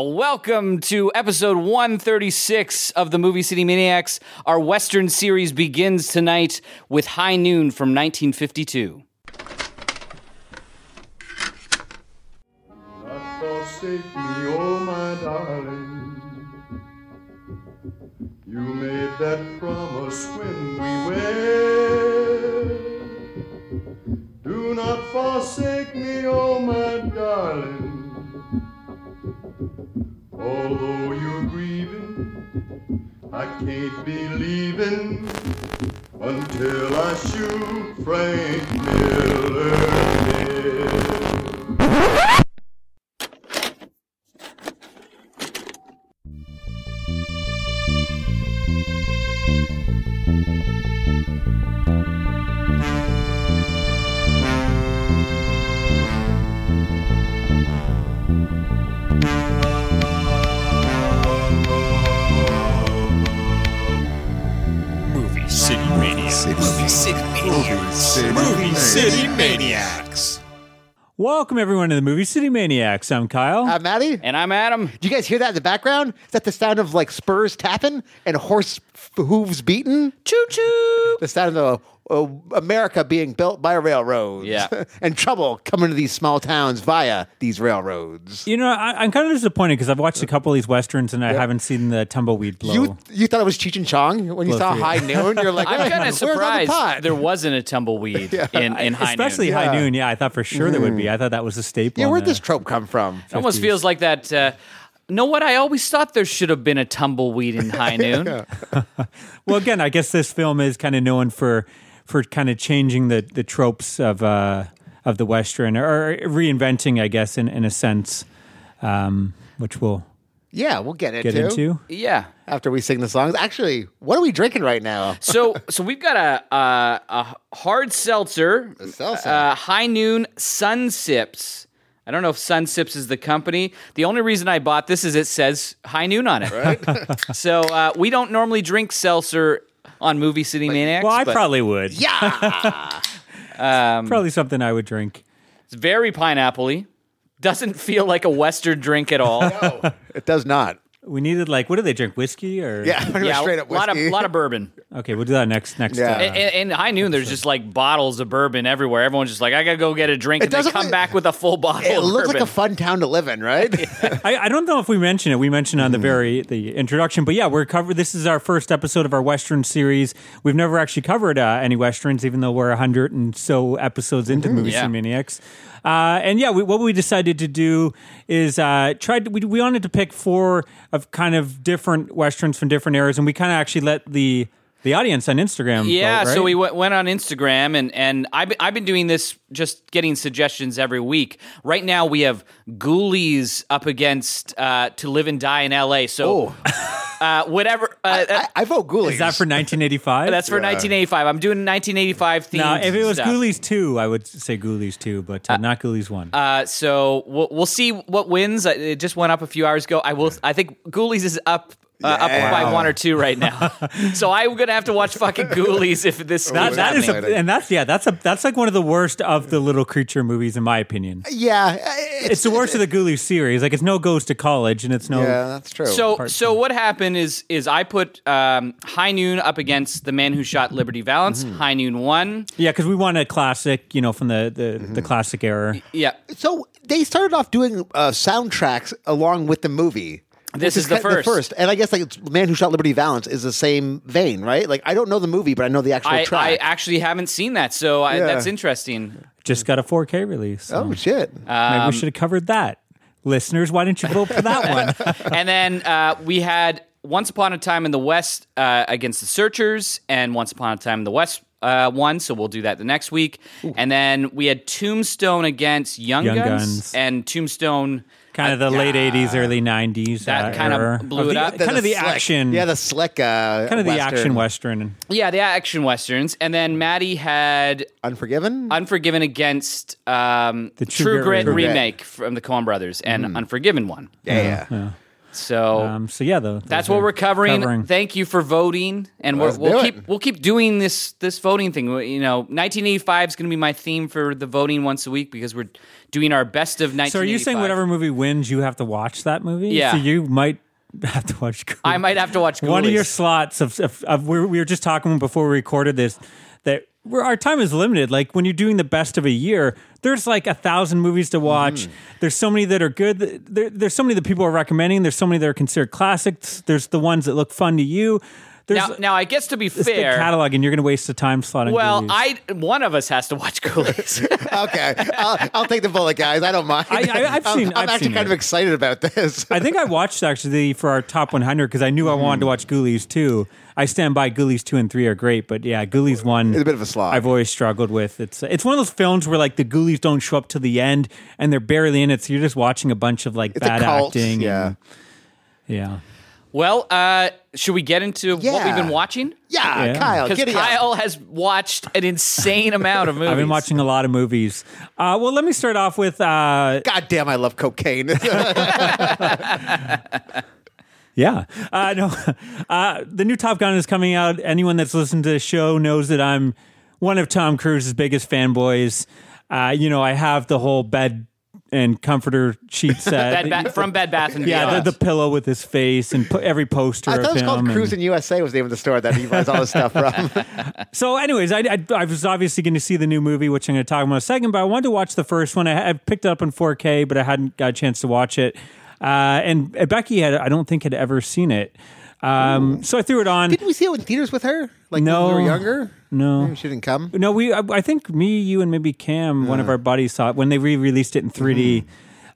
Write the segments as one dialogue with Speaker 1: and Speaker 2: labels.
Speaker 1: welcome to episode 136 of the Movie City Maniacs. Our Western series begins tonight with High Noon from 1952.
Speaker 2: Not forsake me, oh my darling. You made that promise when we wed. Do not forsake me, oh my darling. Although you're grieving, I can't be leaving until I shoot Frank Miller. dead.
Speaker 3: Movie City Maniacs. Movie City Maniacs. Movie City Maniacs.
Speaker 4: Welcome everyone to the Movie City Maniacs. I'm Kyle.
Speaker 5: Uh, Maddie, do
Speaker 1: And I'm Adam.
Speaker 5: you guys hear that in the background? Is that the sound of like spurs tapping and horse f- hooves beating?
Speaker 1: Choo choo.
Speaker 5: The sound of the uh, America being built by railroads.
Speaker 1: Yeah.
Speaker 5: and trouble coming to these small towns via these railroads.
Speaker 4: you know, I, I'm kind of disappointed because I've watched a couple of these westerns and I haven't seen the tumbleweed
Speaker 1: Oh.
Speaker 4: blow.
Speaker 5: You you thought it was Cheech and Chong when you
Speaker 4: Blow
Speaker 5: saw
Speaker 4: through.
Speaker 5: High Noon? You're like,
Speaker 1: I'm
Speaker 5: "Hey,
Speaker 1: kind of
Speaker 5: where's all the pot?"
Speaker 1: surprised there wasn't a tumbleweed in, in High
Speaker 4: Especially
Speaker 1: Noon.
Speaker 4: High Noon. Yeah, I thought for sure there would be. I thought that was a staple.
Speaker 5: Mm. yeah,
Speaker 4: in
Speaker 5: where'd
Speaker 4: the-
Speaker 5: this trope come from?
Speaker 1: It almost feels like that. Uh, know what? I always thought there should have been a tumbleweed in High Noon.
Speaker 4: Well, again, I guess this film is kind of known for for kind of changing the the tropes of uh of the western or reinventing, I guess, in in a sense, um, which we'll
Speaker 5: Yeah, we'll get into
Speaker 4: get into.
Speaker 1: Yeah.
Speaker 5: after we sing the songs. Actually, what are we drinking right now?
Speaker 1: So, so we've got a a, a hard seltzer,
Speaker 5: seltzer.
Speaker 1: Uh, High Noon Sun Sips. I don't know if Sun Sips is the company. The only reason I bought this is it says High Noon on it. Right. so uh, we don't normally drink seltzer on Movie City Maniacs.
Speaker 4: Well, I
Speaker 1: but
Speaker 4: probably would.
Speaker 5: Yeah, Um,
Speaker 4: Probably something I would drink.
Speaker 1: it's very pineapple-y. Doesn't feel like a Western drink at all.
Speaker 5: it does not.
Speaker 4: We needed like what do they drink? Whiskey or
Speaker 5: Yeah, straight up
Speaker 1: a lot of
Speaker 5: whiskey. Uh-huh.
Speaker 1: lot of bourbon.
Speaker 4: Okay, we'll do that next next
Speaker 5: Yeah.
Speaker 4: uh,
Speaker 1: And, and, and I knew there's just like bottles of bourbon everywhere. Everyone's just like, I gotta go get a drink,
Speaker 5: It
Speaker 1: and they
Speaker 5: doesn't
Speaker 1: come
Speaker 5: look-
Speaker 1: back with a full bottle.
Speaker 5: it
Speaker 1: of
Speaker 5: looks
Speaker 1: bourbon.
Speaker 5: like a fun town to live in, right?
Speaker 4: I, I don't know if we mentioned it. We mentioned on the very the introduction, but yeah, we're covered. This is our first episode of our Western series. We've never actually covered uh, any westerns, even though we're a hundred and so episodes into the movies
Speaker 1: Yeah.
Speaker 4: and maniacs. Uh, and yeah, we, what we decided to do is uh, tried. To, we we wanted to pick four of kind of different westerns from different eras, and we kind of actually let the the audience on Instagram. vote,
Speaker 1: Yeah, so
Speaker 4: right?
Speaker 1: we went, went on Instagram, and and I've been, I've been doing this, just getting suggestions every week. Right now, we have Ghoulies up against uh, To Live and Die in L.A. So, uh, whatever uh,
Speaker 5: I, I vote Ghoulies.
Speaker 4: Is that for 1985?
Speaker 1: that's for 1985. I'm doing 1985 themes.
Speaker 4: Now, if it was
Speaker 1: stuff.
Speaker 4: Ghoulies 2, I would say Ghoulies 2, but uh, not Ghoulies 1.
Speaker 1: Uh, so we'll, we'll see what wins. Uh, It just went up a few hours ago. I will. I think Ghoulies is up. Uh, Up by one or two right now, so I'm gonna have to watch fucking Ghoulies if this.
Speaker 4: That,
Speaker 1: keeps
Speaker 4: that is,
Speaker 1: happening.
Speaker 4: a, and that's yeah, that's a that's like one of the worst of the little creature movies, in my opinion.
Speaker 5: Yeah,
Speaker 4: It's the worst of the Ghoulies series. Like it's no goes to college, and it's no.
Speaker 5: Yeah, that's true.
Speaker 1: So,
Speaker 4: part
Speaker 1: so what happened is is I put um, High Noon up against the man who shot Liberty Valance. High Noon won.
Speaker 4: Yeah, because we want a classic, you know, from the the, the
Speaker 5: Mm-hmm.
Speaker 4: classic era.
Speaker 1: Yeah,
Speaker 5: so they started off doing uh, soundtracks along with the movie.
Speaker 1: This
Speaker 5: which
Speaker 1: is the
Speaker 5: kind of
Speaker 1: first.
Speaker 5: and I guess like it's Man Who Shot Liberty Valance is the same vein, right? Like I don't know the movie, but I know the actual
Speaker 1: I, I
Speaker 5: track.
Speaker 1: actually haven't seen that, so I,
Speaker 5: Yeah.
Speaker 1: that's interesting.
Speaker 4: Just got a 4K release. so
Speaker 5: oh shit!
Speaker 1: uh, Um,
Speaker 4: maybe we should have covered that, listeners. Why didn't you vote for that one?
Speaker 1: and then uh, we had Once Upon a Time in the West uh, against the Searchers, and Once Upon a Time in the West. Uh, one, so we'll do that the next week, and then we had Tombstone against Young,
Speaker 4: Young
Speaker 1: Guns,
Speaker 4: Guns.
Speaker 1: and Tombstone. uh,
Speaker 4: kind of the late '80s, early '90s.
Speaker 1: That
Speaker 4: uh,
Speaker 1: kind of
Speaker 4: era.
Speaker 1: blew it
Speaker 4: the,
Speaker 1: up.
Speaker 5: Then
Speaker 4: Kind of the,
Speaker 5: slick-
Speaker 4: action.
Speaker 5: yeah, the slick, uh,
Speaker 4: kind of the
Speaker 5: Western.
Speaker 4: action western.
Speaker 1: Yeah, the action westerns, and then Maddie had
Speaker 5: Unforgiven.
Speaker 1: Unforgiven against um, the
Speaker 4: True
Speaker 1: True,
Speaker 4: Grit
Speaker 1: Grit,
Speaker 4: remake. Mm.
Speaker 1: remake from the Coen Brothers and Unforgiven one.
Speaker 5: yeah, yeah.
Speaker 1: So
Speaker 4: Um, so yeah, though
Speaker 1: that's what we're covering.
Speaker 4: covering.
Speaker 1: Thank you for voting, and we're,
Speaker 5: Let's
Speaker 1: we'll
Speaker 5: do
Speaker 1: keep
Speaker 5: it.
Speaker 1: we'll keep doing this this voting thing. We- You know, 1985 is going to be my theme for the voting once a week because we're doing our best of 1985.
Speaker 4: So are you saying whatever movie wins, you have to watch that movie?
Speaker 1: Yeah.
Speaker 4: So you might have to watch. Cool.
Speaker 1: I might have to watch
Speaker 4: one of your
Speaker 1: Ghoulies.
Speaker 4: slots of, of, of we, were, we were just talking before we recorded this that we're, our time is limited like when you're doing the best of a year there's like a thousand movies to watch
Speaker 1: Mm-hmm.
Speaker 4: there's so many that are good there, there's so many that people are recommending there's so many that are considered classics there's the ones that look fun to you there's
Speaker 1: Now, now I guess to be
Speaker 4: this big
Speaker 1: fair,
Speaker 4: catalog and you're going to waste the time slot on
Speaker 1: well,
Speaker 4: Ghoulies.
Speaker 1: I one of us has to watch Ghoulies.
Speaker 5: Okay, I'll, I'll take the bullet, guys. I don't mind.
Speaker 4: I- I- I've
Speaker 5: am
Speaker 4: seen-
Speaker 5: I'm
Speaker 4: I've
Speaker 5: actually
Speaker 4: seen
Speaker 5: kind
Speaker 4: it.
Speaker 5: of excited about this.
Speaker 4: I think I watched actually for our top 100 because I knew I wanted to watch Ghoulies 2. I stand by Ghoulies 2 and 3 are great, but yeah, Ghoulies 1
Speaker 5: It's a bit of a slog.
Speaker 4: I've always struggled with. It's it's one of those films where like the Ghoulies don't show up to the end and they're barely in it, so you're just watching a bunch of like
Speaker 5: It's
Speaker 4: bad
Speaker 5: a cult.
Speaker 4: acting. and-
Speaker 5: yeah.
Speaker 4: yeah.
Speaker 1: well, uh, should we get into what
Speaker 5: Yeah.
Speaker 1: we've been watching?
Speaker 5: yeah,
Speaker 4: Yeah.
Speaker 5: Kyle,
Speaker 1: Because
Speaker 5: get it.
Speaker 1: Kyle has watched an insane amount of movies.
Speaker 4: I've been watching a lot of movies. Uh, well, let me start off with uh,
Speaker 5: God damn, I love cocaine.
Speaker 4: Yeah. Uh, no, uh, the new Top Gun is coming out. Anyone that's listened to the show knows that I'm one of Tom Cruise's biggest fanboys. Uh, you know, I have the whole bed and comforter sheet set.
Speaker 1: Bed Ba- from Bed Bath and
Speaker 4: yeah,
Speaker 1: Beyond.
Speaker 4: the, the pillow with his face and po- every poster
Speaker 5: I
Speaker 4: of
Speaker 5: thought it was
Speaker 4: him.
Speaker 5: called
Speaker 4: and-
Speaker 5: Cruising USA was the name of the store that he buys all this stuff from.
Speaker 4: So, anyways, I, I, I was obviously going to see the new movie, which I'm going to talk about in a second, but I wanted to watch the first one. I, I picked it up in 4K, but I hadn't got a chance to watch it. Uh, and uh, Becky had, I don't think, had ever seen it. Um, so I threw it on.
Speaker 5: Didn't we see it in theaters with her? Like
Speaker 4: No.
Speaker 5: when we were younger?
Speaker 4: No.
Speaker 5: Maybe she didn't come.
Speaker 4: No, we. I, I think me, you, and maybe Cam, one of our buddies, saw it when they re-released it in 3D.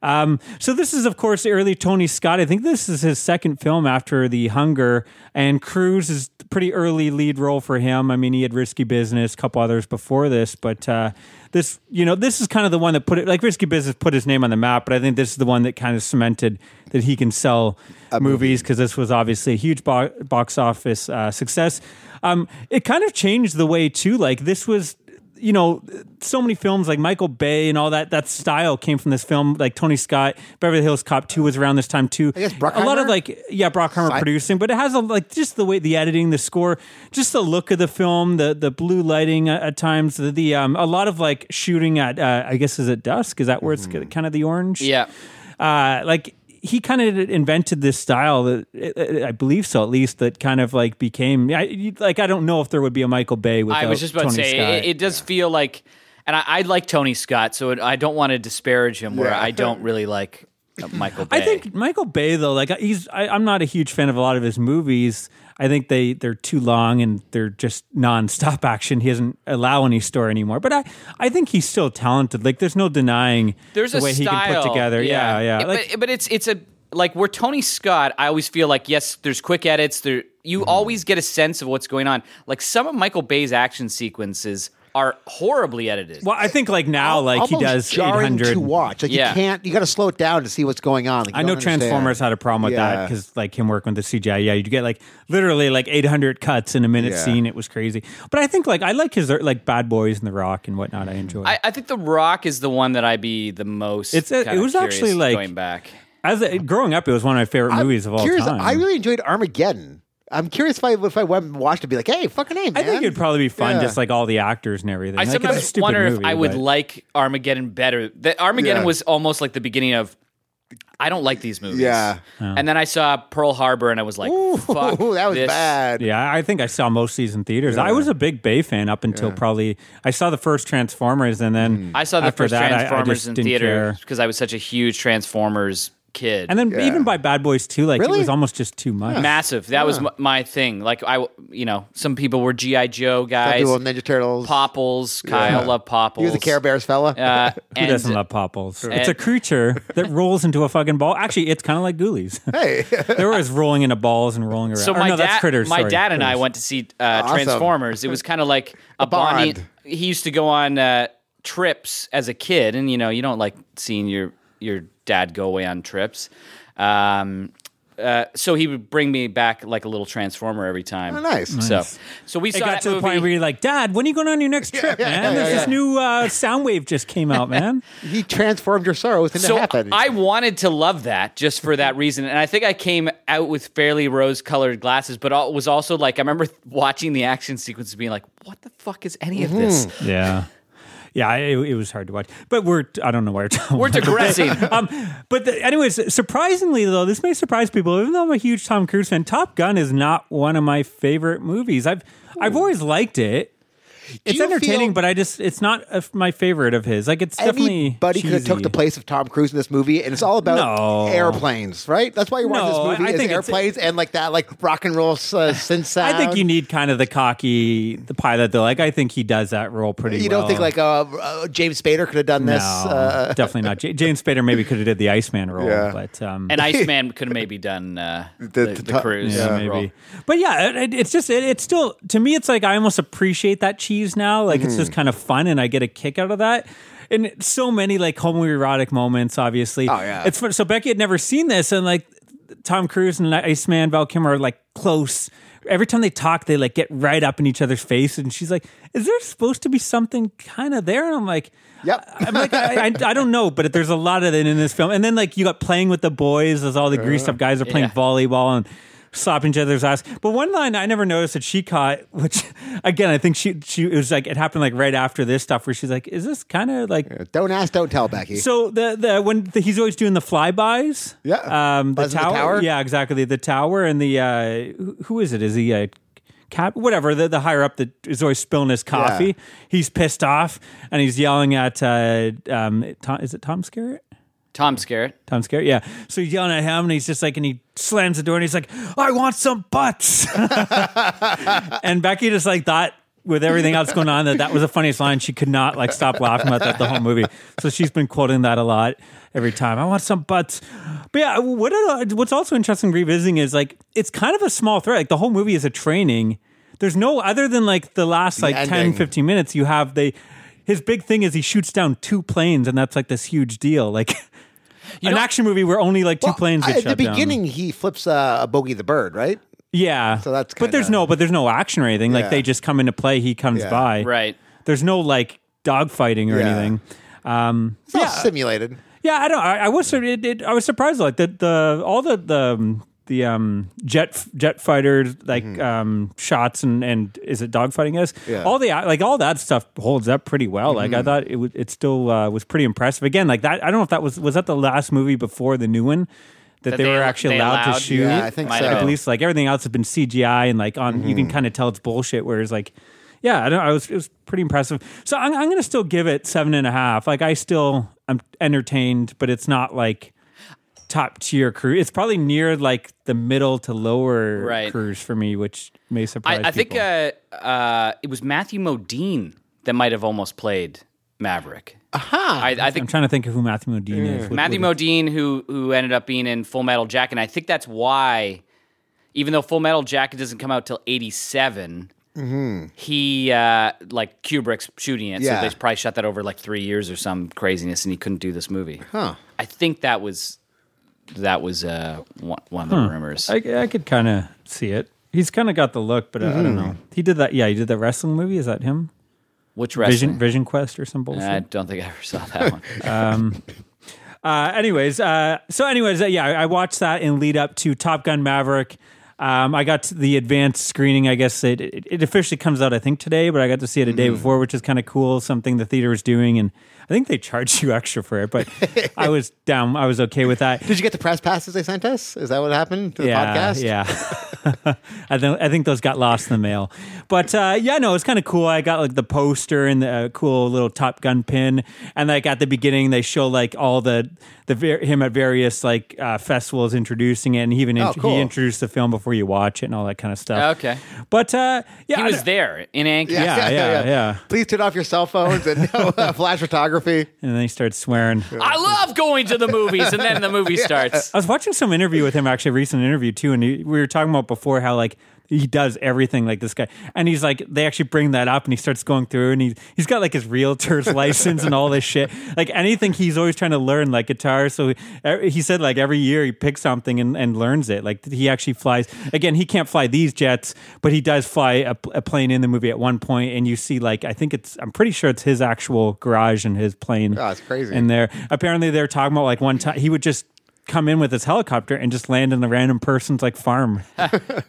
Speaker 4: Um, so this is, of course, early Tony Scott. I think this is his second film after The Hunger, and Cruise is pretty early lead role for him. I mean, he had Risky Business, a couple others before this, but uh, this, you know, this is kind of the one that put it like Risky Business put his name on the map. But I think this is the one that kind of cemented that he can sell movies because this was obviously a huge bo- box office uh, success. Um, it kind of changed the way too. Like this was you know, so many films like Michael Bay and all that that style came from this film. Like Tony Scott, Beverly Hills Cop Two was around this time too.
Speaker 5: guess
Speaker 4: a lot of
Speaker 5: Bruckheimer?
Speaker 4: like yeah, Brockheimer producing, but it has a like just the way the editing, the score, just the look of the film, the the blue lighting at, at times, the, the um a lot of like shooting at uh, I guess is it dusk? Is that where it's
Speaker 5: Mm-hmm.
Speaker 4: kind of the orange?
Speaker 1: yeah.
Speaker 4: uh, like he kind of invented this style that I believe so at least that kind of like became I, you- like I don't know if there would be a Michael Bay without
Speaker 1: I was just about
Speaker 4: Tony
Speaker 1: to say
Speaker 4: Scott.
Speaker 1: it, it does feel like, and I, I like Tony Scott, so it, I don't want to disparage him. Where
Speaker 5: Yeah.
Speaker 1: I don't really like uh, Michael. Bay.
Speaker 4: I think Michael Bay though, like he's, I, I'm not a huge fan of a lot of his movies. I think they they're too long and they're just nonstop action. He doesn't allow any story anymore. But I I think he's still talented. Like there's no denying
Speaker 1: there's
Speaker 4: the
Speaker 1: a
Speaker 4: way
Speaker 1: style.
Speaker 4: he can put together. Yeah, yeah.
Speaker 1: It-
Speaker 4: like,
Speaker 1: but, but it's it's a like where Tony Scott. I always feel like yes, there's quick edits. There you
Speaker 4: Mm-hmm.
Speaker 1: always get a sense of what's going on. Like some of Michael Bay's action sequences are horribly edited.
Speaker 4: well, I think like now, like he
Speaker 5: Almost
Speaker 4: does
Speaker 5: jarring
Speaker 4: 800.
Speaker 5: to watch. Like
Speaker 1: Yeah.
Speaker 5: you can't. You got to slow it down to see what's going on. Like, you
Speaker 4: I know
Speaker 5: don't understand.
Speaker 4: Transformers had a problem with that
Speaker 5: Yeah.
Speaker 4: because like him working with the CGI, yeah, you get like literally like 800 cuts in a minute
Speaker 5: Yeah.
Speaker 4: scene. It was crazy. But I think like I like his like Bad Boys and The Rock and whatnot. I enjoy.
Speaker 1: I, I think The Rock is the one that I be the most.
Speaker 4: It's a-
Speaker 1: kinda
Speaker 4: it was
Speaker 1: curious
Speaker 4: actually, like-
Speaker 1: going back.
Speaker 4: As a, growing up, it was one of my favorite
Speaker 5: I'm
Speaker 4: movies of all
Speaker 5: curious,
Speaker 4: time.
Speaker 5: I really enjoyed Armageddon. I'm curious if I if I went and watched it, be like, hey, fucking name.
Speaker 4: I think it'd probably be fun,
Speaker 5: Yeah.
Speaker 4: just like all the actors and everything.
Speaker 1: I
Speaker 4: like, it's a
Speaker 1: sometimes
Speaker 4: stupid
Speaker 1: wonder if
Speaker 4: movie,
Speaker 1: I would
Speaker 4: but-
Speaker 1: like Armageddon better. The Armageddon
Speaker 5: Yeah.
Speaker 1: was almost like the beginning of I don't like these movies.
Speaker 5: Yeah.
Speaker 1: And then I saw Pearl Harbor and I was like, fuck.
Speaker 5: Ooh, that was
Speaker 1: this.
Speaker 5: bad.
Speaker 4: Yeah, I think I saw most of these in theaters. I was a big Bay fan up until probably I saw the first Transformers, and then
Speaker 1: Mm. I saw the
Speaker 4: after
Speaker 1: first
Speaker 4: that, I- I
Speaker 1: Transformers
Speaker 4: just
Speaker 1: in
Speaker 4: didn't
Speaker 1: theater
Speaker 4: care.
Speaker 1: because I was such a huge Transformers kid.
Speaker 4: And then
Speaker 5: Yeah.
Speaker 4: even by Bad Boys too, like it
Speaker 5: Really?
Speaker 4: was almost just too much.
Speaker 1: massive. That was m- my thing. Like I you know, some people were GI Joe
Speaker 5: I
Speaker 1: guys.
Speaker 5: do Ninja Turtles.
Speaker 1: Popples. Kyle loved Popples.
Speaker 5: You're the Care Bears fella.
Speaker 1: Uh,
Speaker 4: Who
Speaker 1: and-
Speaker 4: doesn't love popples? It's a creature that rolls into a fucking ball. Actually, it's kind of like Ghoulies.
Speaker 5: hey,
Speaker 4: They're always rolling into balls and rolling around.
Speaker 1: So
Speaker 4: Or
Speaker 1: my
Speaker 4: no,
Speaker 1: dad,
Speaker 4: that's critters.
Speaker 1: my
Speaker 4: sorry,
Speaker 1: dad and I
Speaker 4: critters.
Speaker 1: went to see uh,
Speaker 5: Awesome.
Speaker 1: Transformers. It was kind of like a, bonding.
Speaker 5: bond.
Speaker 1: He used to go on uh, trips as a kid, and you know you don't like seeing your your dad go away on trips. Um, uh, so he would bring me back like a little transformer every time.
Speaker 5: Oh, nice.
Speaker 1: So, so we
Speaker 4: It
Speaker 1: saw
Speaker 4: got
Speaker 1: that
Speaker 4: to the
Speaker 1: movie.
Speaker 4: point where you're like, Dad, when are you going on your next trip, man? There's this new uh, sound wave just came out, man.
Speaker 5: He transformed your sorrows into
Speaker 1: so
Speaker 5: happen.
Speaker 1: I wanted to love that just for that reason, and I think I came out with fairly rose-colored glasses, but all, was also like I remember watching the action sequence and being like, "What the fuck is any of this?"
Speaker 5: Mm-hmm.
Speaker 4: Yeah. Yeah, I- it, it was hard to watch, but we're—I don't know why we're
Speaker 1: We're digressing.
Speaker 4: um, but the, anyways, surprisingly though, this may surprise people. Even though I'm a huge Tom Cruise fan, Top Gun is not one of my favorite movies. I've I've always liked it. It's
Speaker 5: you
Speaker 4: entertaining,
Speaker 5: feel-
Speaker 4: but I just it's not a, my favorite of his. Like it's definitely
Speaker 5: Anybody could have took
Speaker 4: cheesy.
Speaker 5: the place of Tom Cruise in this movie, and it's all about
Speaker 4: No.
Speaker 5: airplanes, right? That's why you watch
Speaker 4: No, I-
Speaker 5: this movie
Speaker 4: I
Speaker 5: is
Speaker 4: think it's-
Speaker 5: airplanes and like that, like rock and roll uh, synth sound.
Speaker 4: I think you need kind of the cocky the pilot though. Like I think he does that role pretty.
Speaker 5: You don't
Speaker 4: well.
Speaker 5: think like uh, uh, James Spader could have done
Speaker 4: no,
Speaker 5: this? Uh,
Speaker 4: definitely not. J- James Spader maybe could have did the Iceman role,
Speaker 5: Yeah.
Speaker 4: but um,
Speaker 1: And Iceman could have maybe done uh, the, the,
Speaker 5: the top-
Speaker 1: cruise.
Speaker 4: yeah,
Speaker 1: role.
Speaker 4: maybe. But yeah, it- it, it's just it, it's still to me. It's like I almost appreciate that cheese now. Like it's
Speaker 5: Mm-hmm.
Speaker 4: just kind of fun, and I get a kick out of that. And so many like homoerotic moments. Obviously, oh
Speaker 5: yeah.
Speaker 4: It's fun. so Becky had never seen this, and like Tom Cruise and Iceman Val Kilmer are like close. Every time they talk, they like get right up in each other's face, and she's like, "Is there supposed to be something kind of there?" And I'm like,
Speaker 5: Yep.
Speaker 4: I'm like, I, I, I don't know, but there's a lot of it in this film. And then like you got playing with the boys as all the greased up guys are playing
Speaker 1: Yeah.
Speaker 4: volleyball and slapping each other's ass. But one line I never noticed that she caught, which again I think she she it was like it happened like right after this stuff where she's like, is this kind of like
Speaker 5: don't ask, don't tell, Becky.
Speaker 4: so the the when the, he's always doing the flybys,
Speaker 5: Yeah.
Speaker 4: um, the,
Speaker 5: Buzz of the
Speaker 4: tower,
Speaker 5: tower?
Speaker 4: yeah, exactly, the tower and the uh, who- who is it? Is he a cap? Whatever the, the higher up that is always spilling his coffee.
Speaker 5: Yeah.
Speaker 4: He's pissed off and he's yelling at uh, um, Tom, is it Tom Skerritt?
Speaker 1: Tom Skerritt.
Speaker 4: Tom Skerritt, yeah. So he's yelling at him, and he's just like, and he slams the door, and he's like, "I want some butts." and Becky just like thought, with everything else going on, that that was the funniest line. She could not like stop laughing about that the whole movie. So she's been quoting that a lot every time. I want some butts. But yeah, what I- what's also interesting revisiting is like it's kind of a small threat. Like the whole movie is a training. There's no other than like the last like 10,
Speaker 5: ending.
Speaker 4: 15 minutes. You have they. His big thing is he shoots down two planes, and that's like this huge deal. Like an
Speaker 1: know-
Speaker 4: action movie where only like two
Speaker 5: Well,
Speaker 4: planes
Speaker 5: I-
Speaker 4: get
Speaker 5: at Uh, the
Speaker 4: shot down.
Speaker 5: beginning, he flips uh, a bogey the bird, right?
Speaker 4: Yeah.
Speaker 5: So that's
Speaker 4: but there's
Speaker 5: kinda-
Speaker 4: no but there's no action or anything. Like
Speaker 5: Yeah.
Speaker 4: they just come into play. He comes
Speaker 5: Yeah.
Speaker 4: by.
Speaker 1: Right.
Speaker 4: There's no like dogfighting or
Speaker 5: Yeah.
Speaker 4: anything. Um,
Speaker 5: It's all simulated.
Speaker 4: yeah, I don't. I, I was sur- it, it, I was surprised. Like the the all the the um, the um, jet jet fighters like um, shots and and is it dogfighting? Is
Speaker 5: Mm-hmm. Yeah. Mm-hmm.
Speaker 4: all the like all that stuff holds up pretty well. Like I thought it was it still uh, was pretty impressive. Again, like that. I don't know if that was was that the last movie before the new one that, they,
Speaker 1: they-
Speaker 4: were actually
Speaker 1: they
Speaker 4: allowed,
Speaker 1: allowed-
Speaker 4: to shoot.
Speaker 5: Yeah, I think
Speaker 1: Might
Speaker 5: so.
Speaker 1: have
Speaker 4: At least like everything else has been CGI and like on you
Speaker 1: Mm-hmm.
Speaker 4: can kind of tell it's bullshit. Whereas like yeah, I don't. I was it was pretty impressive. So I'm, I'm gonna still give it seven and a half. Like I still I'm entertained, but it's not like top tier cruise. It's probably near like the middle to lower
Speaker 1: Right.
Speaker 4: cruise for me, which may surprise.
Speaker 1: I, I think
Speaker 4: people.
Speaker 1: uh, uh, it was Matthew Modine that might have almost played Maverick. Aha! I, I
Speaker 4: I'm
Speaker 1: think
Speaker 4: trying to think of who Matthew Modine is. What-
Speaker 1: Matthew
Speaker 4: what-
Speaker 1: Modine, who who ended up being in Full Metal Jacket, and I think that's why, even though Full Metal Jacket doesn't come out till '87, he uh, like Kubrick's shooting it,
Speaker 5: Mm-hmm. Yeah.
Speaker 1: so they probably shot that over like three years or some craziness, and he couldn't do this movie.
Speaker 5: Huh.
Speaker 1: I think that was that was uh, one, one of the rumors.
Speaker 4: Hmm. I, I could kind of see it. He's kind of got the look, but uh, I-
Speaker 1: Mm-hmm.
Speaker 4: I don't know. He did that. Yeah, he did that wrestling movie. Is that him?
Speaker 1: Which
Speaker 4: Vision
Speaker 1: wrestling? Uh,
Speaker 4: Vision Quest or some bullshit.
Speaker 1: I don't think I ever saw that one.
Speaker 4: Uh, anyways, uh, so anyways, uh, yeah, I I watched that in lead up to Top Gun Maverick. Um, I got to the advanced screening. I guess it, it it officially comes out I think today, but I got to see it a day before, which is kind of cool. Something the theater was doing, and I think they charged you extra for it, but I was down. I was okay with that.
Speaker 5: Did you get the press passes they sent us? Is that what happened to the
Speaker 4: yeah,
Speaker 5: podcast?
Speaker 4: Yeah, I, th- I think those got lost in the mail. But uh, yeah, no, it's kind of cool. I got like the poster and the uh, cool little Top Gun pin, and like at the beginning they show like all the the ver- him at various like uh, festivals introducing it, and he even int-
Speaker 5: cool.
Speaker 4: he introduced the film before you watch it and all that kind of stuff.
Speaker 1: Okay.
Speaker 4: but uh, yeah,
Speaker 1: he
Speaker 4: I
Speaker 1: was
Speaker 4: don't-
Speaker 1: there in Anchorage.
Speaker 4: Yeah, yeah, yeah.
Speaker 5: Please turn off your cell phones and no uh, flash photography.
Speaker 4: and then he starts swearing.
Speaker 1: I love going to the movies, and then the movie starts.
Speaker 4: I was watching some interview with him actually, a recent interview too, and he, we were talking about before how like he does everything like this guy. And he's like, they actually bring that up, and he starts going through, and he he's got like his realtor's license and all this shit. Like anything, he's always trying to learn like guitar. So e, he, he said like every year he picks something and, and learns it. Like he actually flies again. He can't fly these jets, but he does fly a, a plane in the movie at one point, and you see like I think it's I'm pretty sure it's his actual garage and his plane.
Speaker 5: Oh, it's crazy.
Speaker 4: In there, apparently they're talking about like one time he would just come in with his helicopter and just land in the random person's like farm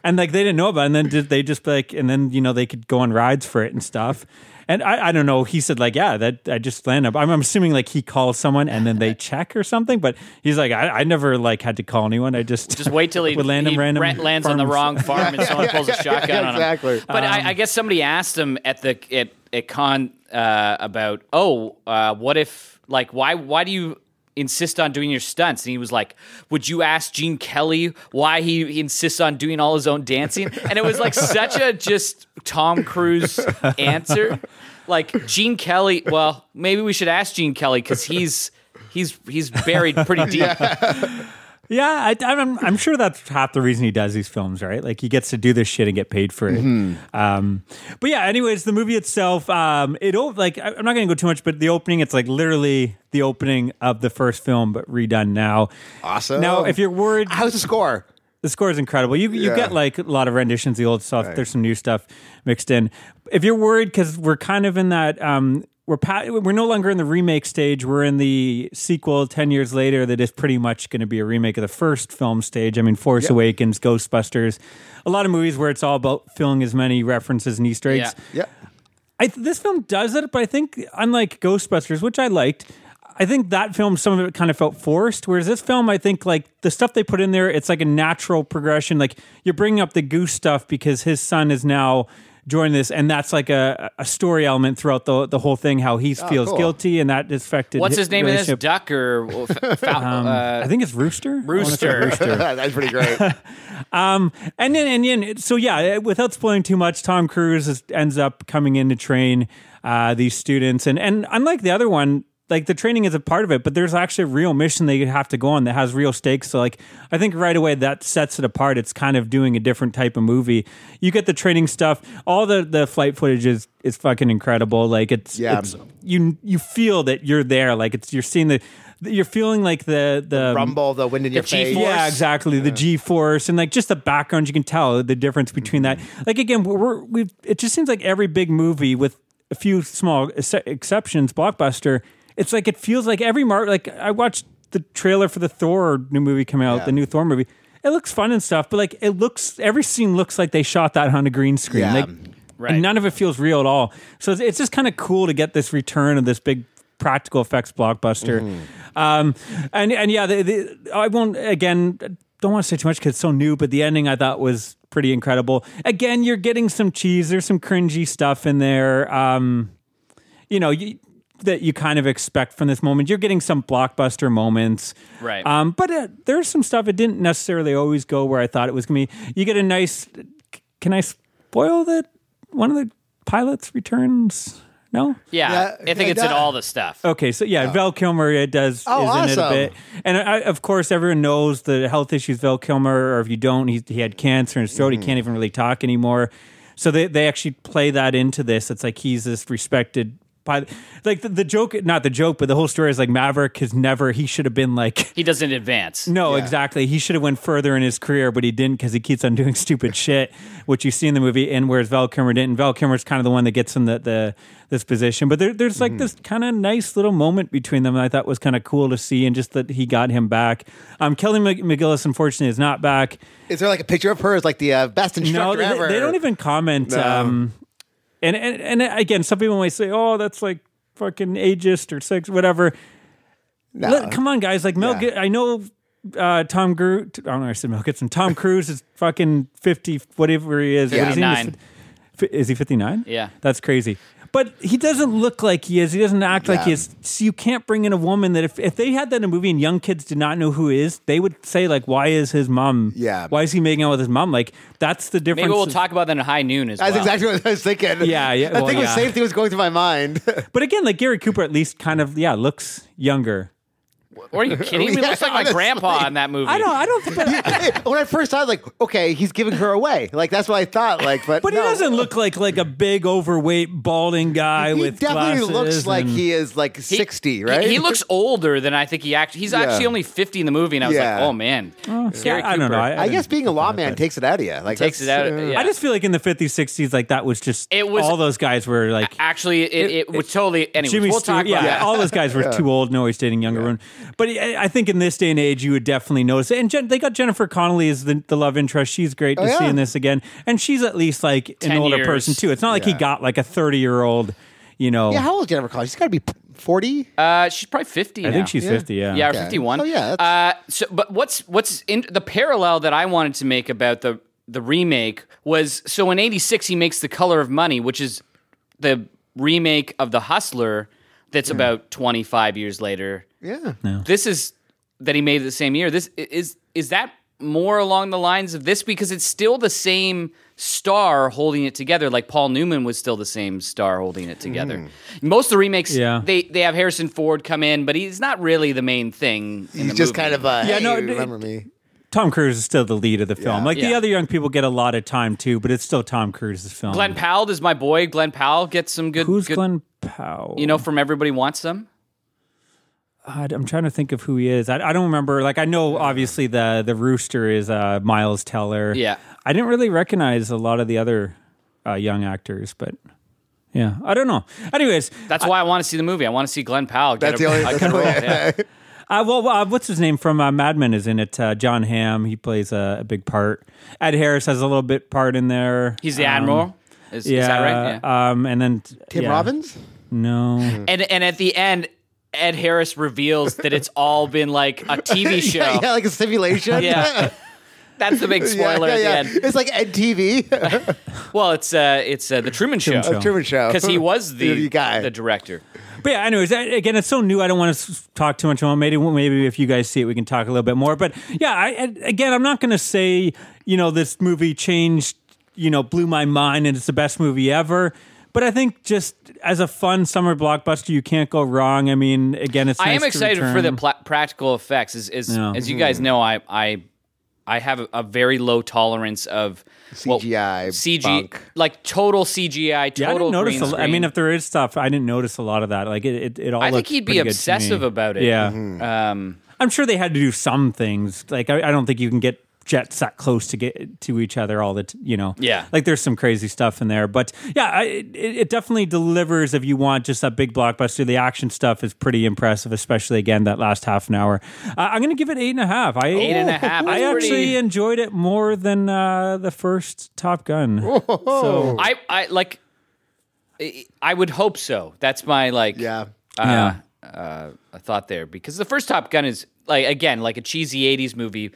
Speaker 4: and like they didn't know about it and then did they just like and then you know they could go on rides for it and stuff and I, I don't know he said like yeah that i just landed up I'm, I'm assuming like he calls someone and then they check or something but he's like i, I never like had to call anyone i just
Speaker 1: Just wait till he,
Speaker 4: would land
Speaker 1: he
Speaker 4: in random
Speaker 1: ra- lands on the
Speaker 4: farms.
Speaker 1: wrong farm and someone pulls a shotgun on him.
Speaker 5: exactly.
Speaker 1: But
Speaker 4: Um,
Speaker 1: I, I guess somebody asked him at the at, at con uh, about, oh, uh, what if like why why do you insist on doing your stunts? And he was like, would you ask Gene Kelly why he insists on doing all his own dancing? And it was like such a just Tom Cruise answer. Like Gene Kelly, well, maybe we should ask Gene Kelly because he's he's he's buried pretty deep.
Speaker 4: Yeah, I, I'm, I'm sure that's half the reason he does these films, right? Like he gets to do this shit and get paid for it. Um, but yeah, anyways, the movie itself, um, it o- like I- I'm not going to go too much, but the opening, it's like literally the opening of the first film, but redone now.
Speaker 5: Awesome.
Speaker 4: Now, if you're worried,
Speaker 5: How's the score?
Speaker 4: the score is incredible. You you
Speaker 5: Yeah.
Speaker 4: get like a lot of renditions, of the old stuff. There's some new stuff mixed in. If you're worried, because we're kind of in that um, we're pa- we're no longer in the remake stage. We're in the sequel ten years later. That is pretty much going to be a remake of the first film stage. I mean, Force Awakens, Ghostbusters, a lot of movies where it's all about filling as many references and Easter eggs.
Speaker 1: Yeah.
Speaker 5: Yeah.
Speaker 4: I th- this film does it, but I think unlike Ghostbusters, which I liked, I think that film some of it kind of felt forced. Whereas this film, I think like the stuff they put in there, it's like a natural progression. Like you're bringing up the goose stuff because his son is now joined this, and that's like a, a story element throughout the the whole thing. How he feels
Speaker 5: cool.
Speaker 4: guilty, and that affected.
Speaker 1: What's his name in this?
Speaker 4: relationship. Um,
Speaker 1: Duck or f- fa- uh,
Speaker 4: I think it's Rooster. I wanna say
Speaker 1: Rooster.
Speaker 5: That's pretty great.
Speaker 4: And then, and then, so yeah, eh, without spoiling too much, Tom Cruise is, ends up coming in to train uh, these students, and and unlike the other one, like the training is a part of it, but there's actually a real mission they have to go on that has real stakes. So like, I think right away that sets it apart. It's kind of doing a different type of movie. You get the training stuff, all the the flight footage is is fucking incredible. Like it's
Speaker 5: Yeah.
Speaker 4: it's- you you feel that you're there. Like it's you're seeing the. You're feeling like the the,
Speaker 5: Rumble, the wind in your face.
Speaker 1: G-force.
Speaker 4: yeah,
Speaker 1: force.
Speaker 4: exactly. The G force and like just the background, you can tell the difference between that. Like again, we're, we're we've it just seems like every big movie with a few small ex- exceptions, blockbuster. It's like it feels like every mar like I watched the trailer for the Thor new movie coming out,
Speaker 5: Yeah.
Speaker 4: the new Thor movie. It looks fun and stuff, but like it looks, every scene looks like they shot that on a green screen.
Speaker 5: Yeah.
Speaker 4: Like,
Speaker 1: Right.
Speaker 4: and none of it feels real at all. So it's, it's just kind of cool to get this return of this big practical effects blockbuster.
Speaker 1: Mm-hmm.
Speaker 4: Um, and and yeah, the, the, I won't again. Don't want to say too much because it's so new, but the ending I thought was pretty incredible. Again, you're getting some cheese. There's some cringy stuff in there. Um, you know. You, that you kind of expect from this moment. You're getting some blockbuster moments,
Speaker 1: Right.
Speaker 4: Um, but uh, there's some stuff. It didn't necessarily always go where I thought it was going to be. You get a nice. Can I spoil that one of the pilots returns? No.
Speaker 1: yeah,
Speaker 5: Yeah,
Speaker 1: I think
Speaker 4: uh,
Speaker 5: yeah,
Speaker 1: it's in
Speaker 5: duh.
Speaker 1: all the stuff.
Speaker 4: Okay, so yeah, Val Kilmer it does
Speaker 5: Oh,
Speaker 4: is in it a
Speaker 5: awesome.
Speaker 4: bit, and I, of course everyone knows the health issues Val Kilmer, or if you don't, he he had cancer in his
Speaker 5: Mm.
Speaker 4: throat, he can't even really talk anymore. So they they actually play that into this. It's like he's this respected pilot. Like the, the joke, not the joke, but the whole story is like Maverick has never. He should have been like.
Speaker 1: He doesn't advance.
Speaker 4: No, exactly. He should have went further in his career, but he didn't because he keeps on doing stupid shit, which you see in the movie. And whereas Val Kilmer didn't, Val Kilmer's kind of the one that gets him the, the this position. But there, there's like this kind of nice little moment between them that I thought was kind of cool to see, and just that he got him back. Um, Kelly Mc- McGillis unfortunately is not back.
Speaker 5: Is there like a picture of her as like the uh, best
Speaker 4: No,
Speaker 5: instructor
Speaker 4: they,
Speaker 5: ever?
Speaker 4: they don't even comment. Um, and, and and again, some people might say, "Oh, that's like fucking ageist or sex, whatever."
Speaker 5: No.
Speaker 4: Let- come on, guys. Like Mel,
Speaker 5: Yeah.
Speaker 4: Gi- I know uh, Tom Cruise. I don't know. I said Mel Gibson. Tom Cruise is fucking fifty, whatever he is. What is he in his-
Speaker 1: 59.
Speaker 4: fi- Is he fifty nine?
Speaker 1: Yeah.
Speaker 4: that's crazy. But he doesn't look like he is. He doesn't act like
Speaker 5: Yeah.
Speaker 4: he is. So you can't bring in a woman that if, if they had that in a movie and young kids did not know who he is, they would say like, "Why is his mom?
Speaker 5: Yeah.
Speaker 4: why is he making out with his mom? Like that's the difference."
Speaker 1: Maybe we'll talk about that in High Noon as
Speaker 5: That's
Speaker 1: well.
Speaker 5: exactly what I was thinking.
Speaker 4: Yeah, yeah,
Speaker 5: I
Speaker 4: well,
Speaker 5: think the
Speaker 4: yeah.
Speaker 5: same thing was going through my mind.
Speaker 4: But again, like Gary Cooper at least kind of yeah looks younger.
Speaker 1: Or are you kidding me? He
Speaker 5: Yeah,
Speaker 1: looks like my
Speaker 5: honestly.
Speaker 1: grandpa in that movie.
Speaker 4: I don't. I don't. But,
Speaker 5: when I first saw it, like, okay, he's giving her away. Like that's what I thought. Like, but
Speaker 4: but he
Speaker 5: no.
Speaker 4: doesn't look like like a big overweight balding guy
Speaker 5: He
Speaker 4: with
Speaker 5: definitely
Speaker 4: glasses
Speaker 5: looks like
Speaker 4: and-
Speaker 5: he is like
Speaker 1: He-
Speaker 5: sixty,
Speaker 1: he-
Speaker 5: right?
Speaker 1: He, looks older than I think he actually. He's actually only fifty in the movie, and I was
Speaker 5: Yeah.
Speaker 1: like, oh man, Gary
Speaker 4: I don't know.
Speaker 1: Cooper.
Speaker 4: I, I
Speaker 5: I
Speaker 4: didn't-
Speaker 5: guess being a lawman takes it out of you. Like
Speaker 1: takes it out.
Speaker 5: that's-
Speaker 1: of-
Speaker 5: uh,
Speaker 1: yeah.
Speaker 4: I just feel like in the 50s, 60s, like that was just
Speaker 1: It was-
Speaker 4: all those guys were like
Speaker 1: actually it, it, was totally. Anyways,
Speaker 4: Jimmy
Speaker 1: we'll
Speaker 4: Stewart.
Speaker 1: talk
Speaker 4: Yeah,
Speaker 1: about
Speaker 4: all those guys were too old and always dating younger women. But I I think in this day and age, you would definitely notice. it. And Jen, they got Jennifer Connelly as the, the love interest. She's great to
Speaker 5: Oh,
Speaker 4: see
Speaker 5: yeah.
Speaker 4: in this again, and she's at least like an
Speaker 1: 10
Speaker 4: older
Speaker 1: years.
Speaker 4: person too. It's not like he
Speaker 5: Yeah.
Speaker 4: got like a 30 year old. You know,
Speaker 5: yeah. How old is Jennifer Connelly? She's got to be forty.
Speaker 1: that. Uh, she's probably fifty.
Speaker 4: I
Speaker 1: now.
Speaker 4: think she's 50. Yeah,
Speaker 1: Yeah, or
Speaker 5: Okay.
Speaker 1: 51.
Speaker 5: Oh, yeah,
Speaker 1: Uh, so, but what's what's in the parallel that I wanted to make about the the remake was so in '86 he makes the Color of Money, which is the remake of the Hustler.
Speaker 5: Hmm.
Speaker 1: That's about 25 years later.
Speaker 5: yeah.
Speaker 1: This is that he made the same year. This i- is is that more along the lines of this because it's still the same star holding it together. Like Paul Newman was still the same star holding it together.
Speaker 5: Mm-hmm.
Speaker 1: Most of the remakes,
Speaker 4: Yeah.
Speaker 1: they they have Harrison Ford come in, but he's not really the main thing. in
Speaker 5: He's
Speaker 1: the
Speaker 5: just
Speaker 1: movie.
Speaker 5: kind of uh, yeah.
Speaker 4: no,
Speaker 5: No,
Speaker 4: it-
Speaker 5: remember me?
Speaker 4: Tom Cruise is still the lead of the film.
Speaker 5: Yeah.
Speaker 4: Like the
Speaker 1: Yeah.
Speaker 4: other young people get a lot of time too, but it's still Tom Cruise's film.
Speaker 1: Glenn Powell does my boy. Glenn Powell gets some good.
Speaker 4: Who's
Speaker 1: good-
Speaker 4: Glenn Powell?
Speaker 1: You know, from Everybody Wants Them.
Speaker 4: I, am trying to think of who he is. I, I don't remember. Like I know, obviously the the rooster is uh, Miles Teller.
Speaker 1: Yeah.
Speaker 4: I didn't really recognize a lot of the other uh, young actors, but yeah, I don't know. Anyways,
Speaker 1: That's why I want to see the movie. I want to see Glenn Powell. Get
Speaker 5: That's
Speaker 1: a,
Speaker 5: the only-
Speaker 1: a
Speaker 5: that's the
Speaker 1: role,
Speaker 5: only-
Speaker 1: yeah.
Speaker 4: uh, well, uh, what's his name from uh, Mad Men is in it? Uh, John Hamm. He plays a, a big part. Ed Harris has a little bit part in there.
Speaker 1: He's the
Speaker 4: Um,
Speaker 1: admiral. Is,
Speaker 4: Yeah,
Speaker 1: is that right? Yeah.
Speaker 4: Um, and then
Speaker 5: Tim
Speaker 4: yeah.
Speaker 5: Robbins.
Speaker 4: No,
Speaker 1: and and at the end, Ed Harris reveals that it's all been like a TV show.
Speaker 5: Yeah, yeah, like a simulation.
Speaker 1: Yeah. That's the big
Speaker 5: Yeah,
Speaker 1: spoiler
Speaker 5: yeah,
Speaker 1: at the
Speaker 5: yeah.
Speaker 1: end.
Speaker 5: It's like NTV,
Speaker 1: Well, it's uh, it's uh, the Truman Show
Speaker 4: Show.
Speaker 5: a Truman Show.
Speaker 1: because he was the
Speaker 5: The guy.
Speaker 1: the director.
Speaker 4: but yeah. Anyways, that, again, it's so new. I don't want to s- talk too much about. it. Maybe maybe if you guys see it, we can talk a little bit more. But yeah, I, I- again, I'm not going to say you know this movie changed, you know, blew my mind, and it's the best movie ever. But I think just as a fun summer blockbuster, you can't go wrong. I mean, again, it's
Speaker 1: I
Speaker 4: nice
Speaker 1: am
Speaker 4: to
Speaker 1: excited for the
Speaker 4: return.
Speaker 1: pla- practical effects. As as,
Speaker 4: Yeah. Hmm.
Speaker 1: as you guys know, I I I have a, a very low tolerance of well,
Speaker 5: CGI
Speaker 1: CG
Speaker 5: bunk.
Speaker 1: like total CGI,
Speaker 4: Yeah, I
Speaker 1: total
Speaker 4: didn't notice.
Speaker 1: green
Speaker 4: A, lo- I mean,
Speaker 1: screen.
Speaker 4: if there is stuff, I didn't notice a lot of that. Like it, it, it all.
Speaker 1: I think
Speaker 4: looked
Speaker 1: he'd be
Speaker 4: pretty good to
Speaker 1: obsessive
Speaker 4: me.
Speaker 1: about it.
Speaker 4: Yeah,
Speaker 1: Um,
Speaker 4: I'm sure they had to do some things. Like I, I don't think you can get jets that close to get to each other all the t- you know.
Speaker 1: Yeah.
Speaker 4: like there's some crazy stuff in there, but yeah, I, it, it definitely delivers if you want just a big blockbuster. The action stuff is pretty impressive, especially again that last half an hour. Uh, I'm gonna give it eight and a half. I
Speaker 1: Eight and a half.
Speaker 4: I
Speaker 1: That's
Speaker 4: actually
Speaker 1: pretty-
Speaker 4: enjoyed it more than uh, the first Top Gun.
Speaker 1: Uh,
Speaker 4: So
Speaker 1: I I like. I- I would hope so. That's my like.
Speaker 5: Yeah.
Speaker 1: Uh, uh, thought there because the first Top Gun is like again like a cheesy '80s movie,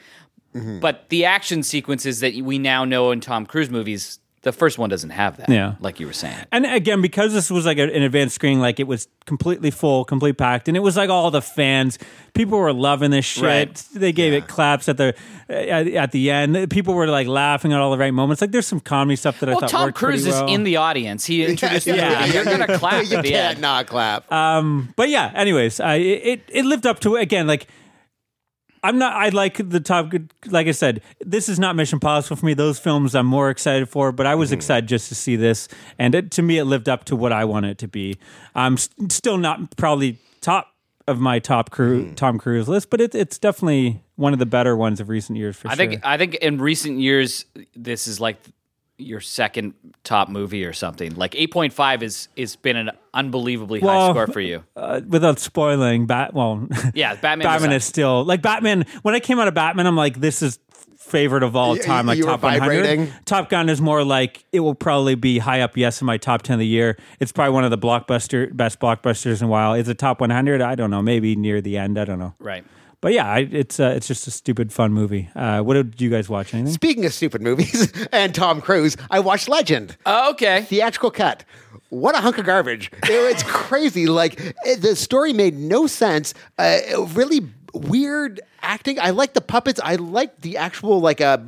Speaker 5: Mm-hmm.
Speaker 1: but the action sequences that we now know in Tom Cruise movies, the first one doesn't have that.
Speaker 4: Yeah.
Speaker 1: like you were saying.
Speaker 4: And again, because this was like a, an advanced screening, like it was completely full, complete packed, and it was like all the fans, people were loving this shit.
Speaker 1: Right.
Speaker 4: They gave it claps at the at, at the end. People were like laughing at all the right moments. Like there's some comedy stuff that I
Speaker 1: Well,
Speaker 4: thought
Speaker 1: Tom
Speaker 4: worked pretty
Speaker 1: Cruise is
Speaker 4: well.
Speaker 1: in the audience. He introduced
Speaker 5: yeah,
Speaker 1: the
Speaker 5: yeah,
Speaker 1: movie. You're
Speaker 5: yeah.
Speaker 1: gonna clap
Speaker 5: you
Speaker 1: at the
Speaker 5: can't
Speaker 1: end. Uh,
Speaker 5: not clap.
Speaker 4: But yeah, anyways, I it it lived up to it again. Like I'm not. I like the Top. Gun- Like I said, this is not Mission Possible for me. Those films I'm more excited for, but I was excited just to see this, and it, to me, it lived up to what I wanted it to be. I'm s- still not probably top of my top crew Tom Cruise list, but it, it's definitely one of the better ones of recent years for
Speaker 1: I
Speaker 4: sure.
Speaker 1: think I think in recent years this is like your second top movie or something. Like 8.5 is is been an unbelievably high
Speaker 4: Well,
Speaker 1: score for you.
Speaker 4: uh, without spoiling, Bat. Well,
Speaker 1: Yeah, Batman. was
Speaker 4: Batman
Speaker 1: up.
Speaker 4: is still like Batman. When I came out of Batman, I'm like, this is favorite of all
Speaker 5: Y-
Speaker 4: time, like
Speaker 5: you were
Speaker 4: top 100.
Speaker 5: vibrating?
Speaker 4: Top Gun is more like it will probably be high up. Yes, in my top 10 of the year. It's probably one of the blockbuster best blockbusters in a while. Is it top 100? I don't know. Maybe near the end. I don't know.
Speaker 1: right.
Speaker 4: But yeah, I, it's uh, it's just a stupid fun movie. Uh, what did you guys watch? Anything?
Speaker 5: Speaking of stupid movies and Tom Cruise, I watched Legend.
Speaker 1: Oh, okay.
Speaker 5: theatrical cut. What a hunk of eh, garbage! It was crazy. Like it- the story made no sense. Uh, it really weird acting. I like the puppets. I like the actual like uh,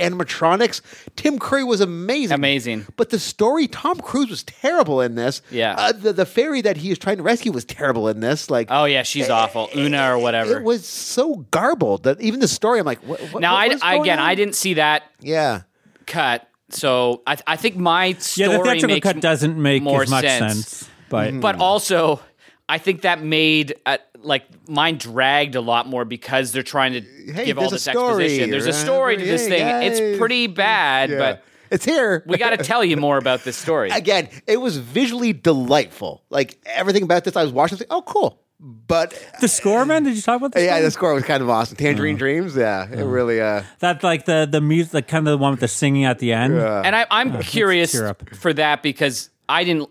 Speaker 5: animatronics. Tim Curry was amazing.
Speaker 1: Amazing.
Speaker 5: But the story, Tom Cruise was terrible in this.
Speaker 1: Yeah.
Speaker 5: Uh, the the fairy that he is trying to rescue was terrible in this. Like
Speaker 1: Oh yeah, she's awful. Una or whatever.
Speaker 5: it was so garbled that even the story. I'm like, what, what,
Speaker 1: now
Speaker 5: what
Speaker 1: I,
Speaker 5: was
Speaker 1: I
Speaker 5: going
Speaker 1: again
Speaker 5: on?
Speaker 1: I didn't see that
Speaker 5: Yeah.
Speaker 1: cut, so I I think my
Speaker 4: Yeah,
Speaker 1: story
Speaker 4: the theatrical
Speaker 1: makes
Speaker 4: cut doesn't make
Speaker 1: more
Speaker 4: as much sense,
Speaker 1: sense.
Speaker 4: but
Speaker 5: Mm-hmm.
Speaker 1: but also I think that made uh, like mine dragged a lot more because they're trying to
Speaker 5: Hey,
Speaker 1: give all
Speaker 5: there's a
Speaker 1: this
Speaker 5: story,
Speaker 1: exposition. There's a
Speaker 5: right?
Speaker 1: story to this
Speaker 5: Hey,
Speaker 1: thing.
Speaker 5: guys.
Speaker 1: It's pretty bad,
Speaker 5: Yeah.
Speaker 1: but
Speaker 5: it's here.
Speaker 1: we got to tell you more about this story.
Speaker 5: again, it was visually delightful. Like everything about this, I was watching. I was like, oh, cool. But
Speaker 4: the score, man. Did you talk about the
Speaker 5: yeah,
Speaker 4: score?
Speaker 5: the score was kind of awesome. Tangerine
Speaker 4: Mm.
Speaker 5: Dreams. Yeah, it really. Uh,
Speaker 4: that like the the music, like kind of the one with the singing at the end.
Speaker 1: and I, I'm curious
Speaker 4: tear Uh, up.
Speaker 1: for that because I didn't.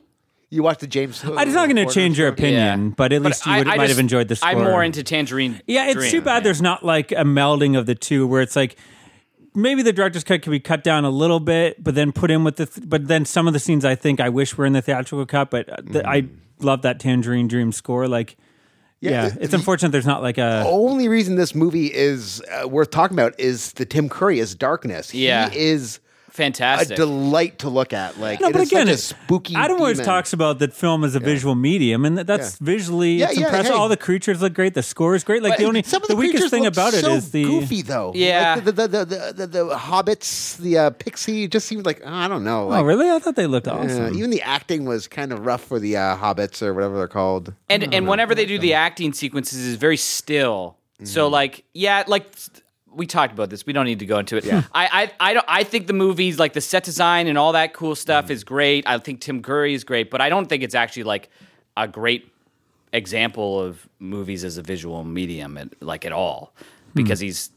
Speaker 5: you watched the James.
Speaker 4: I'm not going to change your opinion,
Speaker 1: Yeah.
Speaker 4: but at
Speaker 1: but
Speaker 4: least you
Speaker 1: I-
Speaker 4: would,
Speaker 1: I
Speaker 4: might
Speaker 1: just-
Speaker 4: have enjoyed the score.
Speaker 1: I'm more into Tangerine.
Speaker 4: Yeah, it's too
Speaker 1: Dream.
Speaker 4: bad there's not like a melding of the two where it's like maybe the director's cut could be cut down a little bit, but then put in with the. Th- but then some of the scenes I think I wish were in the theatrical cut, but uh, th- I
Speaker 1: Mm.
Speaker 4: love that Tangerine Dream score. Like, yeah,
Speaker 5: the-
Speaker 4: it's unfortunate there's not like a.
Speaker 5: Only reason this movie is uh, worth talking about is the Tim Curry as darkness.
Speaker 1: Yeah.
Speaker 5: he is a
Speaker 1: fantastic.
Speaker 5: delight to look at. Like,
Speaker 4: No,
Speaker 5: it
Speaker 4: but
Speaker 5: is
Speaker 4: again,
Speaker 5: such a
Speaker 4: it's-
Speaker 5: spooky.
Speaker 4: Adam always
Speaker 5: demon.
Speaker 4: talks about that film as a visual medium, and that, that's visually
Speaker 5: Yeah,
Speaker 4: it's
Speaker 5: yeah,
Speaker 4: impressive.
Speaker 5: hey.
Speaker 4: All the creatures look great. The score is great. Like
Speaker 1: But
Speaker 4: the only
Speaker 5: Some of
Speaker 4: the, weakest
Speaker 5: creatures
Speaker 4: thing
Speaker 5: look
Speaker 4: about it
Speaker 5: so
Speaker 4: is the
Speaker 5: goofy though.
Speaker 1: Yeah.
Speaker 5: like the, the, the, the, the the hobbits, the uh, pixie just seemed like oh, I don't know. Like,
Speaker 4: Oh, really? I thought they looked awesome.
Speaker 5: Yeah, even the acting was kind of rough for the uh, hobbits or whatever they're called.
Speaker 1: and and whenever they do the acting sequences is very still so like yeah like we talked about this we don't need to go into it I, I i don't i think the movies like the set design and all that cool stuff is great i think tim curry is great but i don't think it's actually like a great example of movies as a visual medium at, like at all because he's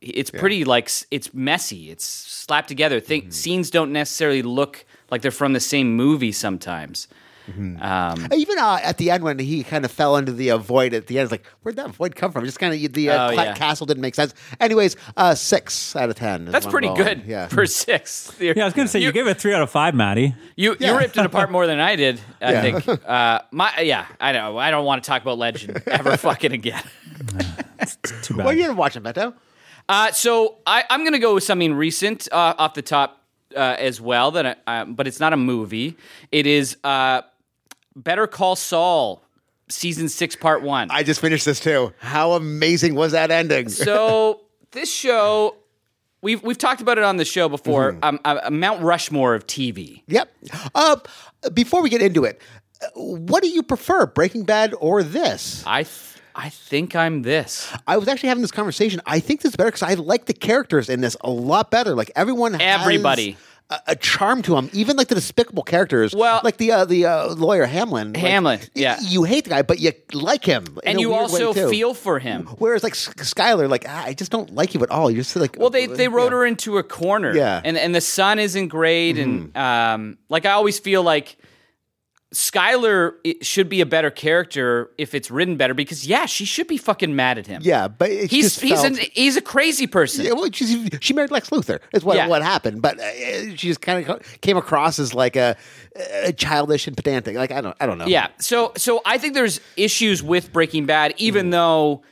Speaker 1: it's pretty like s- it's messy it's slapped together Think, scenes don't necessarily look like they're from the same movie sometimes um,
Speaker 5: Even uh, at the end when he kind of fell into the uh, void at the end, it's like where'd that void come from? Just kind of the uh,
Speaker 1: Oh,
Speaker 5: cla-
Speaker 1: yeah.
Speaker 5: castle didn't make sense. Anyways, uh, six out of ten. is
Speaker 1: That's
Speaker 5: what I'm
Speaker 1: pretty
Speaker 5: going.
Speaker 1: good
Speaker 5: Yeah.
Speaker 1: for six.
Speaker 4: Yeah, I was going to say you gave it three out of five, Maddie.
Speaker 1: you, you
Speaker 5: Yeah.
Speaker 1: ripped it apart more than I did. I
Speaker 5: Yeah.
Speaker 1: think. Uh, my yeah, I know. I don't want to talk about Legend ever fucking again.
Speaker 4: Too bad.
Speaker 5: Well, you didn't watch it, Beto.
Speaker 1: Uh, so I, I'm gonna go with something recent uh, off the top uh, as well. That I, um, but it's not a movie. It is uh, Better Call Saul season six part one.
Speaker 5: I just finished this too. How amazing was that ending?
Speaker 1: so this show. We've, we've talked about it on the show before.
Speaker 5: Mm-hmm.
Speaker 1: Um, uh, Mount Rushmore of TV.
Speaker 5: yep. Uh, before we get into it, uh, what do you prefer, Breaking Bad or this?
Speaker 1: I th- I think I'm this.
Speaker 5: I was actually having this conversation. I think this is better because I like the characters in this a lot better. Like everyone, has
Speaker 1: Everybody.
Speaker 5: a, a charm to them. Even like the despicable characters.
Speaker 1: Well-
Speaker 5: like the uh, the uh, lawyer Hamlin. Like,
Speaker 1: Hamlin,
Speaker 5: y-
Speaker 1: yeah.
Speaker 5: you hate the guy, but you like him, in
Speaker 1: and
Speaker 5: a
Speaker 1: you
Speaker 5: weird
Speaker 1: also
Speaker 5: way, too. Mm.
Speaker 1: feel for him.
Speaker 5: Whereas like S- Skyler, like "Ah, I just don't like you at all. You're just like
Speaker 1: Well, they they wrote
Speaker 5: yeah.
Speaker 1: her into a corner,
Speaker 5: Yeah. Mm-hmm.
Speaker 1: and and the sun isn't great, and um, like I always feel like Skylar it should be a better character if it's written better because yeah, she should be fucking mad at him.
Speaker 5: Yeah, but it's
Speaker 1: he's
Speaker 5: just
Speaker 1: he's
Speaker 5: felt-
Speaker 1: an, he's a crazy person.
Speaker 5: Yeah, well, she's, she married Lex Luthor. Is what
Speaker 1: Yeah.
Speaker 5: what happened, but uh, she just kind of came across as like a, a childish and pedantic. Like I don't, I don't know.
Speaker 1: Yeah. So so I think there's issues with Breaking Bad, even though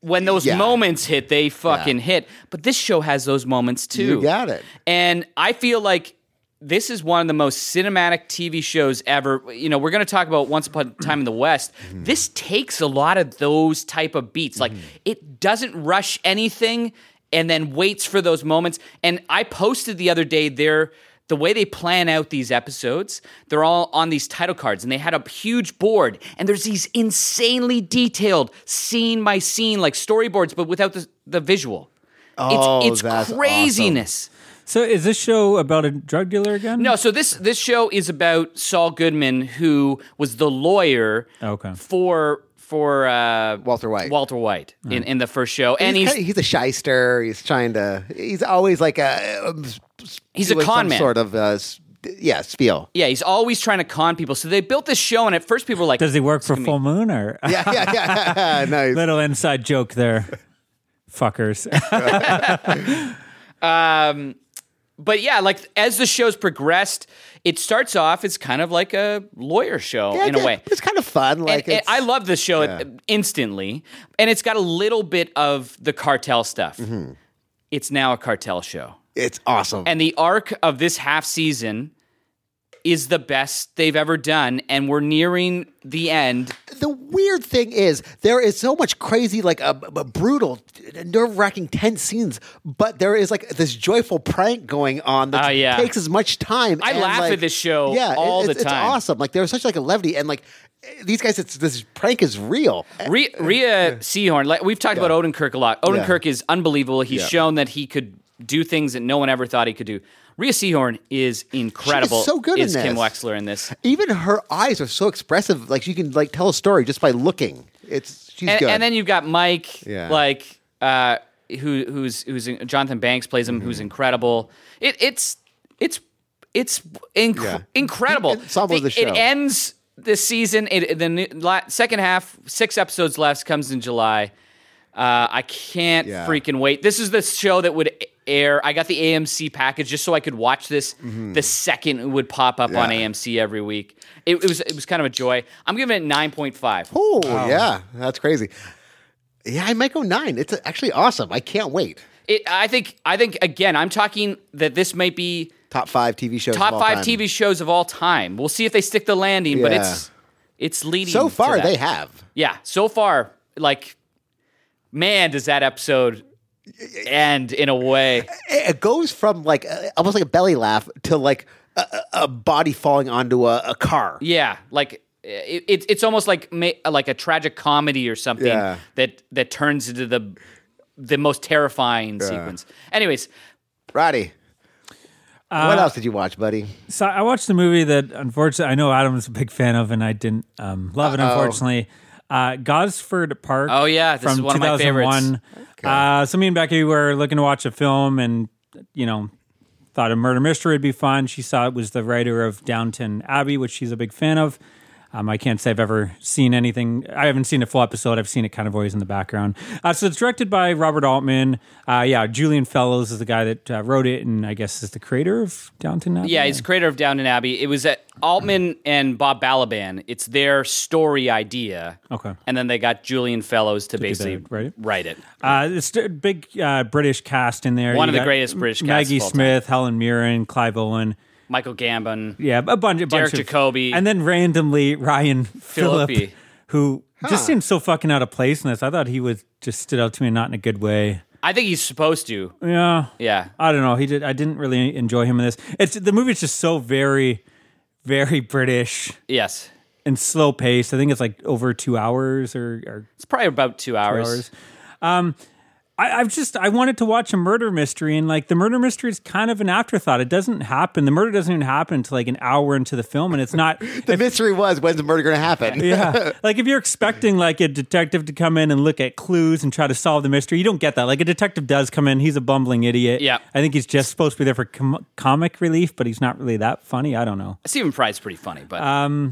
Speaker 1: when those
Speaker 5: Mm. Yeah.
Speaker 1: moments hit, they fucking hit. But this show has those moments too.
Speaker 5: You got it.
Speaker 1: And I feel like this is one of the most cinematic TV shows ever. You know, we're going to talk about Once Upon a Time in the West. This takes a lot of those type of beats. Like it doesn't rush anything and then waits for those moments. And I posted the other day there the way they plan out these episodes, they're all on these title cards and they had a huge board and there's these insanely detailed scene by scene like storyboards but without the, the visual.
Speaker 5: Oh,
Speaker 1: it's it's
Speaker 5: that's awesome.
Speaker 1: craziness.
Speaker 4: so is this show about a drug dealer again?
Speaker 1: No, so this this show is about Saul Goodman, who was the lawyer
Speaker 4: Okay.
Speaker 1: for for uh,
Speaker 5: Walter White.
Speaker 1: Walter White in, in the first show, and
Speaker 5: he's
Speaker 1: he's
Speaker 5: kinda- he's a shyster. He's trying to. He's always like a. um, s- s-
Speaker 1: He's a
Speaker 5: doing
Speaker 1: con
Speaker 5: some
Speaker 1: man.
Speaker 5: Sort of. Uh, s- yeah, spiel.
Speaker 1: yeah, he's always trying to con people. So they built this show, and at first people were like,
Speaker 4: Does he work for Full Moon or
Speaker 5: Yeah, yeah, yeah. nice.
Speaker 4: little inside joke there, fuckers?
Speaker 1: but yeah, like as the show's progressed, it starts off it's kind of like a lawyer show
Speaker 5: Yeah,
Speaker 1: uh, in a
Speaker 5: it-
Speaker 1: way.
Speaker 5: it's kind of fun.
Speaker 1: And-
Speaker 5: Like
Speaker 1: and
Speaker 5: it's-
Speaker 1: I love this show instantly, and it's got a little bit of the cartel stuff.
Speaker 5: Mm-hmm.
Speaker 1: It's now a cartel show,
Speaker 5: it's awesome.
Speaker 1: and the arc of this half season is the best they've ever done, and we're nearing the end.
Speaker 5: the weird thing is there is so much crazy like uh, b- brutal nerve-wracking tense scenes but there is like this joyful prank going on that
Speaker 1: Oh, yeah.
Speaker 5: takes as much time
Speaker 1: I
Speaker 5: and,
Speaker 1: laugh at
Speaker 5: like-
Speaker 1: this show
Speaker 5: yeah
Speaker 1: all
Speaker 5: it's,
Speaker 1: the
Speaker 5: it's-
Speaker 1: time.
Speaker 5: it's awesome like there's such like a levity and like these guys it's this prank is real
Speaker 1: Rhea, Rhea Seahorn, like we've talked about Odenkirk a lot. Odenkirk is unbelievable. He's
Speaker 5: Yeah.
Speaker 1: shown that he could do things that no one ever thought he could do. Rhea Seahorn is incredible.
Speaker 5: so good in
Speaker 1: is Kim
Speaker 5: this.
Speaker 1: Wexler in this.
Speaker 5: even her eyes are so expressive like you can like tell a story just by looking it's she's
Speaker 1: And,
Speaker 5: good
Speaker 1: and then you've got Mike,
Speaker 5: Yeah.
Speaker 1: like uh, who who's who's Jonathan Banks plays him,
Speaker 5: Mm-hmm.
Speaker 1: who's incredible. It, it's it's it's inc-
Speaker 5: Yeah.
Speaker 1: incredible.
Speaker 5: The ensemble of the
Speaker 1: It
Speaker 5: show.
Speaker 1: ends this season. It, the new- la- second half, six episodes left, comes in July. Uh, I can't
Speaker 5: Yeah.
Speaker 1: freaking wait. This is the show that would air. I got the AMC package just so I could watch this the second it would pop up on
Speaker 5: Mm-hmm. Yeah.
Speaker 1: AMC every week. It, it was it was kind of a joy. I'm giving it nine point five.
Speaker 5: oh yeah that's crazy yeah i might go nine it's actually awesome i can't wait
Speaker 1: It, I think. I think again. I'm talking that this might be
Speaker 5: top five tv shows of
Speaker 1: top
Speaker 5: all
Speaker 1: five
Speaker 5: time.
Speaker 1: TV shows of all time. We'll see if they stick the landing, but
Speaker 5: Yeah.
Speaker 1: it's it's leading.
Speaker 5: so
Speaker 1: to
Speaker 5: far
Speaker 1: that.
Speaker 5: they have
Speaker 1: Yeah, so far, like, man, does that episode end in a way?
Speaker 5: it it goes from like uh, almost like a belly laugh to like a, a a body falling onto a, a car.
Speaker 1: Yeah, like it, it, it's almost like ma- like a tragic comedy or something
Speaker 5: Yeah.
Speaker 1: that that turns into the the most terrifying sequence. Anyways,
Speaker 5: Roddy,
Speaker 4: Uh,
Speaker 5: what else did you watch, buddy?
Speaker 4: So I watched a movie that, unfortunately, I know Adam's a big fan of, and I didn't um, love it. Unfortunately, uh, Gosford Park.
Speaker 1: Oh, yeah, this
Speaker 4: from
Speaker 1: is one of my
Speaker 4: 2001. Uh, so me and Becky were looking to watch a film, and you know, thought a murder mystery would be fun. She saw it was the writer of Downton Abbey, which she's a big fan of. Um, I can't say I've ever seen anything. I haven't seen a full episode. I've seen it kind of always in the background. Uh, so it's directed by Robert Altman. Uh, yeah, Julian Fellows is the guy that uh, wrote it, and I guess is the creator of Downton Abbey.
Speaker 1: Yeah, he's creator of Downton Abbey. It was at Altman and Bob Balaban. It's their story idea.
Speaker 4: Okay.
Speaker 1: And then they got Julian Fellows to, basically
Speaker 4: that, right?
Speaker 1: write it.
Speaker 4: Uh, it's a big uh, British cast in there.
Speaker 1: One
Speaker 4: You
Speaker 1: of the
Speaker 4: got
Speaker 1: greatest British casts
Speaker 4: Maggie
Speaker 1: of all time.
Speaker 4: Smith, Helen Mirren, Clive Owen.
Speaker 1: Michael Gambon.
Speaker 4: Yeah, a bunch, a bunch
Speaker 1: Derek
Speaker 4: of
Speaker 1: Jacobi.
Speaker 4: and then randomly Ryan Philip,
Speaker 1: Phillippe.
Speaker 4: who just seems so fucking out of place in this. I thought he was just stood out to me, not in a good way.
Speaker 1: I think he's supposed to.
Speaker 4: Yeah,
Speaker 1: Yeah.
Speaker 4: I don't know. He did. I didn't really enjoy him in this. It's the movie's just so very, very British
Speaker 1: Yes.
Speaker 4: and slow paced. I think it's like over two hours or, or
Speaker 1: It's probably about two hours.
Speaker 4: hours. Um, I, I've just I wanted to watch a murder mystery, and like the murder mystery is kind of an afterthought. It doesn't happen. The murder doesn't even happen until like an hour into the film, and it's not.
Speaker 5: The mystery was when's the murder going to happen?
Speaker 4: yeah, like if you're expecting like a detective to come in and look at clues and try to solve the mystery, you don't get that. Like a detective does come in, he's a bumbling idiot.
Speaker 1: Yeah.
Speaker 4: I think he's just supposed to be there for com- comic relief, but he's not really that funny. I don't know.
Speaker 1: Stephen Fry's pretty funny, but
Speaker 4: Uh,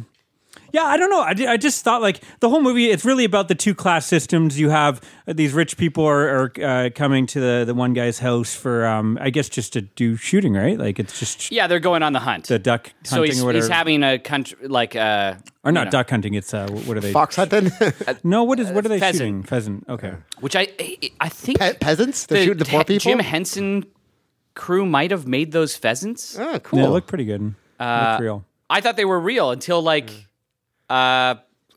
Speaker 4: Yeah, I don't know. I, di- I just thought like the whole movie. It's really about the two class systems. You have uh, these rich people are, are uh, coming to the, the one guy's house for, um, I guess, just to do shooting, right? Like it's just
Speaker 1: yeah, they're going on the hunt.
Speaker 4: the duck hunting
Speaker 1: so he's,
Speaker 4: or whatever,
Speaker 1: he's having a country, like, uh,
Speaker 4: or not
Speaker 1: know.
Speaker 4: duck hunting. It's uh, wh- what are they?
Speaker 5: Fox hunting
Speaker 4: No, what is what are they
Speaker 1: pheasant.
Speaker 4: shooting? Pheasant. Okay.
Speaker 1: which I, I think
Speaker 5: Pe- peasants. They're shooting the poor
Speaker 1: He-
Speaker 5: people.
Speaker 1: Jim Henson crew might have made those pheasants.
Speaker 5: oh,
Speaker 4: Yeah,
Speaker 5: cool.
Speaker 4: they look pretty good.
Speaker 1: Uh,
Speaker 4: look real.
Speaker 1: I thought they were real until like uh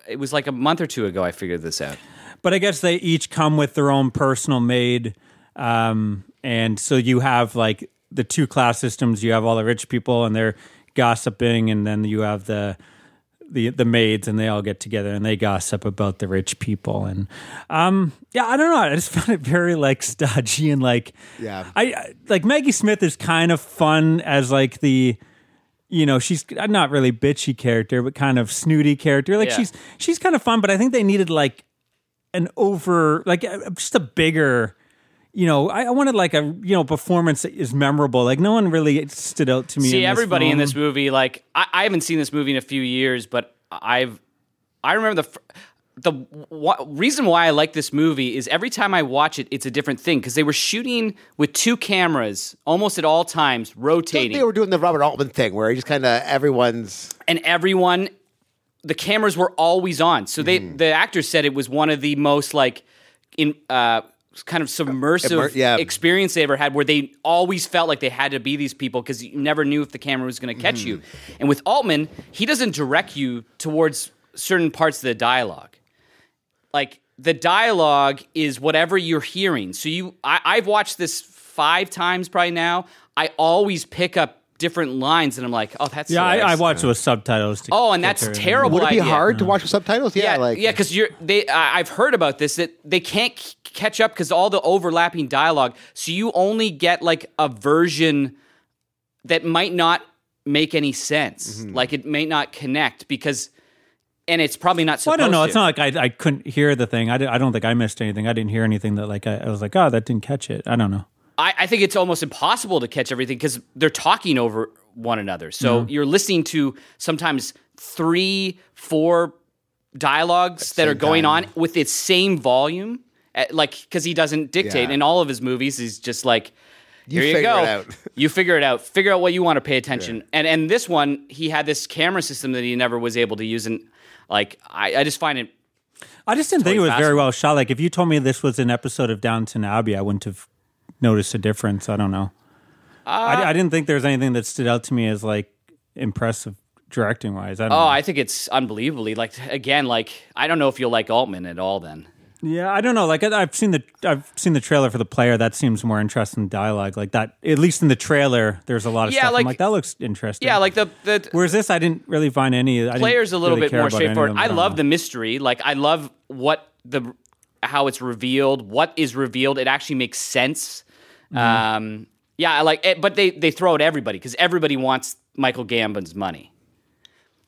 Speaker 1: it was like a month or two ago I figured this out.
Speaker 4: But I guess they each come with their own personal maid. Um, and so you have like the two class systems. You have all the rich people and they're gossiping, and then you have the the the maids and they all get together and they gossip about the rich people and um yeah I don't know I just found it very like stodgy and like
Speaker 5: Yeah.
Speaker 4: I, I like Maggie Smith is kind of fun as like the you know she's not really bitchy character but kind of snooty character like
Speaker 1: Yeah.
Speaker 4: she's she's kind of fun but I think they needed like an over like uh, just a bigger you know I, I wanted like a you know performance that is memorable like no one really stood out to me
Speaker 1: See
Speaker 4: in
Speaker 1: everybody in
Speaker 4: film.
Speaker 1: this movie like I, I haven't seen this movie in a few years but I've I remember the fir- the w- reason why I like this movie is every time I watch it, it's a different thing because they were shooting with two cameras almost at all times, rotating,
Speaker 5: They were doing the Robert Altman thing where he just kind of everyone's
Speaker 1: and everyone, the cameras were always on. So they, the actors said it was one of the most like in uh, kind of submersive
Speaker 5: Immer- yeah.
Speaker 1: experience they ever had, where they always felt like they had to be these people because you never knew if the camera was going to catch you. And with Altman, he doesn't direct you towards certain parts of the dialogue like the dialogue is whatever you're hearing. So you, I, I've watched this five times probably now. I always pick up different lines, and I'm like, oh, that's
Speaker 4: Yeah, I, I
Speaker 1: hilarious.
Speaker 4: watched with subtitles. To
Speaker 1: Oh, and
Speaker 4: get
Speaker 1: that's
Speaker 4: there.
Speaker 1: terrible.
Speaker 5: would it be
Speaker 1: idea.
Speaker 5: hard to watch with subtitles? Mm-hmm. Yeah,
Speaker 1: Yeah,
Speaker 5: like
Speaker 1: yeah, because you're they. I, I've heard about this that they can't c- catch up because all the overlapping dialogue. So you only get like a version that might not make any sense. Like it may not connect because, and it's probably not.
Speaker 4: Well, I
Speaker 1: Supposed
Speaker 4: don't know.
Speaker 1: To.
Speaker 4: It's not like I, I couldn't hear the thing. I, di- I don't think I missed anything. I didn't hear anything that like I, I was like, oh, that didn't catch it. I don't know.
Speaker 1: I, I think it's almost impossible to catch everything because they're talking over one another. So
Speaker 5: Mm-hmm.
Speaker 1: you're listening to sometimes three, four dialogues that are going on with its same volume, at, like because he doesn't dictate
Speaker 5: Yeah.
Speaker 1: in all of his movies. He's just like,
Speaker 5: You
Speaker 1: here you
Speaker 5: figure
Speaker 1: go,
Speaker 5: it out."
Speaker 1: you figure it out, figure out what you want to pay attention. And and this one, he had this camera system that he never was able to use, and like I, I just find it.
Speaker 4: I just didn't think it was
Speaker 1: fascinating.
Speaker 4: very well shot. Like if you told me this was an episode of Downton Abbey, I wouldn't have noticed a difference. I don't know.
Speaker 1: Uh,
Speaker 4: I, I didn't think there was anything that stood out to me as like impressive directing wise. I don't
Speaker 1: Oh,
Speaker 4: know.
Speaker 1: I think it's unbelievably like again, like I don't know if you'll like Altman at all. Then
Speaker 4: Yeah, I don't know. Like I, I've seen the I've seen the trailer for the player. That seems more interesting dialogue. Like that, at least in the trailer, there's a lot of
Speaker 1: Yeah,
Speaker 4: stuff.
Speaker 1: like-
Speaker 4: I'm like, that looks interesting.
Speaker 1: yeah, like the the
Speaker 4: Whereas this, I didn't really find any. I didn't
Speaker 1: player's a little
Speaker 4: really
Speaker 1: bit
Speaker 4: care
Speaker 1: more
Speaker 4: about any of
Speaker 1: straightforward.
Speaker 4: them.
Speaker 1: I
Speaker 4: don't
Speaker 1: love
Speaker 4: know.
Speaker 1: the mystery. Like I love what the how it's revealed, what is revealed. It actually makes sense.
Speaker 4: Mm-hmm.
Speaker 1: Um, yeah, I like it, but they they throw at everybody because everybody wants Michael Gambon's money.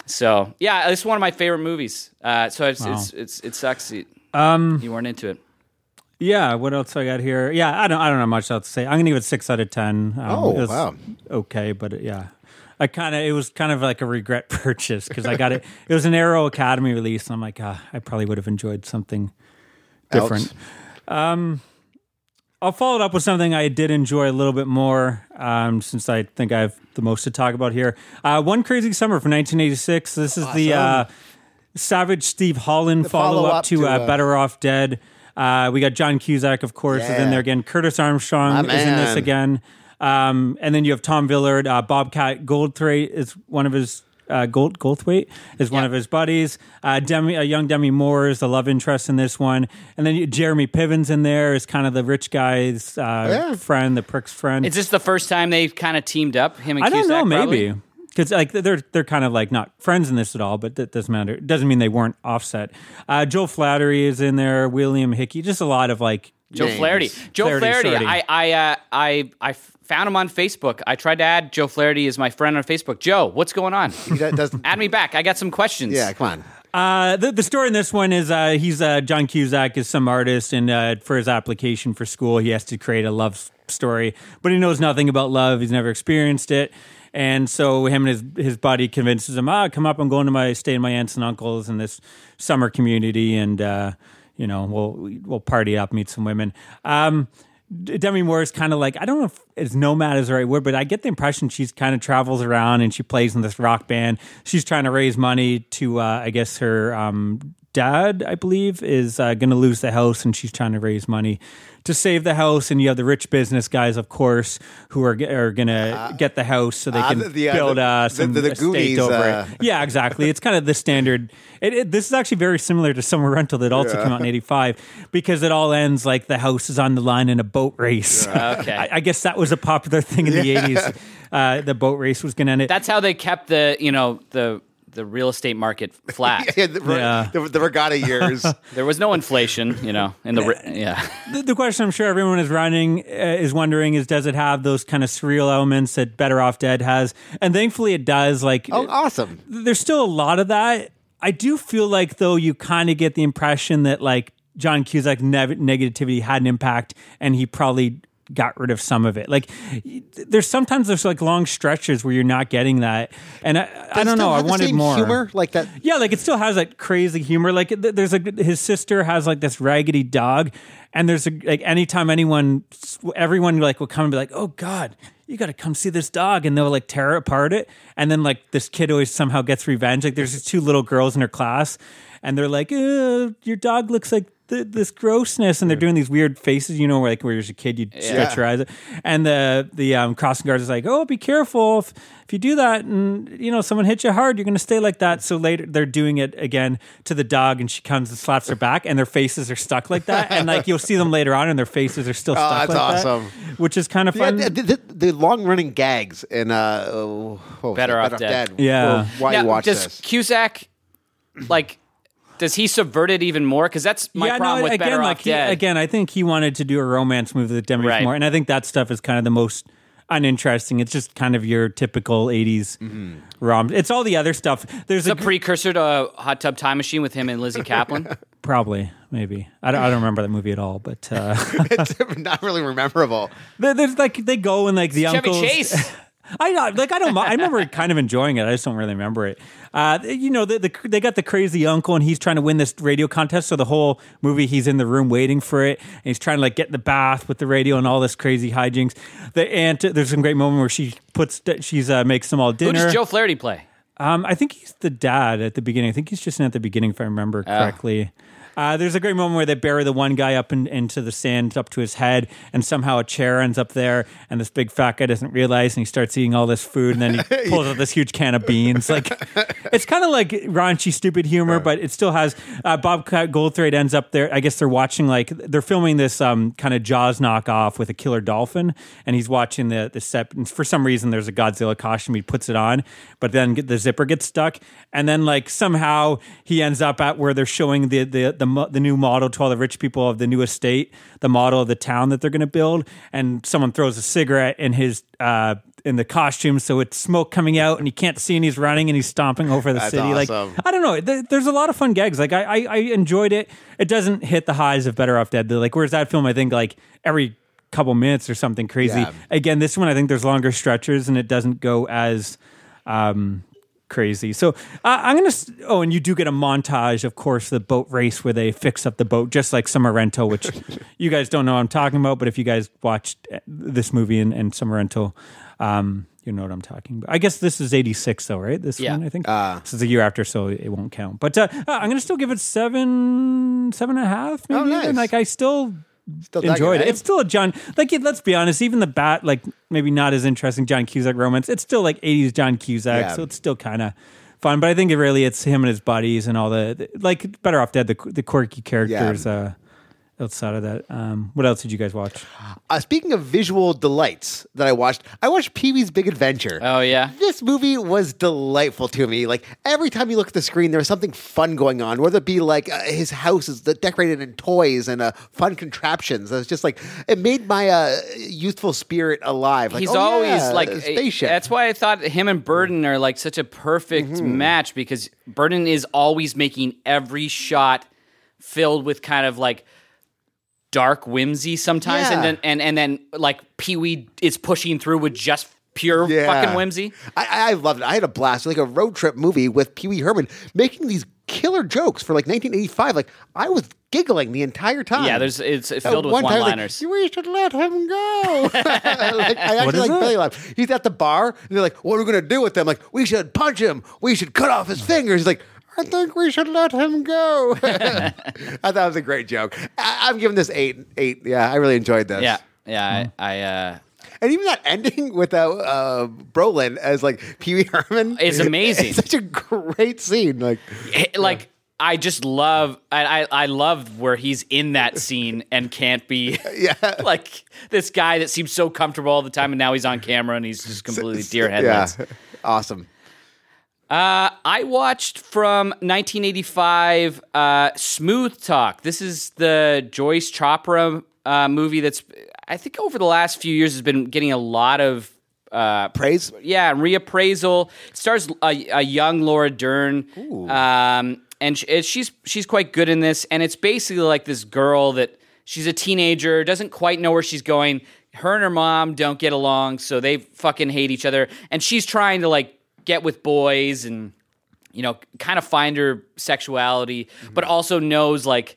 Speaker 1: So yeah, it's one of my favorite movies. Uh, so it's, it's it's it sucks. You,
Speaker 4: Um,
Speaker 1: you weren't into it.
Speaker 4: Yeah, what else I got here? Yeah, I don't. I don't have much else to say. I'm gonna give it six out of ten. Um,
Speaker 5: Oh,
Speaker 4: it was
Speaker 5: wow.
Speaker 4: Okay, but it- yeah, I kind of it was kind of like a regret purchase because I got it. It was an Arrow Academy release, and I'm like, ah, I probably would have enjoyed something different. Um, I'll follow it up with something I did enjoy a little bit more, um, since I think I have the most to talk about here. Uh, One Crazy Summer from 1986. This is the uh, Savage Steve Holland follow
Speaker 5: follow-up
Speaker 4: up to,
Speaker 5: to,
Speaker 4: uh,
Speaker 5: uh,
Speaker 4: Better Off Dead. Uh, we got John Cusack, of course, is in
Speaker 5: Yeah.
Speaker 4: there again. Curtis Armstrong
Speaker 5: My
Speaker 4: is in this
Speaker 5: man.
Speaker 4: again. Um, and then you have Tom Villard, uh, Bobcat Goldthwait is one of his uh, Gold Goldthwait is one of his buddies. Uh, Demi, uh, young Demi Moore is the love interest in this one, and then you, Jeremy Piven's in there is kind of the rich guy's uh,
Speaker 5: Oh, Yeah.
Speaker 4: friend, the prick's friend.
Speaker 1: Is this the first time they kind of teamed up? Him and
Speaker 4: I don't know,
Speaker 1: Cusack, probably?
Speaker 4: maybe because like they're they're kind of like not friends in this at all, but that doesn't matter. It doesn't mean they weren't offset. Uh, Joe Flattery is in there. William Hickey, just a lot of like.
Speaker 1: Joe Flaherty. Joe
Speaker 4: Flaherty,
Speaker 1: Flaherty.
Speaker 4: sorry.
Speaker 1: I I uh, I I found him on Facebook. I tried to add Joe Flaherty as my friend on Facebook. Joe, what's going on?
Speaker 5: that does
Speaker 1: add me back. I got some questions.
Speaker 5: yeah, come on.
Speaker 4: Uh, the, the story in this one is uh, he's uh, John Cusack is some artist, and uh, for his application for school, he has to create a love s- story, but he knows nothing about love. He's never experienced it, and so him and his his buddy convinces him, "Ah, come up. I'm going to my stay in my aunts and uncles in this summer community, and uh, you know we'll we'll party up, meet some women." Um, D- Demi Moore is kind of like I don't know if it's nomad is the right word, but I get the impression she's kind of travels around and she plays in this rock band. She's trying to raise money to, uh, I guess, her um, dad, I believe, is uh, going to lose the house, and she's trying to raise money to save the house. And you have the rich business guys, of course, who are g- are going to get the house so they
Speaker 5: uh,
Speaker 4: can
Speaker 5: the- the, uh,
Speaker 4: build
Speaker 5: the-
Speaker 4: uh,
Speaker 5: the-
Speaker 4: some
Speaker 5: the- the
Speaker 4: estate
Speaker 5: Goonies,
Speaker 4: over
Speaker 5: uh,
Speaker 4: it. Yeah, exactly. It's kind of the standard. It, it, this is actually very similar to Summer Rental that also came out in '85 because it all ends like the house is on the line in a boat race.
Speaker 1: Okay.
Speaker 4: I, I guess that was a popular thing in the '80s. Uh, the boat race was going to end it.
Speaker 1: That's how they kept the you know the the real estate market flat.
Speaker 5: Yeah, the,
Speaker 4: Yeah.
Speaker 5: the, the regatta years.
Speaker 1: There was no inflation, you know, in the re- yeah.
Speaker 4: the, the question I'm sure everyone is running uh, is wondering is does it have those kind of surreal elements that Better Off Dead has? And thankfully, it does. Like,
Speaker 5: oh, awesome.
Speaker 4: there's still a lot of that. I do feel like though you kind of get the impression that like John Cusack nev- negativity had an impact, and he probably got rid of some of it. Like y- there's sometimes there's like long stretches where you're not getting that, and I, I
Speaker 6: It still
Speaker 4: don't know. I
Speaker 6: had the
Speaker 4: wanted
Speaker 6: same
Speaker 4: more
Speaker 6: humor like that.
Speaker 4: Yeah, like it still has that crazy humor. Like th- there's like his sister has like this raggedy dog, and there's a, like anytime anyone, everyone like will come and be like, "Oh God, you got to come see this dog," and they'll like tear apart it, and then like this kid always somehow gets revenge. Like there's these two little girls in her class, and they're like, "Uh, "Your dog looks like." th- This grossness, and they're doing these weird faces, you know, where like where you're a kid, you stretch your eyes, and the the um, crossing guard is like, "Oh, be careful! If, if you do that, and you know someone hits you hard, you're going to stay like that." So later, they're doing it again to the dog, and she comes and slaps her back, and their faces are stuck like that. And like you'll see them later on, and their faces are
Speaker 1: Oh,
Speaker 4: still stuck.
Speaker 5: that's
Speaker 4: like that,
Speaker 5: awesome.
Speaker 4: which is kind of
Speaker 5: Yeah,
Speaker 4: fun.
Speaker 5: the, the, the long running gags and uh, oh, what was
Speaker 1: Better
Speaker 5: that?
Speaker 1: Off Dead.
Speaker 4: Yeah.
Speaker 5: Well, Oh, Why
Speaker 1: Now,
Speaker 5: you watch
Speaker 1: does
Speaker 5: this?
Speaker 1: Cusack like? Does he subvert it even more? Because that's my
Speaker 4: yeah,
Speaker 1: problem
Speaker 4: no,
Speaker 1: with
Speaker 4: again,
Speaker 1: Better
Speaker 4: like
Speaker 1: Off
Speaker 4: he-
Speaker 1: Dead.
Speaker 4: again, I think he wanted to do a romance movie with Demi
Speaker 1: Right.
Speaker 4: Moore, and I think that stuff is kind of the most uninteresting. It's just kind of your typical '80s rom. It's all the other stuff.
Speaker 1: Mm-hmm.
Speaker 4: There's
Speaker 1: It's
Speaker 4: a
Speaker 1: a
Speaker 4: gr-
Speaker 1: precursor to Hot Tub Time Machine with him and Lizzie Kaplan.
Speaker 4: probably maybe I don't, I don't remember that movie at all, but uh,
Speaker 5: it's not really memorable.
Speaker 4: there- there's like they go and like the
Speaker 1: Chevy
Speaker 4: uncles.
Speaker 1: Chase.
Speaker 4: I know, like I don't. mi- I remember kind of enjoying it. I just don't really remember it. Uh, you know, the, the, they got the crazy uncle, and he's trying to win this radio contest. So the whole movie, he's in the room waiting for it, and he's trying to like get in the bath with the radio and all this crazy hijinks. The aunt, there's some great moment where she puts, she's uh, makes them all
Speaker 1: Who
Speaker 4: dinner.
Speaker 1: does Joe Flaherty play?
Speaker 4: Um, I think he's the dad at the beginning. I think he's just in at the beginning, if I remember correctly. Uh, there's a great moment where they bury the one guy up in, into the sand, up to his head, and somehow a chair ends up there. And this big fat guy doesn't realize, and he starts eating all this food, and then he pulls out this huge can of beans. Like it's kind of like raunchy, stupid humor, but it still has. Uh, Bob Goldthwait ends up there. I guess they're watching like they're filming this um, kind of Jaws knockoff with a killer dolphin, and he's watching the the set. And for some reason, there's a Godzilla costume. He puts it on, but then get- the zipper gets stuck, and then like somehow he ends up at where they're showing the the the, mo- the new model to all the rich people of the new estate, the model of the town that they're going to build, and someone throws a cigarette in his. Uh, in the costume, so it's smoke coming out, and he can't see, and he's running, and he's stomping over the city.
Speaker 5: awesome.
Speaker 4: Like I don't know. There, there's a lot of fun gags. Like I, I, I enjoyed it. It doesn't hit the highs of Better Off Dead. Though. Like whereas that film, I think like every couple minutes or something crazy.
Speaker 5: Yeah.
Speaker 4: Again, this one I think there's longer stretches and it doesn't go as um, crazy. So uh, I'm gonna. s- Oh, and you do get a montage, of course, the boat race where they fix up the boat, just like Summer Rental, which you guys don't know what I'm talking about. But if you guys watched uh, this movie and, and Summer Rental. Um, you know what I'm talking about. I guess this is 86, though, right? This
Speaker 1: Yeah.
Speaker 4: one, I think.
Speaker 5: Uh.
Speaker 4: this is a year after, so it won't count. But uh, uh, I'm going to still give it seven, seven and a half, maybe.
Speaker 5: Oh, nice.
Speaker 4: even. Like, I still.
Speaker 5: Still dug
Speaker 4: enjoyed
Speaker 5: it,
Speaker 4: it.
Speaker 5: eh?
Speaker 4: It's still a John. Like, it- let's be honest. Even the bat, like maybe not as interesting John Cusack romance. It's still like '80s John Cusack,
Speaker 5: Yeah.
Speaker 4: so it's still kind of fun. But I think it really it's him and his buddies and all the like. Better off dead. The the quirky characters uh, outside of that. Um, what else did you guys watch?
Speaker 5: Uh, speaking of visual delights that I watched, I watched Pee Wee's Big Adventure.
Speaker 1: Oh yeah.
Speaker 5: this movie was delightful to me. Like every time you look at the screen, there was something fun going on. Whether it be like uh, his house is decorated in toys and uh, fun contraptions. It was just like it made my uh, youthful spirit alive. Like,
Speaker 1: He's
Speaker 5: oh,
Speaker 1: always
Speaker 5: yeah,
Speaker 1: like eh,
Speaker 5: a spaceship.
Speaker 1: That's why I thought him and Burden are like such a perfect
Speaker 5: Mm-hmm.
Speaker 1: match because Burden is always making every shot filled with kind of like dark whimsy sometimes, and
Speaker 5: Yeah.
Speaker 1: then and and then like Pee Wee is pushing through with just pure
Speaker 5: Yeah.
Speaker 1: fucking whimsy.
Speaker 5: I, I loved it. I had a blast. Like a road trip movie with Pee Wee Herman making these killer jokes for like 1985. Like I was giggling the entire time.
Speaker 1: Yeah, there's it's
Speaker 5: That
Speaker 1: filled with
Speaker 5: one time, like,
Speaker 1: one-liners.
Speaker 5: we should let him go. like, I
Speaker 4: What
Speaker 5: actually
Speaker 4: is
Speaker 5: like
Speaker 4: that?
Speaker 5: Billy laugh. He's at the bar, and they're like, "What are we gonna do with him?" Like, we should punch him. We should cut off his fingers. He's like. I think we should let him go. I thought it was a great joke. I, I'm giving this eight, eight. Yeah, I really enjoyed this.
Speaker 1: yeah, yeah. I, I uh,
Speaker 5: And even that ending with uh, uh, Brolin as like Pee Wee Herman
Speaker 1: It's amazing.
Speaker 5: It's such a great scene. Like,
Speaker 1: it- Eh, like I just love I, I I love where he's in that scene and can't be yeah like this guy that seems so comfortable all the time and now he's on camera and he's just completely deer headlights.
Speaker 5: yeah, awesome.
Speaker 1: Uh, I watched from 1985 uh, Smooth Talk. This is the Joyce Chopra uh, movie that's I think over the last few years has been getting a lot of uh,
Speaker 5: Praise.
Speaker 1: yeah, reappraisal. It stars a, a young Laura Dern, um, and sh- it- she's she's quite good in this. And it's basically like this girl that she's a teenager, doesn't quite know where she's going, her and her mom don't get along, so they fucking hate each other. And she's trying to like get with boys and you know, kind of find her sexuality,
Speaker 7: Mm-hmm.
Speaker 1: but also knows like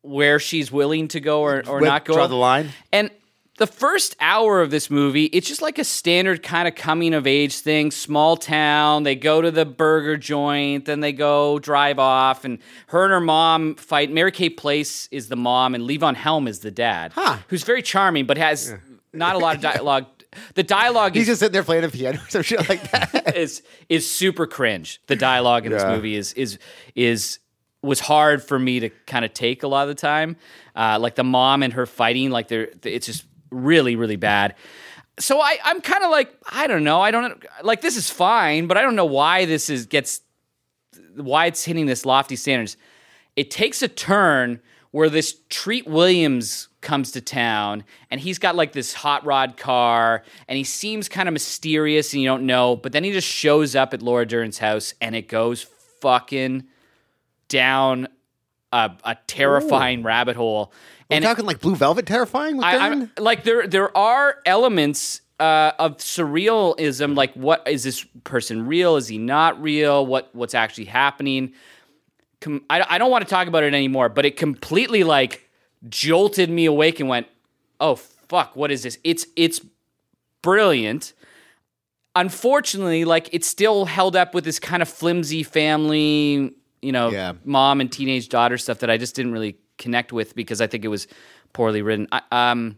Speaker 1: where she's willing to go or, or
Speaker 7: Where-
Speaker 1: not go.
Speaker 7: draw the line?
Speaker 1: And the first hour of this movie, it's just like a standard kind of coming of age thing. Small town. They go to the burger joint, then they go drive off, and her and her mom fight. Mary Kay Place is the mom, and Levon Helm is the dad, huh. who's very charming but has not a lot of dialogue. The dialogue
Speaker 7: He's
Speaker 1: is,
Speaker 7: just sitting there playing a piano or some shit like that.
Speaker 1: is is super cringe. The dialogue in this
Speaker 7: Yeah.
Speaker 1: movie is is is was hard for me to kind of take a lot of the time. Uh, like the mom and her fighting, like they're it's just really really bad. So I I'm kind of like I don't know I don't like this is fine, but I don't know why this is gets why it's hitting this lofty standards. It takes a turn where this Treat Williams comes to town and he's got like this hot rod car and he seems kind of mysterious and you don't know, but then he just shows up at Laura Dern's house and it goes fucking down a, a terrifying rabbit hole.
Speaker 7: and
Speaker 1: And
Speaker 7: talking like Blue Velvet terrifying with
Speaker 1: I,
Speaker 7: Dylan?
Speaker 1: I'm like there there are elements uh, of surrealism, like what is this person real? Is he not real? What what's actually happening? Com- I I don't want to talk about it anymore, but it completely like jolted me awake and went, oh fuck, what is this? It's it's brilliant. Unfortunately, like it's still held up with this kind of flimsy family, you know,
Speaker 7: Yeah.
Speaker 1: mom and teenage daughter stuff that I just didn't really connect with because I think it was poorly written. I, um,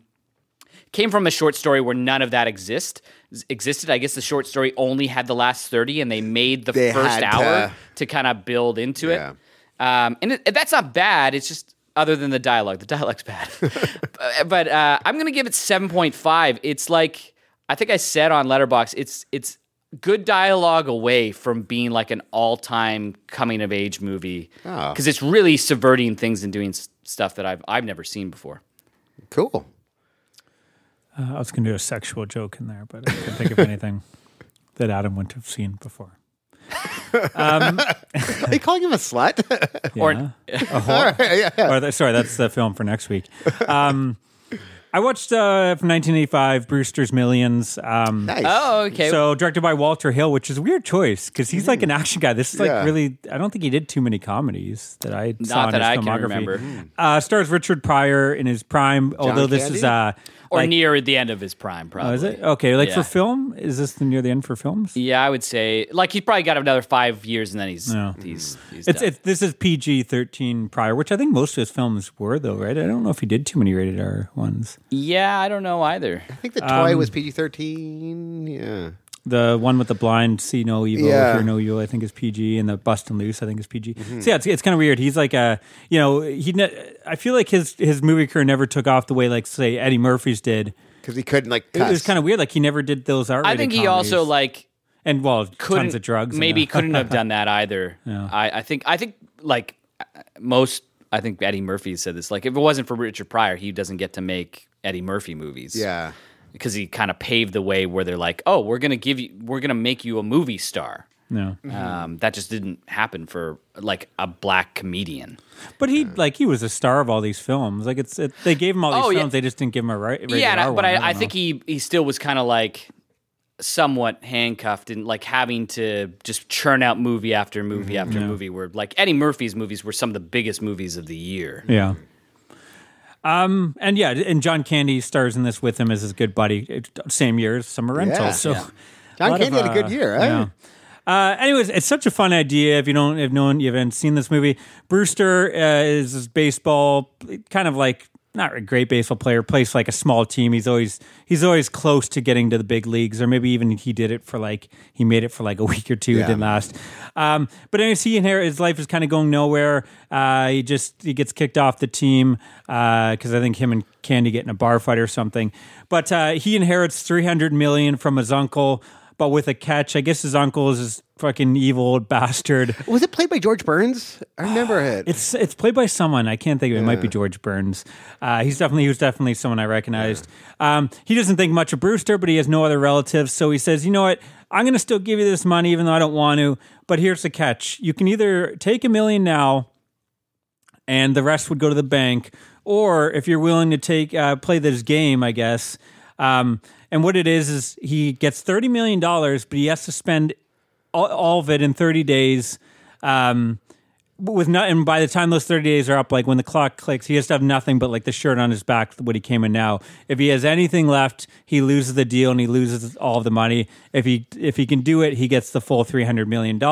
Speaker 1: came from a short story where none of that exist existed. I guess the short story only had the last thirty, and they made the
Speaker 7: They
Speaker 1: first
Speaker 7: had
Speaker 1: hour
Speaker 7: to-
Speaker 1: to kind of build into
Speaker 7: Yeah.
Speaker 1: it. Um, and it, that's not bad. It's just other than the dialogue, the dialogue's bad. but but, uh, I'm gonna give it 7.5. It's like I think I said on Letterbox. It's it's good dialogue away from being like an all time coming of age movie
Speaker 7: Oh.
Speaker 1: because it's really subverting things and doing s- stuff that I've I've never seen before.
Speaker 7: cool.
Speaker 4: Uh, I was going to do a sexual joke in there, but I couldn't think of anything that Adam wouldn't have seen before.
Speaker 7: Are you calling him a slut?
Speaker 1: Or-
Speaker 4: a whore. Or the- sorry, that's the film for next week. Um, I watched uh, from 1985, Brewster's Millions. Um,
Speaker 7: nice.
Speaker 1: Oh, okay. Hmm.
Speaker 4: So directed by Walter Hill, which is a weird choice because he's like an action guy. This is like
Speaker 7: Yeah.
Speaker 4: really. I don't think he did too many comedies that I saw in
Speaker 1: that
Speaker 4: his
Speaker 1: I can
Speaker 4: filmography.
Speaker 1: remember.
Speaker 7: Hmm.
Speaker 4: Uh, stars Richard Pryor in his prime. although this
Speaker 7: Candy?
Speaker 4: is uh,
Speaker 1: or
Speaker 4: like,
Speaker 1: near the end of his prime, probably.
Speaker 4: oh, is it okay? Like
Speaker 1: Yeah.
Speaker 4: for film, is this near the end for films?
Speaker 1: Yeah, I would say like he's probably got another five years, and then he's
Speaker 4: No.
Speaker 1: he's, he's
Speaker 4: It's,
Speaker 1: done.
Speaker 4: it's this is PG thirteen Pryor, which I think most of his films were though, right? I don't know if he did too many rated R ones.
Speaker 1: yeah. I don't know either.
Speaker 7: I think the
Speaker 4: Um,
Speaker 7: toy was PG thirteen. Yeah.
Speaker 4: The one with the blind see no evil,
Speaker 7: Yeah.
Speaker 4: hear no evil, I think is PG, and the bustin' loose, I think is PG. So yeah, it's, it's kind of weird. He's like a, you know, he. Ne- I feel like his his movie career never took off the way like say Eddie Murphy's did.
Speaker 7: Because he couldn't like.
Speaker 4: It
Speaker 7: Cuss.
Speaker 4: was kind of weird. Like he never did those R.
Speaker 1: I think he also like
Speaker 4: and well,
Speaker 1: couldn't
Speaker 4: tons of drugs. and,
Speaker 1: Maybe
Speaker 4: uh,
Speaker 1: couldn't have done that either. I, I think I think like uh, most. I think Eddie Murphy said this. Like if it wasn't for Richard Pryor, he doesn't get to make Eddie Murphy movies.
Speaker 7: Yeah.
Speaker 1: because he kind of paved the way where they're like, oh, we're gonna give you, we're gonna make you a movie star.
Speaker 4: no.
Speaker 1: Um, that just didn't happen for like a black comedian.
Speaker 4: But he like he was a star of all these films. Like it's it, they gave him all these
Speaker 1: Oh, yeah.
Speaker 4: films. They just didn't give him a right. Rated
Speaker 1: yeah, and I-
Speaker 4: R
Speaker 1: but
Speaker 4: one.
Speaker 1: I,
Speaker 4: don't
Speaker 1: I,
Speaker 4: know.
Speaker 1: think he he still was kind of like somewhat handcuffed and like having to just churn out movie after movie
Speaker 4: Mm-hmm.
Speaker 1: after movie. Where like Eddie Murphy's movies were some of the biggest movies of the year.
Speaker 4: Yeah. Um and yeah, and John Candy stars in this with him as his good buddy. It- Same year as Summer Rental.
Speaker 7: Yeah.
Speaker 4: so
Speaker 7: Yeah. John
Speaker 4: lot
Speaker 7: Candy had a good
Speaker 4: uh,
Speaker 7: year, eh? right?
Speaker 4: yeah. Uh, anyways, it's such a fun idea. If you don't, if no one, you haven't seen this movie, Brewster uh, is this baseball, kind of like not a great baseball player, plays like a small team. He's always he's always close to getting to the big leagues, or maybe even he did it for like he made it for like a week or two, it
Speaker 7: Yeah.
Speaker 4: didn't last. Um, but anyways, he inherit his life is kind of going nowhere. Uh, he just he gets kicked off the team because I think him and Candy get in a bar fight or something. But uh, he inherits three hundred million from his uncle but with a catch. I guess his uncle is this fucking evil old bastard.
Speaker 7: Was it played by George Burns? I remember it.
Speaker 4: It's it's played by someone I can't think of. It might be George Burns. Uh, he's definitely he was definitely someone I recognized. Um, he doesn't think much of Brewster, but he has no other relatives, so he says, "You know what? I'm going to still give you this money, even though I don't want to. But here's the catch: you can either take a million now." and the rest would go to the bank. Or if you're willing to take uh, play this game, I guess. Um, and what it is is he gets thirty million dollars, but he has to spend all, all of it in thirty days. Um, with not, and by the time those 30 days are up, like when the clock clicks, he has to have nothing but like the shirt on his back, what he came in now. If he has anything left, he loses the deal and he loses all of the money. If he, if he can do it, he gets the full $300 million.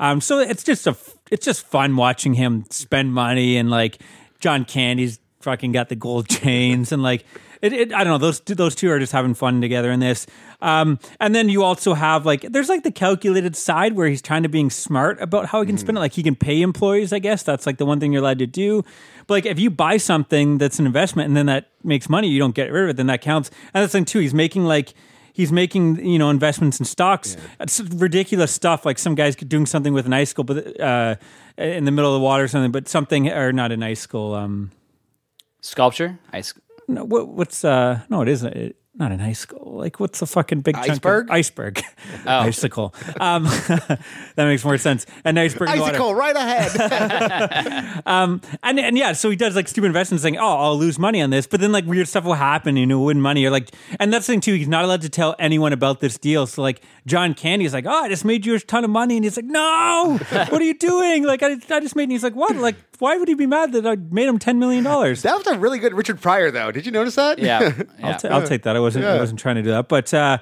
Speaker 4: Um, so it's just a, it's just fun watching him spend money and like John Candy's fucking got the gold chains and like, it, it, I don't know. Those two, those two are just having fun together in this. Um, and then you also have like there's like the calculated side where he's trying to being smart about how he can spend it. Like he can pay employees, I guess that's like the one thing you're allowed to do. But like if you buy something that's an investment and then that makes money, you don't get rid of it, then that counts. And that's the thing too. He's making like he's making you know investments in stocks. It's ridiculous stuff. Like some guys doing something with an ice school, but uh, in the middle of the water or something. But something or not an ice school. Um,
Speaker 1: Sculpture, ice.
Speaker 4: no, what, what's uh no it isn't it, not in high school like what's the fucking big chunk of-
Speaker 5: Iceberg?
Speaker 4: iceberg Oh. icicle um that makes more sense an iceberg in the water.
Speaker 5: Icicle right ahead.
Speaker 4: and and yeah, so he does like stupid investments, saying, "Oh, I'll lose money on this," but then like weird stuff will happen, and he'll win money. Or like, and that's the thing too. He's not allowed to tell anyone about this deal. So like, John Candy's like, "Oh, I just made you a ton of money," and he's like, "No, what are you doing?" Like, I, I just made. And he's like, "What?" Like, why would he be mad that I made him ten million dollars?
Speaker 7: That was a really good Richard Pryor, though. Did you notice that?
Speaker 1: Yeah,
Speaker 4: I'll,
Speaker 1: yeah.
Speaker 4: ta- I'll take that. I wasn't I wasn't trying to do that, but uh,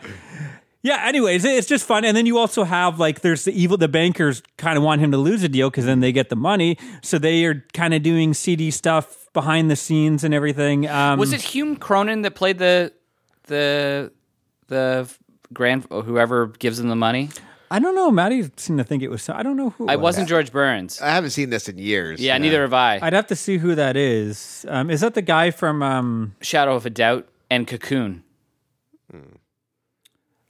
Speaker 4: yeah. Anyways, it- it's just fun. And then you also have like there's the evil. The bankers kind of want him to lose a deal because then they get the money. So they are kind of doing seedy stuff behind the scenes and everything. Um,
Speaker 1: Was it Hume Cronin that played the the the grand whoever gives him the money?
Speaker 4: I don't know. Maddie seemed to think it was. so- I don't know who. It
Speaker 1: I
Speaker 4: was.
Speaker 1: wasn't George Burns.
Speaker 4: Uh,
Speaker 7: I haven't seen this in years. Uh,
Speaker 1: yeah, neither have I.
Speaker 4: I'd have to see who that is. Um, is that the guy from? Um,
Speaker 1: Shadow of a Doubt and Cocoon.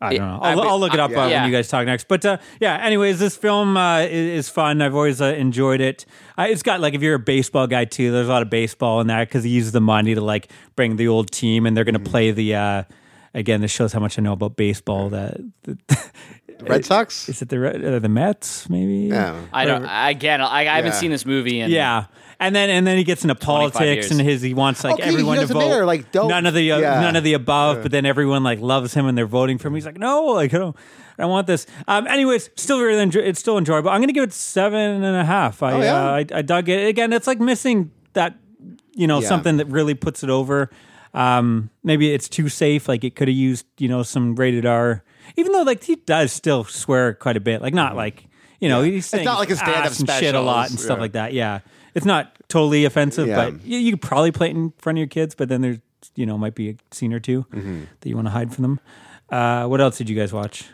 Speaker 4: I don't know. I'll,
Speaker 1: I-
Speaker 4: I'll look it up uh,
Speaker 1: yeah.
Speaker 4: when you guys talk next. But uh, yeah, anyways, this film uh, i- is, fun. I've always uh, enjoyed it. Uh, it's got like if you're a baseball guy too, there's a lot of baseball in that because he uses the money to like bring the old team, and they're
Speaker 1: Mm-hmm.
Speaker 4: going to play the. Uh, again, this shows how much I know about baseball. That, that
Speaker 7: Red Sox?
Speaker 4: is it. The Red- uh, the Mets maybe.
Speaker 7: Yeah.
Speaker 1: I don't. Again, I, I haven't
Speaker 7: Yeah.
Speaker 1: seen this movie. In,
Speaker 4: Yeah, and then and then he gets into politics
Speaker 1: years.
Speaker 4: and his he wants like
Speaker 7: Okay, he
Speaker 4: everyone to
Speaker 7: doesn't
Speaker 4: vote.
Speaker 7: matter, like, don't-
Speaker 4: none of the uh,
Speaker 7: yeah.
Speaker 4: none of the above. But then everyone like loves him and they're voting for him. He's like, no, like I don't, I don't want this. Um, anyways, still really enjoy, it's still enjoyable. I'm gonna give it seven and a half. I,
Speaker 7: Oh, yeah?
Speaker 4: uh, I I dug it. Again, it's like missing that you know
Speaker 7: Yeah.
Speaker 4: something that really puts it over. Um, maybe it's too safe. Like it could have used you know some rated R. Even though like he does still swear quite a bit. Like not like. You know, he's saying
Speaker 7: Mm-hmm. not like his stand-up
Speaker 4: ass and shit a lot and
Speaker 7: specials.
Speaker 4: stuff
Speaker 7: Yeah.
Speaker 4: like that. Yeah, it's not totally offensive,
Speaker 7: Yeah.
Speaker 4: but you, you could probably play it in front of your kids. But then there's you know might be a scene or 2
Speaker 7: Mm-hmm.
Speaker 4: that you want to hide from them. Uh, what else did you guys watch?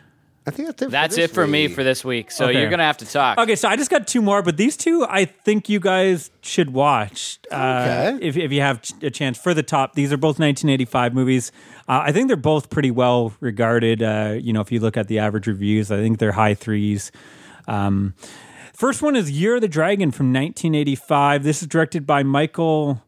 Speaker 7: I think that's it.
Speaker 1: that's
Speaker 7: this
Speaker 1: it for me
Speaker 7: week.
Speaker 1: for this week. So
Speaker 4: Okay.
Speaker 1: you're gonna have to talk.
Speaker 4: Okay, so I just got two more, but these two I think you guys should watch uh,
Speaker 7: Okay.
Speaker 4: if, if you have ch- a chance. For the top, these are both 1985 movies. Uh, I think they're both pretty well regarded. Uh, you know, if you look at the average reviews, I think they're high threes. Um, first one is Year of the Dragon from 1985. This is directed by Michael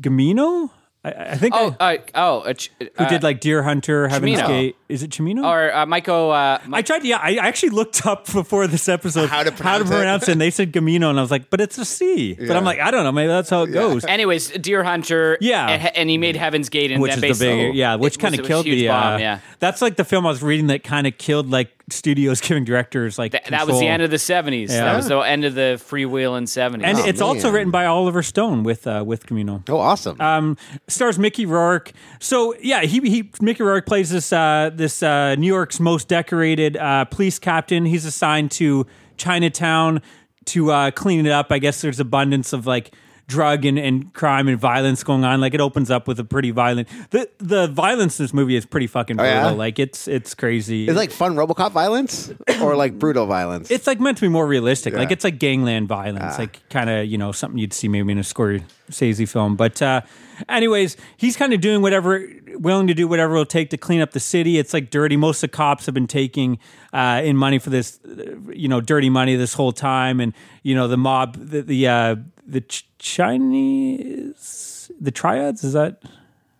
Speaker 4: Gamino. I, I think
Speaker 1: Oh,
Speaker 4: I,
Speaker 1: uh, oh, uh, ch-
Speaker 4: who
Speaker 1: uh,
Speaker 4: did like Deer Hunter, Heaven's
Speaker 1: Cimino.
Speaker 4: Gate. Is it Chimino?
Speaker 1: or uh, Michael? Uh, Mi-
Speaker 4: I tried to, yeah, I actually looked up before this episode
Speaker 7: How to pronounce it.
Speaker 4: pronounce it. and they said Gamino, and I was like, but it's a C. But I'm like, I don't know, maybe that's how it goes.
Speaker 1: Anyways, Deer Hunter.
Speaker 4: Uh, Yeah.
Speaker 1: and, and he made Heaven's Gate, and
Speaker 4: Which
Speaker 1: then
Speaker 4: is the
Speaker 1: basically-
Speaker 4: big, yeah, which
Speaker 1: it
Speaker 4: kind
Speaker 1: was- it
Speaker 4: of
Speaker 1: was a
Speaker 4: killed
Speaker 1: huge
Speaker 4: the, uh,
Speaker 1: bomb, yeah.
Speaker 4: that's like the film I was reading that kind of killed like studios giving directors like
Speaker 1: Th- that was the
Speaker 4: control.
Speaker 1: end of the '70s. That
Speaker 4: Yeah.
Speaker 1: was the end of the freewheeling '70s.
Speaker 4: and it's also
Speaker 7: Oh, man.
Speaker 4: written by Oliver Stone with uh, with Camino.
Speaker 7: Oh, awesome.
Speaker 4: Um, stars Mickey Rourke. So yeah, he, he Mickey Rourke plays this uh, this uh, New York's most decorated uh, police captain. He's assigned to Chinatown to uh, clean it up. I guess there's abundance of like drug and, and crime and violence going on. Like it opens up with a pretty violent. The the violence in this movie is pretty fucking brutal.
Speaker 7: Oh, yeah?
Speaker 4: Like it's it's crazy.
Speaker 7: Is it like fun Robocop violence or like brutal violence?
Speaker 4: It's like meant to be more realistic. Like it's like gangland violence,
Speaker 7: Ah.
Speaker 4: like kind of you know something you'd see maybe in a Scorsese film. But uh, anyways, he's kind of doing whatever, willing to do whatever it'll take to clean up the city. It's like dirty. Most of the cops have been taking uh, in money for this, uh, you know, dirty money this whole time, and you know the mob, the the, uh, the Ch- Chinese, the triads. Is that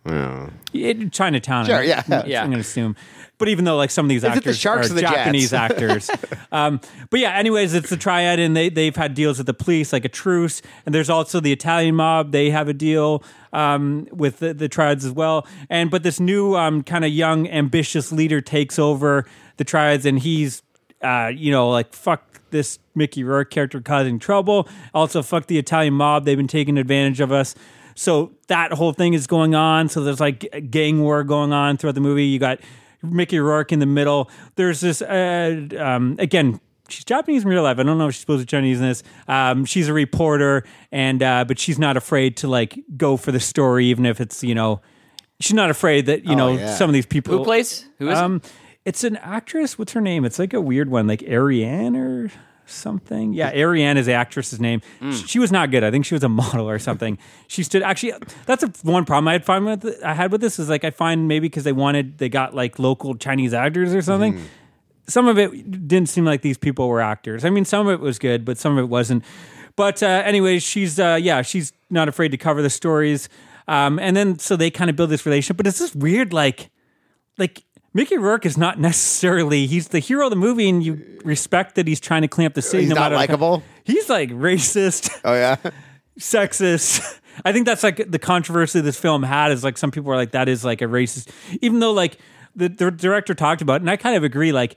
Speaker 4: Yeah. It, Chinatown.
Speaker 7: Sure,
Speaker 4: I'm,
Speaker 7: yeah.
Speaker 4: I'm,
Speaker 1: Yeah.
Speaker 4: going to assume. But even though like some of these
Speaker 7: it the
Speaker 4: actors
Speaker 7: Sharks
Speaker 4: are
Speaker 7: or the Jets?
Speaker 4: Japanese actors, um, but yeah. Anyways, it's the triad, and they they've had deals with the police, like a truce, and there's also the Italian mob. They have a deal um, with the, the triads as well. And but this new um, kind of young, ambitious leader takes over the triads, and he's uh, you know, like fuck this Mickey Rourke character causing trouble. Also, fuck the Italian mob; they've been taking advantage of us. So that whole thing is going on. So there's like a gang war going on throughout the movie. You got Mickey Rourke in the middle. There's this uh, um, again. She's Japanese in real life. I don't know if she's supposed to be Chinese in this. Um, she's a reporter, and uh, but she's not afraid to like go for the story, even if it's you know, she's not afraid that you know
Speaker 7: yeah.
Speaker 4: some of these people
Speaker 1: Who plays? Who is? it?
Speaker 4: um, it's an actress. What's her name? It's like a weird one, like Ariane or something. Yeah, Ariane is the actress's name. Sh- She was not good. I think she was a model or something. she stood actually. That's a, one problem I had fun with. I had with this is like I find maybe because they wanted they got like local Chinese actors or something. Some of it didn't seem like these people were actors. I mean, some of it was good, but some of it wasn't. But uh, anyways, she's uh, yeah, she's not afraid to cover the stories. Um, and then so they kind of build this relationship, but it's this weird like like Mickey Rourke is not necessarily he's the hero of the movie, and you respect that he's trying to clean up the city.
Speaker 7: He's
Speaker 4: no
Speaker 7: not
Speaker 4: matter
Speaker 7: likable?
Speaker 4: He's like racist,
Speaker 7: Oh yeah,
Speaker 4: sexist. I think that's like the controversy this film had is like some people are like that is like a racist, even though like the, the director talked about, it, and I kind of agree. Like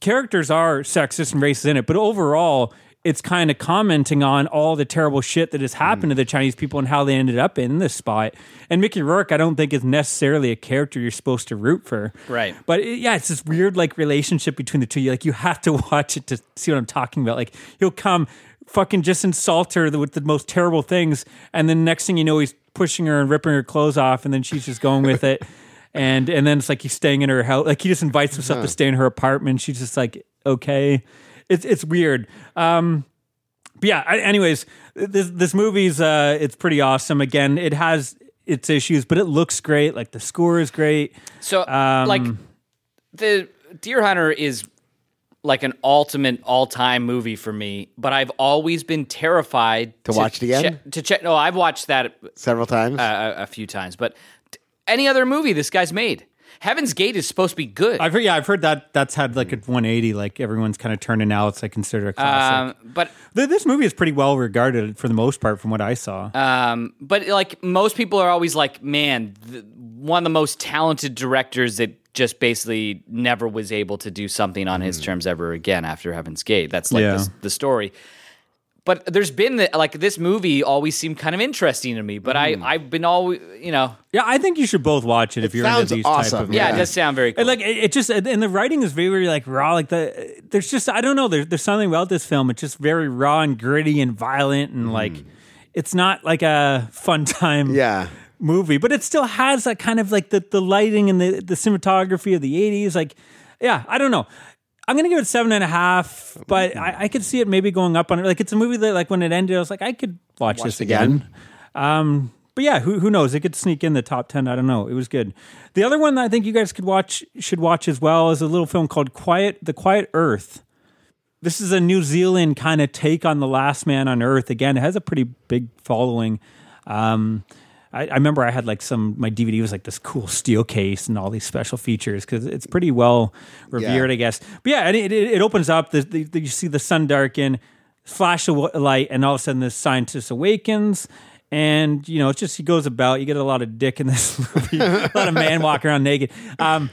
Speaker 4: characters are sexist and racist in it, but overall. It's kind of commenting on all the terrible shit that has happened to the Chinese people and how they ended up in this spot. And Mickey Rourke, I don't think is necessarily a character you're supposed to root for.
Speaker 1: Right.
Speaker 4: But it, yeah, it's this weird like relationship between the two. You like you have to watch it to see what I'm talking about. Like he'll come fucking just insult her with the most terrible things, and then next thing you know, he's pushing her and ripping her clothes off, and then she's just going with it. And and then it's like he's staying in her house. Like he just invites himself to stay in her apartment. She's just like okay. It's it's weird. Um, but yeah. I, anyways, this this movie's uh, it's pretty awesome. Again, it has its issues, but it looks great. Like the score is great.
Speaker 1: So,
Speaker 4: um,
Speaker 1: like, the Deer Hunter is like an ultimate all-time movie for me, but I've always been terrified
Speaker 7: To watch it again?
Speaker 1: che- to check, no, I've watched that
Speaker 7: several times.
Speaker 1: uh, a, a few times, but t- any other movie this guy's made. Heaven's Gate is supposed to be good,
Speaker 4: I've heard, yeah, I've heard that that's had like a 180. Like everyone's kind of turning now. It's like considered a classic.
Speaker 1: um, but
Speaker 4: Th- this movie is pretty well regarded for the most part, from what I saw.
Speaker 1: um, but like most people are always like, man, th- one of the most talented directors that just basically never was able to do something on
Speaker 7: Hmm.
Speaker 1: his terms ever again after Heaven's Gate. That's like
Speaker 4: Yeah.
Speaker 1: the, the story. But there's been the, like this movie always seemed kind of interesting to me, but
Speaker 7: Hmm.
Speaker 1: I I've been always you know
Speaker 4: yeah, I think you should both watch it if you're
Speaker 7: sounds
Speaker 4: into these
Speaker 7: awesome.
Speaker 4: type of
Speaker 1: yeah, it
Speaker 7: Yeah.
Speaker 1: does sound very cool.
Speaker 4: And like it, it just and and the writing is very like raw. Like the there's just I don't know. There's there's something about this film. It's just very raw and gritty and violent and like it's not like a fun time.
Speaker 7: Yeah.
Speaker 4: Movie, but it still has that kind of like the the lighting and the the cinematography of the '80s. Like, yeah, I don't know. I'm gonna give it seven and a half, but I, I could see it maybe going up on it. Like, it's a movie that like when it ended, I was like, I could watch, this again.
Speaker 7: again.
Speaker 4: Um, but yeah, who who knows? It could sneak in the top ten. I don't know. It was good. The other one that I think you guys could watch should watch as well is a little film called Quiet The Quiet Earth. This is a New Zealand kind of take on The Last Man on Earth. Again, it has a pretty big following. Um, I, I remember I had like some my DVD was like this cool steel case and all these special features because it's pretty well revered, I guess. But yeah, and it, it, it opens up. The, the, the- you see the sun darken, flash of wa- light, and all of a sudden this scientist awakens. And you know, it's just he goes about. You get a lot of dick in this movie, a lot of man walking around naked. Um,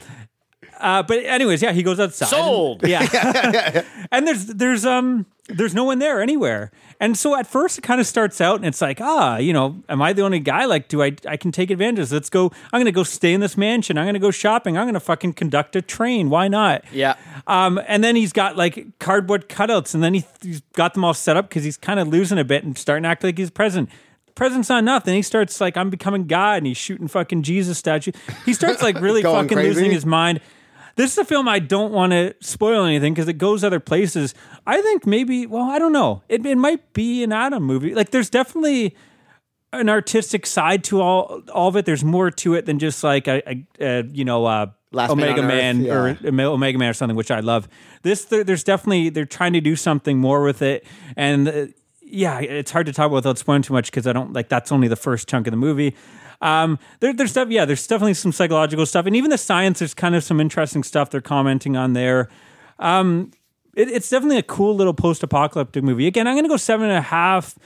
Speaker 4: uh, but anyways, yeah, he goes outside.
Speaker 1: Sold.
Speaker 4: yeah. and there's there's um there's no one there anywhere and so at first it kind of starts out and it's like ah you know am i the only guy like do i i can take advantage of this. let's go i'm gonna go stay in this mansion i'm gonna go shopping i'm gonna fucking conduct a train why not
Speaker 1: Yeah.
Speaker 4: um and then he's got like cardboard cutouts and then he, he's got them all set up because he's kind of losing a bit and starting to act like he's present Present's not nothing. He starts like I'm becoming God, and he's shooting fucking Jesus statue. He starts like really
Speaker 7: Going
Speaker 4: fucking losing
Speaker 7: crazy.
Speaker 4: his mind. This is a film I don't want to spoil anything because it goes other places. I think maybe, well, I don't know. It, it might be an Adam movie. Like, there's definitely an artistic side to all all of it. There's more to it than just like a, a, a you know, uh,
Speaker 7: Last Man
Speaker 4: Omega
Speaker 7: on Earth,
Speaker 4: Man
Speaker 7: yeah.
Speaker 4: or Ome- Omega Man or something, which I love. This there, there's definitely they're trying to do something more with it, and uh, yeah, it's hard to talk about without spoiling too much because I don't like that's only the first chunk of the movie. Um, there, there's stuff, yeah, there's definitely some psychological stuff, and even the science. There's kind of some interesting stuff they're commenting on there. Um, it, it's definitely a cool little post-apocalyptic movie. Again, I'm gonna go seven and a half.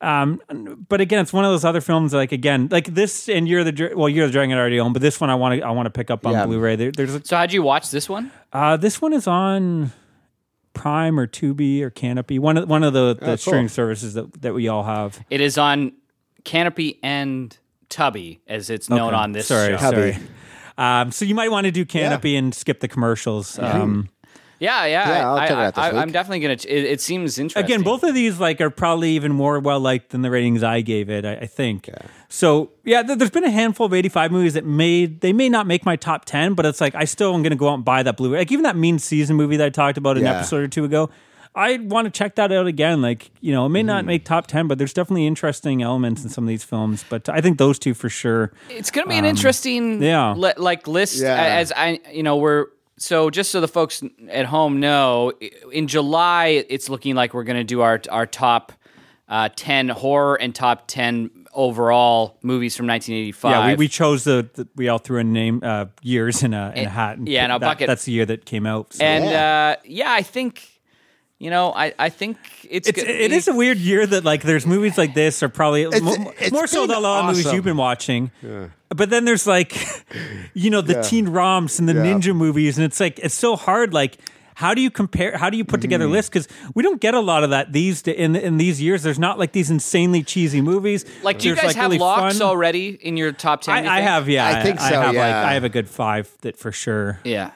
Speaker 4: Um, but again, it's one of those other films. Like again, like this and you're the Dra- well, you're the dragon I already own, but this one I want to I want to pick up on
Speaker 5: Yeah.
Speaker 4: Blu-ray. There, there's a,
Speaker 1: So how'd you watch this one?
Speaker 4: uh, this one is on Prime or Tubi or Canopy, one of one of the, the streaming services that that we all have.
Speaker 1: It is on Canopy and Tubby, as it's known on this
Speaker 4: sorry,
Speaker 1: show.
Speaker 4: sorry. Um, so you might want to do Canopy and skip the commercials. Um,
Speaker 1: Yeah, yeah.
Speaker 7: Yeah, I'll
Speaker 1: I,
Speaker 7: check it
Speaker 1: I,
Speaker 7: out this
Speaker 1: I,
Speaker 7: week.
Speaker 1: I'm definitely gonna. It, it seems interesting.
Speaker 4: again, both of these like are probably even more well liked than the ratings I gave it. I, I think. So yeah, th- there's been a handful of 85 movies that made they may not make my top 10, but it's like I still am going to go out and buy that Blu-ray. Like even that Mean Season movie that I talked about an
Speaker 7: Yeah.
Speaker 4: episode or two ago. I want to check that out again. Like, you know, it may
Speaker 1: Mm-hmm.
Speaker 4: not make top 10, but there's definitely interesting elements in some of these films. But I think those two for sure.
Speaker 1: It's going to be an interesting,
Speaker 4: Um, yeah.
Speaker 1: li- like list.
Speaker 7: Yeah.
Speaker 1: As I, you know, we're so just so the folks at home know, i- in July it's looking like we're going to do our our top uh, ten horror and top ten overall movies from 1985.
Speaker 4: Yeah, we, we chose the, the we all threw a name uh, years in a in a hat. And
Speaker 1: yeah, in a
Speaker 4: that-
Speaker 1: bucket.
Speaker 4: That's the year that came out. so-
Speaker 1: and yeah. Uh, yeah, I think. You know, I, I think it's,
Speaker 4: it's,
Speaker 1: go-
Speaker 4: it is a weird year that like there's movies like this are probably mo-
Speaker 7: it's
Speaker 4: more so
Speaker 7: been
Speaker 4: than a lot of movies
Speaker 7: awesome.
Speaker 4: you've been watching. But then there's like, you know, the teen romps and the ninja movies, and it's like it's so hard. Like, how do you compare? How do you put
Speaker 7: Mm.
Speaker 4: together lists? Because we don't get a lot of that these da- in in these years. There's not like these insanely cheesy movies.
Speaker 1: like do you
Speaker 4: There's,
Speaker 1: guys have
Speaker 4: really
Speaker 1: locks
Speaker 4: fun-
Speaker 1: already in your top ten? you
Speaker 4: I, I
Speaker 1: think?
Speaker 4: have, yeah.
Speaker 7: I think so,
Speaker 4: have, like,
Speaker 7: yeah.
Speaker 4: I have a good five that for sure.
Speaker 1: yeah.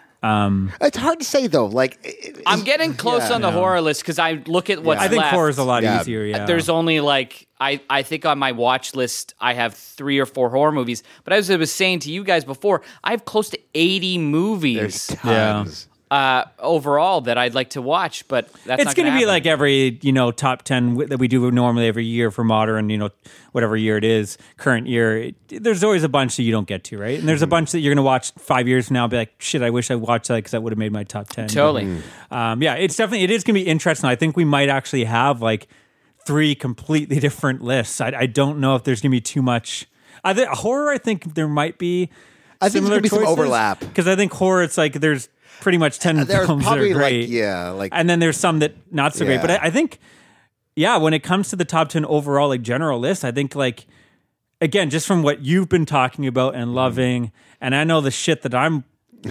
Speaker 7: It's hard to say though. Like it- it-
Speaker 1: I'm getting close on the horror list because I look at what's
Speaker 4: I think
Speaker 1: left.
Speaker 4: horror is a lot
Speaker 7: Yeah.
Speaker 4: easier. Yeah,
Speaker 1: There's only like I, I think on my watch list I have three or four horror movies. But as I was saying to you guys before, I have close to 80
Speaker 7: there's
Speaker 1: movies
Speaker 7: tons.
Speaker 1: uh, overall that I'd like to watch. But that's
Speaker 4: it's going to be like every you know top 10 w- that we do normally every year for modern you know whatever year it is current year It- there's always a bunch that you don't get to right and
Speaker 7: Mm-hmm.
Speaker 4: there's a bunch that you're going to watch five years from now and be like shit i wish i watched that because that would have made my top 10
Speaker 1: totally.
Speaker 7: mm-hmm.
Speaker 4: um, yeah it's definitely it is going to be interesting i think we might actually have like three completely different lists i, I don't know if there's going to be too much I thi- horror i think there might be
Speaker 7: I think there's gonna be some overlap.
Speaker 4: because i think horror it's like there's pretty much 10
Speaker 7: There's
Speaker 4: films that
Speaker 7: probably
Speaker 4: are great
Speaker 7: like yeah, like
Speaker 4: and then there's some that not so great.
Speaker 7: Yeah.
Speaker 4: But I, I think, yeah, when it comes to the top ten overall, like general list, I think like again, just from what you've been talking about and loving, and I know the shit that I'm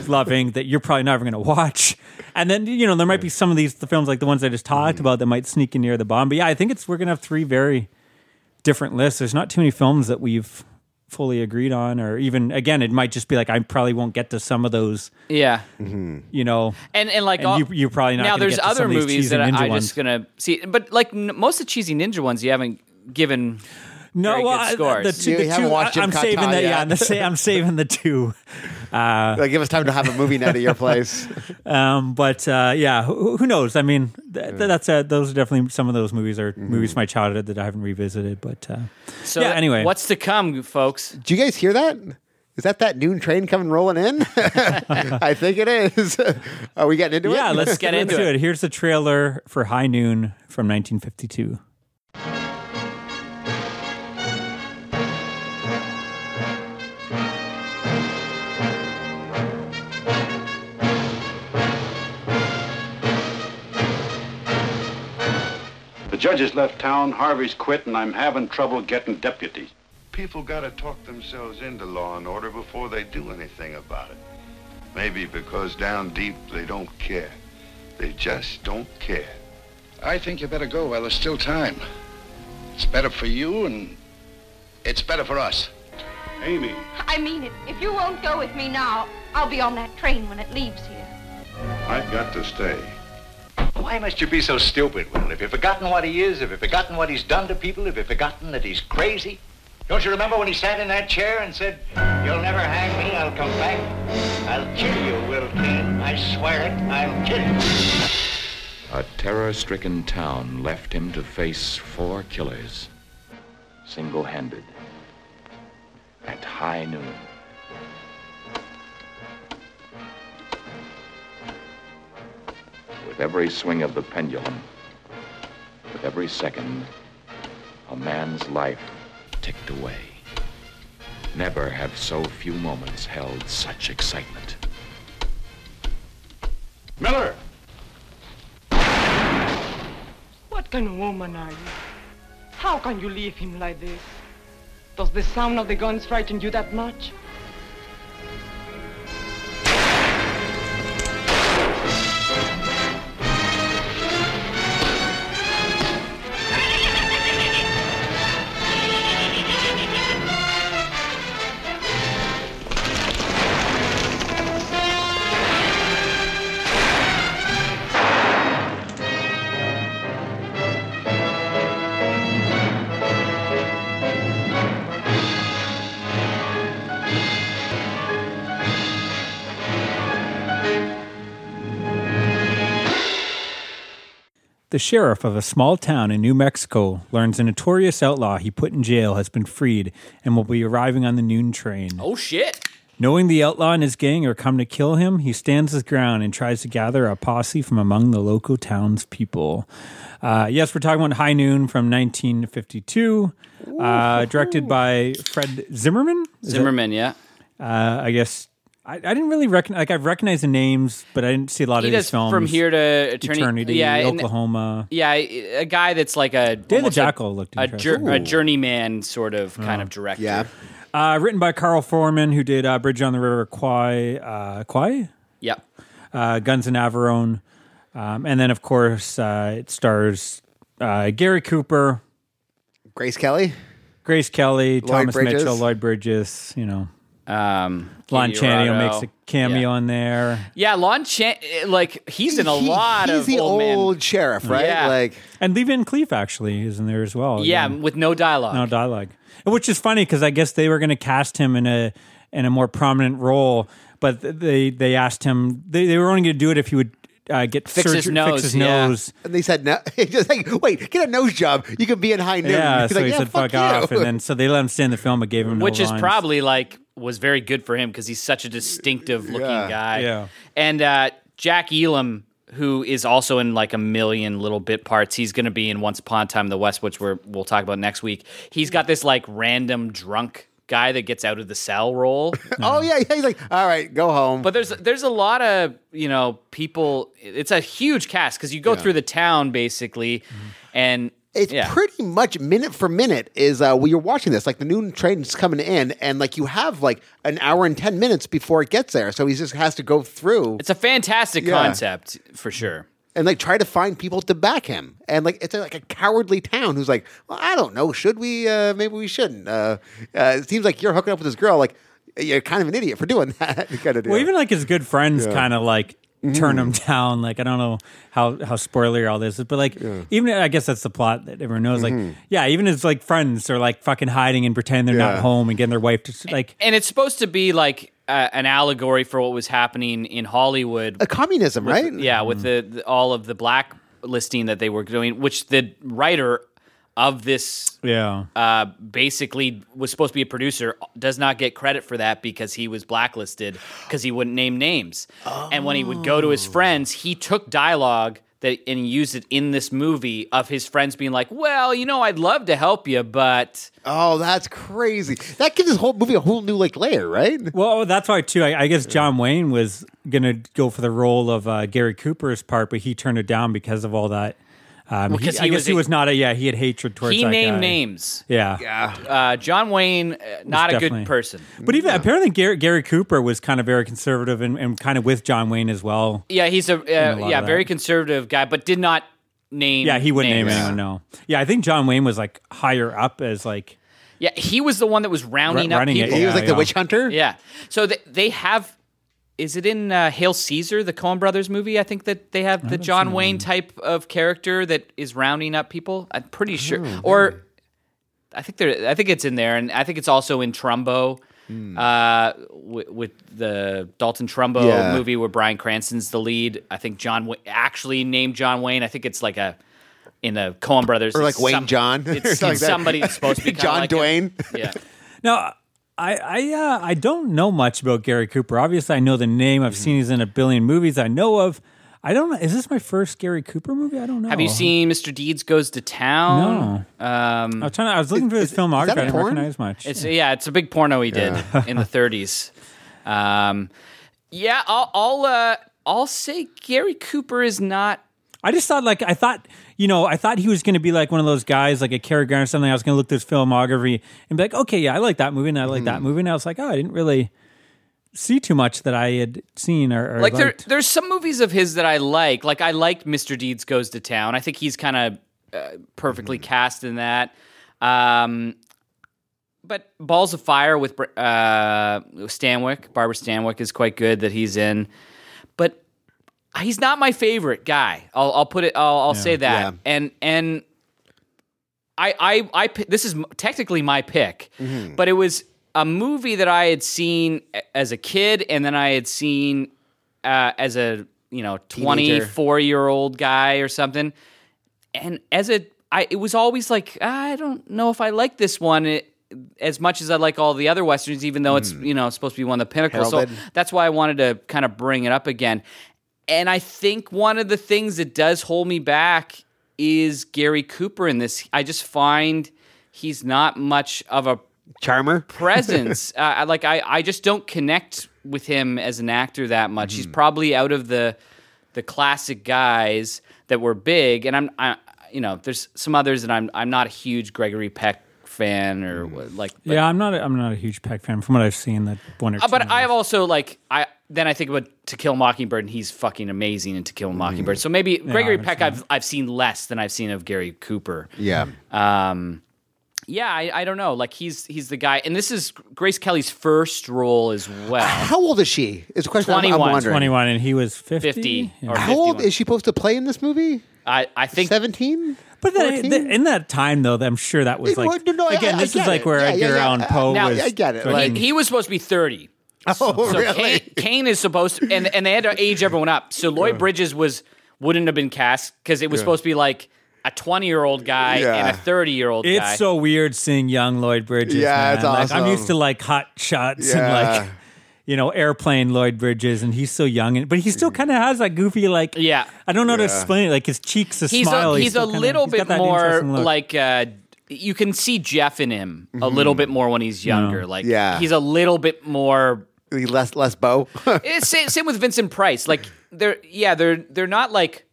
Speaker 4: loving that you're probably never going to watch. And then you know there might be some of these the films like the ones I just talked about that might sneak in near the bottom. But yeah, I think it's we're gonna have three very different lists. There's not too many films that we've fully agreed on or even again it might just be like I probably won't get to some of those
Speaker 1: yeah.
Speaker 4: you know
Speaker 1: And and like
Speaker 4: Mm-hmm. And
Speaker 1: all,
Speaker 4: you- you're probably not
Speaker 1: now.
Speaker 4: gonna
Speaker 1: There's
Speaker 4: get to
Speaker 1: other
Speaker 4: some of these
Speaker 1: movies
Speaker 4: cheesy
Speaker 1: that I,
Speaker 4: ninja
Speaker 1: I'm
Speaker 4: ones.
Speaker 1: just gonna see, but like n- most of the cheesy ninja ones you haven't given.
Speaker 4: No,
Speaker 1: very good
Speaker 4: well, I-
Speaker 1: scores.
Speaker 4: the two,
Speaker 7: You
Speaker 4: the
Speaker 7: haven't
Speaker 4: two-
Speaker 7: watched
Speaker 4: I, am
Speaker 7: Jim
Speaker 4: saving
Speaker 7: Cotton
Speaker 4: the yeah,
Speaker 7: yet.
Speaker 4: I'm, the, sa- I'm saving the two.
Speaker 7: like give us time to have a movie night at your place.
Speaker 4: Um, but uh, yeah, who, who knows? I mean, th- th- that's uh those are definitely some of those movies
Speaker 7: Mm-hmm.
Speaker 4: are movies from my childhood that I haven't revisited. But uh,
Speaker 1: So
Speaker 4: yeah, anyway,
Speaker 1: what's to come, folks?
Speaker 7: Do you guys hear that? Is that that noon train coming rolling in? I think it is. Are we getting into it?
Speaker 4: yeah? Let's
Speaker 1: get into
Speaker 4: into
Speaker 1: it.
Speaker 4: it. Here's the trailer for High Noon from 1952.
Speaker 8: The judge has left town, Harvey's quit, and I'm having trouble getting deputies.
Speaker 2: People got to talk themselves into law and order before they do anything about it. Maybe because down deep they don't care. They just don't care.
Speaker 8: I think you better go while there's still time. It's better for you, and it's better for us. Amy.
Speaker 9: I mean it. If you won't go with me now, I'll be on that train when it leaves here.
Speaker 2: I've got to stay.
Speaker 8: Why must you be so stupid, Will? Have you forgotten what he is? Have you forgotten what he's done to people? Have you forgotten that he's crazy? Don't you remember when he sat in that chair and said, You'll never hang me, I'll come back. I'll kill you, Will Kane. I swear it, I'll kill you.
Speaker 10: A terror stricken town left him to face four killers, single handed, at high noon. With every swing of the pendulum, with every second, a man's life ticked away. Never have so few moments held such excitement.
Speaker 8: Miller!
Speaker 11: What kind of woman are you? How can you leave him like this? Does the sound of the guns frighten you that much?
Speaker 4: The sheriff of a small town in New Mexico learns a notorious outlaw he put in jail has been freed and will be arriving on the noon train.
Speaker 1: Oh shit!
Speaker 4: Knowing the outlaw and his gang are come to kill him, he stands his ground and tries to gather a posse from among the local townspeople. Uh, yes, we're talking about High Noon from 1952, uh, directed by Fred Zimmerman. Is
Speaker 1: Zimmerman, yeah.
Speaker 4: that- uh, I guess I, I didn't really recognize. Like I've recognized the names, but I didn't see a lot
Speaker 1: He
Speaker 4: of his
Speaker 1: does
Speaker 4: films.
Speaker 1: from here to attorney.
Speaker 4: Eternity,
Speaker 1: yeah, and-
Speaker 4: Oklahoma.
Speaker 1: yeah, a guy that's like a
Speaker 4: the
Speaker 1: almost a-
Speaker 4: Jackal looked
Speaker 1: a,
Speaker 4: interesting. Oh.
Speaker 1: jour- a journeyman sort of kind of director.
Speaker 7: Yeah.
Speaker 4: Uh, written by Carl Foreman, who did uh, Bridge on the River Kwai, uh, Kwai?
Speaker 1: Yep.
Speaker 4: Uh, Guns and Averone. Um, and then, of course, uh, it stars uh, Gary Cooper,
Speaker 7: Grace Kelly.
Speaker 4: Grace Kelly, Thomas
Speaker 7: Bridges.
Speaker 4: Mitchell, Lloyd Bridges, you know.
Speaker 1: Um,
Speaker 4: Lon
Speaker 1: Katie
Speaker 4: Chaney
Speaker 1: Arado.
Speaker 4: makes a cameo
Speaker 1: Yeah,
Speaker 4: in there.
Speaker 1: yeah Lon Chan, eh, like he's in a
Speaker 7: He-
Speaker 1: lot
Speaker 7: he's
Speaker 1: of
Speaker 7: the
Speaker 1: old, man-
Speaker 7: sheriff, right?
Speaker 1: Yeah.
Speaker 7: Like
Speaker 4: And Lee Van Cleef actually is in there as well.
Speaker 1: Yeah, with no dialogue.
Speaker 4: No dialogue, which is funny because I guess they were going to cast him in a in a more prominent role, but th- they they asked him they, they were only going to do it if he would uh, get
Speaker 1: Fix his
Speaker 4: surgery-
Speaker 1: nose,
Speaker 4: Fix his
Speaker 1: yeah.
Speaker 4: nose.
Speaker 7: and they said no just like, wait, get a nose job. You can be in high noon.
Speaker 4: Yeah,
Speaker 7: He's
Speaker 4: so
Speaker 7: like,
Speaker 4: he
Speaker 7: "Yeah,
Speaker 4: said fuck,
Speaker 7: you."
Speaker 4: off, and then so they let him stay in the film, but gave him no
Speaker 1: which is
Speaker 4: lines.
Speaker 1: probably like was very good for him because he's such a distinctive looking guy.
Speaker 4: Yeah.
Speaker 1: And uh, Jack Elam, who is also in like a million little bit parts, he's going to be in Once Upon a Time in the West, which we're, we'll talk about next week. He's got this like random drunk guy that gets out of the cell role.
Speaker 4: uh,
Speaker 7: Oh yeah, yeah. He's like, all right, go home.
Speaker 1: But there's there's a lot of you know people. It's a huge cast because you go through the town basically, and
Speaker 7: Mm-hmm. it's
Speaker 1: yeah.
Speaker 7: pretty much minute for minute is uh, when you're watching this like the noon train's coming in and like you have like an hour and 10 minutes before it gets there so he just has to go through
Speaker 1: It's a fantastic
Speaker 7: Yeah.
Speaker 1: concept for sure.
Speaker 7: and like try to find people to back him and like it's like a cowardly town who's like well i don't know should we uh, maybe we shouldn't uh, uh, it seems like you're hooking up with this girl like you're kind of an idiot for doing that kind of deal.
Speaker 4: Well, even like his good friends kind of like turn him down. Like I don't know how how spoiler all this is, but like even I guess that's the plot that everyone knows. Like yeah, even his like friends are like fucking hiding and pretending they're not
Speaker 7: Yeah.
Speaker 4: home and getting their wife to like
Speaker 1: and it's supposed to be like uh, an allegory for what was happening in Hollywood.
Speaker 7: a Uh, communism right
Speaker 1: Yeah, with the, the all of the blacklisting that they were doing, which the writer of this
Speaker 4: yeah.
Speaker 1: uh, basically was supposed to be a producer, does not get credit for that because he was blacklisted because he wouldn't name names. And when he would go to his friends, he took dialogue that and he used it in this movie of his friends being like, "Well, you know, I'd love to help you, but."
Speaker 7: oh that's crazy that gives this whole movie a whole new like layer right
Speaker 4: Well, oh, that's why too. I, I guess John Wayne was gonna go for the role of uh, Gary Cooper's part, but he turned it down because of all that. Um, he,
Speaker 1: 'cause
Speaker 4: I
Speaker 1: he
Speaker 4: guess
Speaker 1: was
Speaker 4: he
Speaker 1: a-
Speaker 4: was not a yeah. He had hatred towards.
Speaker 1: He
Speaker 4: that
Speaker 1: named
Speaker 4: guy.
Speaker 1: names.
Speaker 4: Yeah.
Speaker 1: Uh, John Wayne, uh, not a
Speaker 4: definitely-
Speaker 1: good person.
Speaker 4: But even apparently Gary, Gary Cooper was kind of very conservative and, and kind of with John Wayne as well.
Speaker 1: Yeah, he's a
Speaker 4: a
Speaker 1: uh,
Speaker 4: lot
Speaker 1: yeah
Speaker 4: of that.
Speaker 1: very conservative guy, but did not name.
Speaker 4: Yeah, he wouldn't
Speaker 1: names.
Speaker 4: name anyone. No. Yeah, I think John Wayne was like higher up as like
Speaker 1: Yeah, he was the one that was rounding
Speaker 4: Ru-
Speaker 1: up
Speaker 4: running it,
Speaker 1: people.
Speaker 7: he was
Speaker 4: Yeah,
Speaker 7: like
Speaker 4: yeah.
Speaker 7: the witch hunter
Speaker 1: Yeah. So th- they have. Is it in uh, Hail Caesar, the Coen Brothers movie? I think that they have the John Wayne type of character that is rounding up people. I'm pretty sure.
Speaker 7: Oh,
Speaker 1: Or I think they're. I think it's in there, and I think it's also in Trumbo.
Speaker 7: Hmm.
Speaker 1: Uh, with, with the Dalton Trumbo
Speaker 7: Yeah.
Speaker 1: movie where Brian Cranston's the lead, I think John Wa- actually named John Wayne. I think it's like a in the Coen Brothers
Speaker 7: or like
Speaker 1: it's
Speaker 7: Wayne
Speaker 1: some-
Speaker 7: John. or
Speaker 1: It's
Speaker 7: something like that.
Speaker 1: somebody that's supposed to be kinda
Speaker 7: John
Speaker 1: like him.
Speaker 7: Dwayne.
Speaker 1: Yeah,
Speaker 4: Now, I I uh, I don't know much about Gary Cooper. Obviously, I know the name. I've seen he's in a billion movies I know of. I don't know. Is this my first Gary Cooper movie? I don't know.
Speaker 1: Have you seen Mr. Deeds Goes to Town? No. Um,
Speaker 4: I was, trying to, I was looking for his filmography. I didn't
Speaker 5: porn?
Speaker 4: recognize much.
Speaker 1: It's yeah, it's a big porno he did in the 30s. Um, yeah, I'll I'll, uh, I'll say Gary Cooper is not.
Speaker 4: I just thought like I thought you know I thought he was going to be like one of those guys like a Cary Grant or something. I was going to look this filmography and be like, okay, yeah, I like that movie and I like
Speaker 1: Mm-hmm.
Speaker 4: that movie. And I was like, oh, I didn't really see too much that I had seen or, or
Speaker 1: Like there,
Speaker 4: liked.
Speaker 1: there's some movies of his that I like. Like I liked Mr. Deeds Goes to Town. I think he's kind of uh, perfectly cast in that. Um, but Balls of Fire with Br- uh, Stanwyck, Barbara Stanwyck is quite good that he's in. But he's not my favorite guy. I'll, I'll put it. I'll, I'll say that. And and I, I, I, pi- this is m- technically my pick, but it was a movie that I had seen a- as a kid, and then I had seen uh, as a you know twenty four year old guy or something, and as a, I, it was always like "Ah, I don't know if I like this one. It, as much as I like all the other westerns, even though it's you know supposed to be one of the pinnacles, so
Speaker 7: Heralded.
Speaker 1: that's why I wanted to kind of bring it up again. And I think one of the things that does hold me back is Gary Cooper in this. I just find he's not much of a
Speaker 7: Charmer.
Speaker 1: presence. uh, I- like I, I just don't connect with him as an actor that much. He's probably out of the the classic guys that were big, and I'm, I, you know, there's some others that I'm, I'm not a huge Gregory Peck fan or what like. But,
Speaker 4: yeah, I'm not. A, I'm not a huge Peck fan from what I've seen. That one or two.
Speaker 1: Uh, but
Speaker 4: movies.
Speaker 1: I've also like I then I think about To Kill a Mockingbird and he's fucking amazing in To Kill a Mockingbird. So maybe Gregory
Speaker 4: I
Speaker 1: Peck I've I've seen less than I've seen of Gary Cooper.
Speaker 7: Yeah.
Speaker 1: Um yeah, I, I don't know. Like he's he's the guy, and this is Grace Kelly's first role as well.
Speaker 7: How old is she? It's a question I'm- I'm,
Speaker 1: 21.
Speaker 7: wondering.
Speaker 4: 21 and he was 50.
Speaker 1: Fifty
Speaker 4: Yeah.
Speaker 1: or
Speaker 7: How old
Speaker 1: 51.
Speaker 7: is she supposed to play in this movie?
Speaker 1: I I think
Speaker 7: Seventeen.
Speaker 4: But then,
Speaker 7: 14?
Speaker 4: th- in that time, though, I'm sure that was
Speaker 7: No,
Speaker 4: like
Speaker 7: no, no, I-
Speaker 4: again.
Speaker 7: I- I
Speaker 4: this
Speaker 7: get
Speaker 4: is like
Speaker 7: it.
Speaker 4: where
Speaker 7: Yeah, yeah,
Speaker 4: Edgar
Speaker 7: yeah.
Speaker 4: Allan
Speaker 7: Uh,
Speaker 4: Poe
Speaker 1: now-
Speaker 4: was.
Speaker 7: I get it.
Speaker 4: fucking-
Speaker 7: Like-
Speaker 1: he was supposed to be thirty.
Speaker 7: Oh,
Speaker 1: So
Speaker 7: really?
Speaker 1: Kane, Kane is supposed to, and and they had to age everyone up. So Lloyd Bridges was wouldn't have been cast because it was supposed to be like a twenty year old guy
Speaker 7: Yeah.
Speaker 1: and a thirty year old guy.
Speaker 4: it's so weird seeing young Lloyd Bridges.
Speaker 7: Yeah, it's
Speaker 4: man. Like, I'm
Speaker 7: awesome.
Speaker 4: used to like hot shots
Speaker 7: Yeah.
Speaker 4: and like you know airplane Lloyd Bridges, and he's so young, and but he
Speaker 7: Mm.
Speaker 4: still kind of has that goofy like.
Speaker 1: Yeah.
Speaker 4: I don't know how to explain it. Like his cheeks, a
Speaker 1: he's
Speaker 4: smile.
Speaker 1: a, he's a
Speaker 4: still kinda-
Speaker 1: little
Speaker 4: he's got
Speaker 1: bit
Speaker 4: that
Speaker 1: more
Speaker 4: interesting look.
Speaker 1: like uh, you can see Jeff in him a little bit more when he's younger. Like
Speaker 7: Mm-hmm. Yeah.
Speaker 1: he's a little bit more.
Speaker 7: less less bow.
Speaker 1: It's Eh, same, same with Vincent Price. Like they're yeah they're they're not like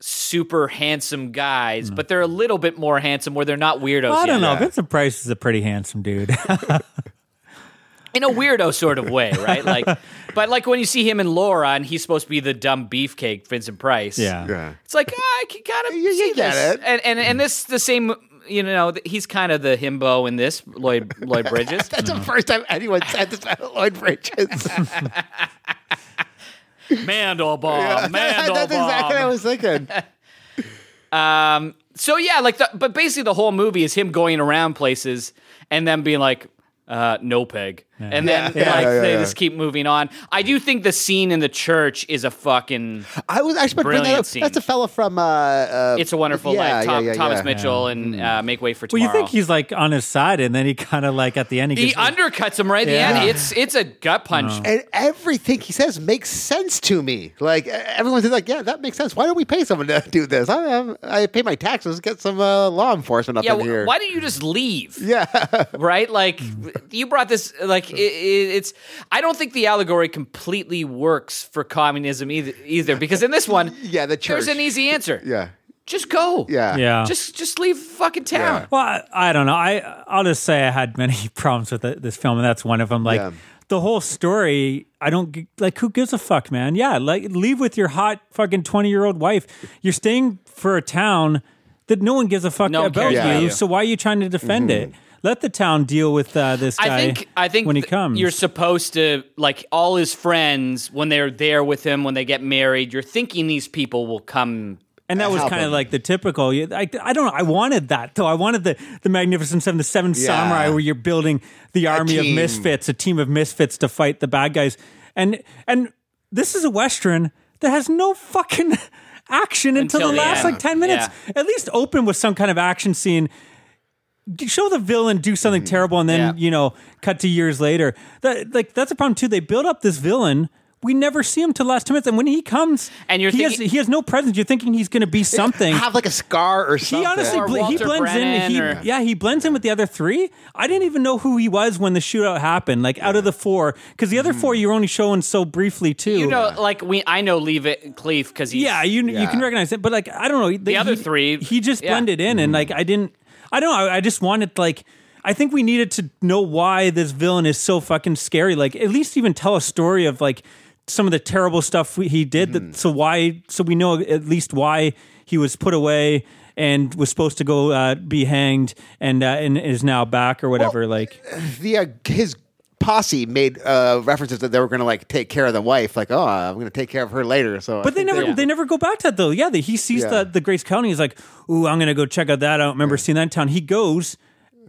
Speaker 1: super handsome guys, but they're a little bit more handsome where they're not weirdos.
Speaker 4: I don't
Speaker 1: yet.
Speaker 4: know. Vincent Price is a pretty handsome dude.
Speaker 1: in a weirdo sort of way, right? Like, but like when you see him in Laura and he's supposed to be the dumb beefcake Vincent Price.
Speaker 4: yeah.
Speaker 7: yeah.
Speaker 1: It's like ah, I can kind of
Speaker 7: You- you
Speaker 1: see
Speaker 7: get
Speaker 1: this.
Speaker 7: it.
Speaker 1: and and and this the same. You know, th- he's kind of the himbo in this Lloyd Lloyd Bridges.
Speaker 7: That's the first time anyone said this about Lloyd Bridges.
Speaker 1: Mandelbaum, Mandelbaum.
Speaker 7: That's exactly what I was thinking.
Speaker 1: So yeah, like the but basically the whole movie is him going around places and then being like, uh, no peg. And then
Speaker 7: Yeah,
Speaker 1: like
Speaker 7: yeah,
Speaker 1: they
Speaker 7: yeah.
Speaker 1: just keep moving on. I do think the scene in the church is a fucking
Speaker 7: I was actually about to bring that
Speaker 1: Brilliant
Speaker 7: up.
Speaker 1: scene.
Speaker 7: That's a fella from uh, uh,
Speaker 1: It's a Wonderful
Speaker 7: yeah,
Speaker 1: Life. Tom,
Speaker 7: yeah, yeah,
Speaker 1: Thomas
Speaker 7: yeah.
Speaker 1: Mitchell and uh, Make Way for
Speaker 4: Mm. Well,
Speaker 1: Tomorrow.
Speaker 4: you think he's like on his side, and then he kind of like at the end he
Speaker 1: he
Speaker 4: gets like,
Speaker 1: undercuts him right at
Speaker 4: Yeah.
Speaker 1: the end. It's it's a gut punch.
Speaker 7: And everything he says makes sense to me. Like e- everyone's just like, yeah, that makes sense. Why don't we pay someone to do this? I, um, I pay my taxes. Get some uh, law enforcement up
Speaker 1: Yeah,
Speaker 7: in here.
Speaker 1: wh- why didn't you just leave?
Speaker 7: Yeah,
Speaker 1: Right? Like
Speaker 4: Mm.
Speaker 1: you brought this like i i it's I don't think the allegory completely works for communism either, either because in this one
Speaker 7: yeah. The church.
Speaker 1: there's an e easy answer.
Speaker 7: yeah,
Speaker 1: Just go.
Speaker 7: yeah,
Speaker 4: Yeah.
Speaker 1: Just just leave fucking town.
Speaker 4: Well, I, I don't know. I I'll just say I had many problems with it, this film, and that's one of them. Like
Speaker 7: Yeah.
Speaker 4: the whole story, I don't g- like. Who gives a fuck, man? Yeah, like leave with your hot fucking twenty year old wife. You're staying for a town that no one gives a fuck
Speaker 1: No one
Speaker 4: about
Speaker 1: cares about
Speaker 4: you,
Speaker 1: you. Mm-hmm.
Speaker 4: So why are you trying to defend it? Let the town deal with uh, this guy.
Speaker 1: I think I think
Speaker 4: when he
Speaker 1: th-
Speaker 4: comes,
Speaker 1: you're supposed to like all his friends when they're there with him when they get married. You're thinking these people will come
Speaker 4: And that was
Speaker 7: help
Speaker 4: kind of
Speaker 7: him.
Speaker 4: like the typical. you- I, I don't know. I wanted that though. I wanted the the Magnificent Seven, the Seven
Speaker 7: Yeah.
Speaker 4: Samurai, where you're building the army of
Speaker 7: team.
Speaker 4: misfits, a team of misfits to fight the bad guys. And and this is a western that has no fucking action until,
Speaker 1: Until
Speaker 4: the
Speaker 1: the
Speaker 4: last
Speaker 1: end.
Speaker 4: like ten minutes. At least open with some kind of action scene. D- Show the villain do something
Speaker 7: Mm-hmm.
Speaker 4: terrible, and then
Speaker 1: Yeah.
Speaker 4: you know, cut to years later. That like that's a problem too. They build up this villain we never see him till last minutes, and when he comes,
Speaker 1: And you're
Speaker 4: he
Speaker 1: thinking-
Speaker 4: has he has no presence. You're thinking he's going to be something.
Speaker 7: Have like a scar or
Speaker 4: He
Speaker 7: something.
Speaker 4: honestly
Speaker 1: Or
Speaker 4: ble- he
Speaker 1: Walter
Speaker 4: blends
Speaker 1: Brennan
Speaker 4: in. He,
Speaker 1: or-
Speaker 4: Yeah, he blends in with the other three. I didn't even know who he was when the shootout happened. Like out of the four, because the other four you were only showing so briefly too.
Speaker 1: Hmm. You know, like we, I know Leave It Cleef because he's
Speaker 4: yeah, you you
Speaker 7: Yeah.
Speaker 4: can recognize it, but like I don't know the,
Speaker 1: other three,
Speaker 4: He just
Speaker 1: yeah.
Speaker 4: blended in, and like I didn't. I don't. know. I, I just wanted like. I think we needed to know why this villain is so fucking scary. Like at least even tell a story of like some of the terrible stuff we, he did. That, so why? So we know at least why he was put away and was supposed to go uh, be hanged and uh, and is now back or whatever. like
Speaker 7: the uh, his posse made uh, references that they were going to like take care of the wife. Like, oh, I'm going to take care of her later. So, I
Speaker 4: But they
Speaker 7: think
Speaker 4: never they never go back to that though. Yeah, the, he sees
Speaker 7: Yeah.
Speaker 4: the the Grace County. He's like, "Ooh, I'm gonna go check out that. I don't remember seeing that in town." He goes.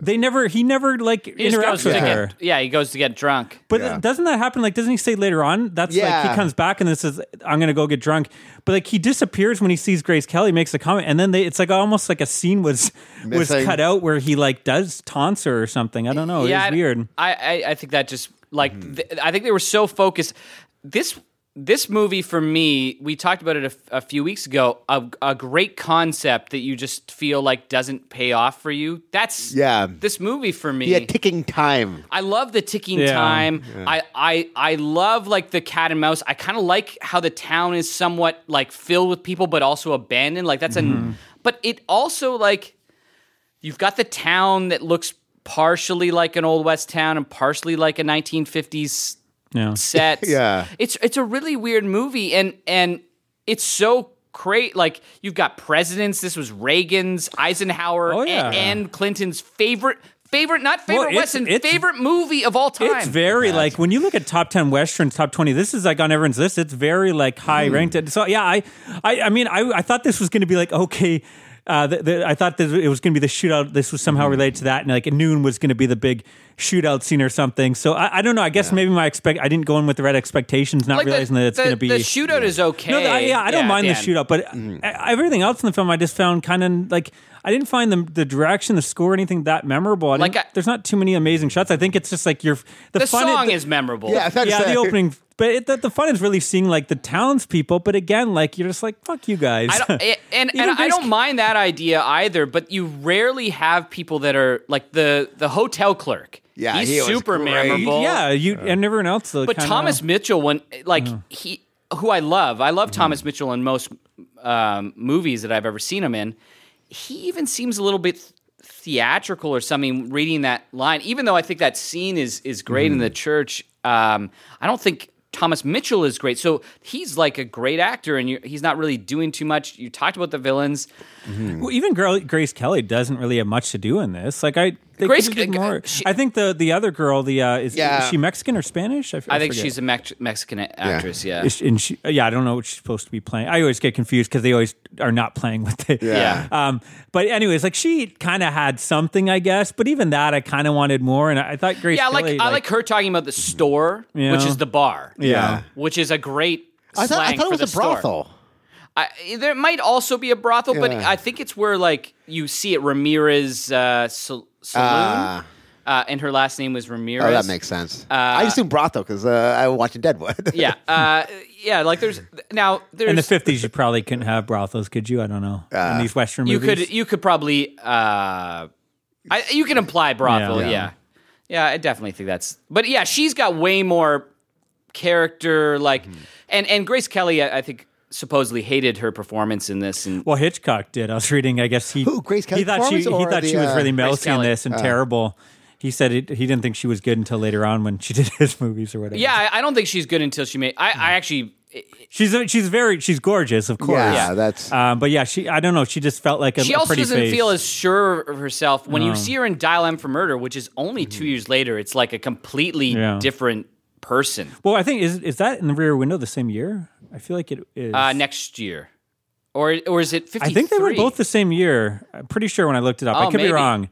Speaker 4: They never he never like
Speaker 1: he just
Speaker 4: interacts
Speaker 1: goes to
Speaker 4: with her.
Speaker 1: get, yeah, he goes to get drunk.
Speaker 4: But
Speaker 7: Yeah.
Speaker 4: doesn't that happen? Like, doesn't he say later on? That's like
Speaker 7: Yeah.
Speaker 4: he comes back and then says, "I'm gonna go get drunk." But like he disappears when he sees Grace Kelly makes a comment, and then they, it's like almost like a scene was was
Speaker 7: Missing.
Speaker 4: cut out where he like does taunts her or something. I don't know.
Speaker 1: yeah,
Speaker 4: Oh, it
Speaker 1: I-
Speaker 4: was weird. Mm-hmm.
Speaker 1: I, I I think that just like th- I think they were so focused. This this movie for me, we talked about it a, f- a few weeks ago. A, a great concept that you just feel like doesn't pay off for you. That's
Speaker 7: Yeah.
Speaker 1: This movie for me,
Speaker 7: he had ticking time.
Speaker 1: I love the ticking
Speaker 4: Yeah.
Speaker 1: time. I, I I love like the cat and mouse. I kind of like how the town is somewhat like filled with people, but also abandoned. Like that's
Speaker 4: Mm-hmm.
Speaker 1: a, but it also like you've got the town that looks partially like an old west town and partially like a 1950s
Speaker 4: Yeah.
Speaker 1: set.
Speaker 7: Yeah.
Speaker 1: It's it's a really weird movie and and it's so great like you've got presidents this was Reagan's Eisenhower
Speaker 4: Oh,
Speaker 1: a-
Speaker 4: yeah.
Speaker 1: and, Clinton's favorite favorite not
Speaker 4: Well,
Speaker 1: favorite
Speaker 4: it's-
Speaker 1: Western
Speaker 4: it's-
Speaker 1: favorite movie of all time
Speaker 4: It's very like when you look at top ten westerns, top twenty. This is like on everyone's list. It's very like high ranked. So yeah, I, I, I mean, I, I thought this was going to be like okay. Uh, the, the, I thought this, it was going to be the shootout. This was somehow related to that, and like noon was going to be the big shootout scene or something. So I, I don't know. I guess maybe my expect I didn't go in with the right expectations, not
Speaker 1: Like, the-
Speaker 4: realizing that it's
Speaker 1: the-
Speaker 4: going to be
Speaker 1: the shootout is okay
Speaker 4: no, I, yeah, I don't mind
Speaker 1: at
Speaker 4: the
Speaker 1: end.
Speaker 4: shootout, but
Speaker 1: Mm.
Speaker 4: e- everything else in the film, I just found kind of like I didn't find the the direction, the score, anything that memorable. I
Speaker 1: Like
Speaker 4: like,
Speaker 1: I-
Speaker 4: there's not too many amazing shots. I think it's just like your the,
Speaker 1: the
Speaker 4: fun
Speaker 1: song
Speaker 4: the-
Speaker 1: is memorable
Speaker 7: Yeah, I thought
Speaker 4: yeah,
Speaker 7: so.
Speaker 4: the opening. But it, the, the fun is really seeing like the townspeople. But again, like you're just like fuck you guys.
Speaker 1: I don't, and and,
Speaker 4: Even
Speaker 1: I
Speaker 4: Grace
Speaker 1: don't mind that idea either, but you rarely have people that are like the the hotel clerk.
Speaker 7: Yeah,
Speaker 1: he's
Speaker 7: he was
Speaker 1: super
Speaker 7: great.
Speaker 1: memorable.
Speaker 4: yeah, you and everyone else.
Speaker 1: but Thomas Mitchell, when like he, who I love, I love Thomas Mitchell in most um, movies that I've ever seen him in. He even seems a little bit theatrical or something. Reading that line, even though I think that scene is is great in the church, um, I don't think. Thomas Mitchell is great, so he's like a great actor, and you he's not really doing too much. You talked about the villains.
Speaker 4: Well, even girl, Grace Kelly doesn't really have much to do in this. Like I, they
Speaker 1: Grace-
Speaker 4: could've did
Speaker 1: uh,
Speaker 4: more.
Speaker 1: she-
Speaker 4: I think the the other girl, the uh, is,
Speaker 7: Yeah.
Speaker 4: is she Mexican or Spanish? I, f-
Speaker 1: I, think
Speaker 4: forget.
Speaker 1: she's a Mex- Mexican a- actress. Yeah,
Speaker 4: Is she- and she, yeah, I don't know what she's supposed to be playing. I always get confused because they always are not playing what they.
Speaker 1: Yeah.
Speaker 4: Um. But anyways, like she kind of had something, I guess. But even that, I kind of wanted more, and I, I thought Grace.
Speaker 1: yeah. I like
Speaker 4: Kelly,
Speaker 1: I like her talking about the store,
Speaker 4: Yeah.
Speaker 1: which is the bar.
Speaker 4: Yeah.
Speaker 1: which is a great.
Speaker 7: I thought, I
Speaker 1: slang
Speaker 7: thought
Speaker 1: for
Speaker 7: it was
Speaker 1: the
Speaker 7: a
Speaker 1: store.
Speaker 7: brothel. Oh,
Speaker 1: I, there might also be a brothel, but
Speaker 7: Yeah.
Speaker 1: I think it's where like you see it Ramirez uh, sal- saloon, uh,
Speaker 7: Ah.
Speaker 1: and her last name was Ramirez.
Speaker 7: Oh, that makes sense.
Speaker 1: uh,
Speaker 7: I assume brothel because uh, I was watching Deadwood.
Speaker 1: Yeah, uh, yeah. Like there's now there's
Speaker 4: In the fifties, you probably couldn't have brothels, could you? I don't know. in these Western
Speaker 1: Uh, you
Speaker 4: movies,
Speaker 1: could you could probably uh, I, you can imply brothel.
Speaker 4: Yeah.
Speaker 1: Yeah.
Speaker 4: Yeah.
Speaker 1: yeah, I definitely think that's. But yeah, she's got way more character. Like,
Speaker 4: Mm-hmm.
Speaker 1: and and Grace Kelly, I, I think supposedly hated her performance in this. And
Speaker 4: Well, Hitchcock did. I was reading. I guess he
Speaker 7: Who, Grace Kelly
Speaker 4: He thought she he
Speaker 7: performance or
Speaker 4: thought she
Speaker 7: the,
Speaker 4: was
Speaker 7: uh,
Speaker 4: really melty in
Speaker 1: Kelly.
Speaker 4: this and terrible. He said it, he didn't think she was good until later on when she did his movies or whatever.
Speaker 1: yeah, I, I don't think she's good until she made. I,
Speaker 4: Mm-hmm.
Speaker 1: I actually.
Speaker 4: she's she's very she's gorgeous, of course.
Speaker 7: Yeah, that's-
Speaker 4: Um, but yeah, she I don't know. She just felt like a,
Speaker 1: She
Speaker 4: a
Speaker 1: also
Speaker 4: pretty
Speaker 1: doesn't
Speaker 4: face.
Speaker 1: feel as sure of herself when you see her in Dial M for Murder, which is only two years later. It's like a completely
Speaker 4: Mm-hmm. Yeah.
Speaker 1: different person.
Speaker 4: well. I think is is that in the Rear Window the same year? I feel like it is.
Speaker 1: Uh, next year, or or is it fifty?
Speaker 4: I think they were both the same year. I'm pretty sure when I looked it up. I
Speaker 1: Oh,
Speaker 4: could
Speaker 1: maybe.
Speaker 4: be wrong.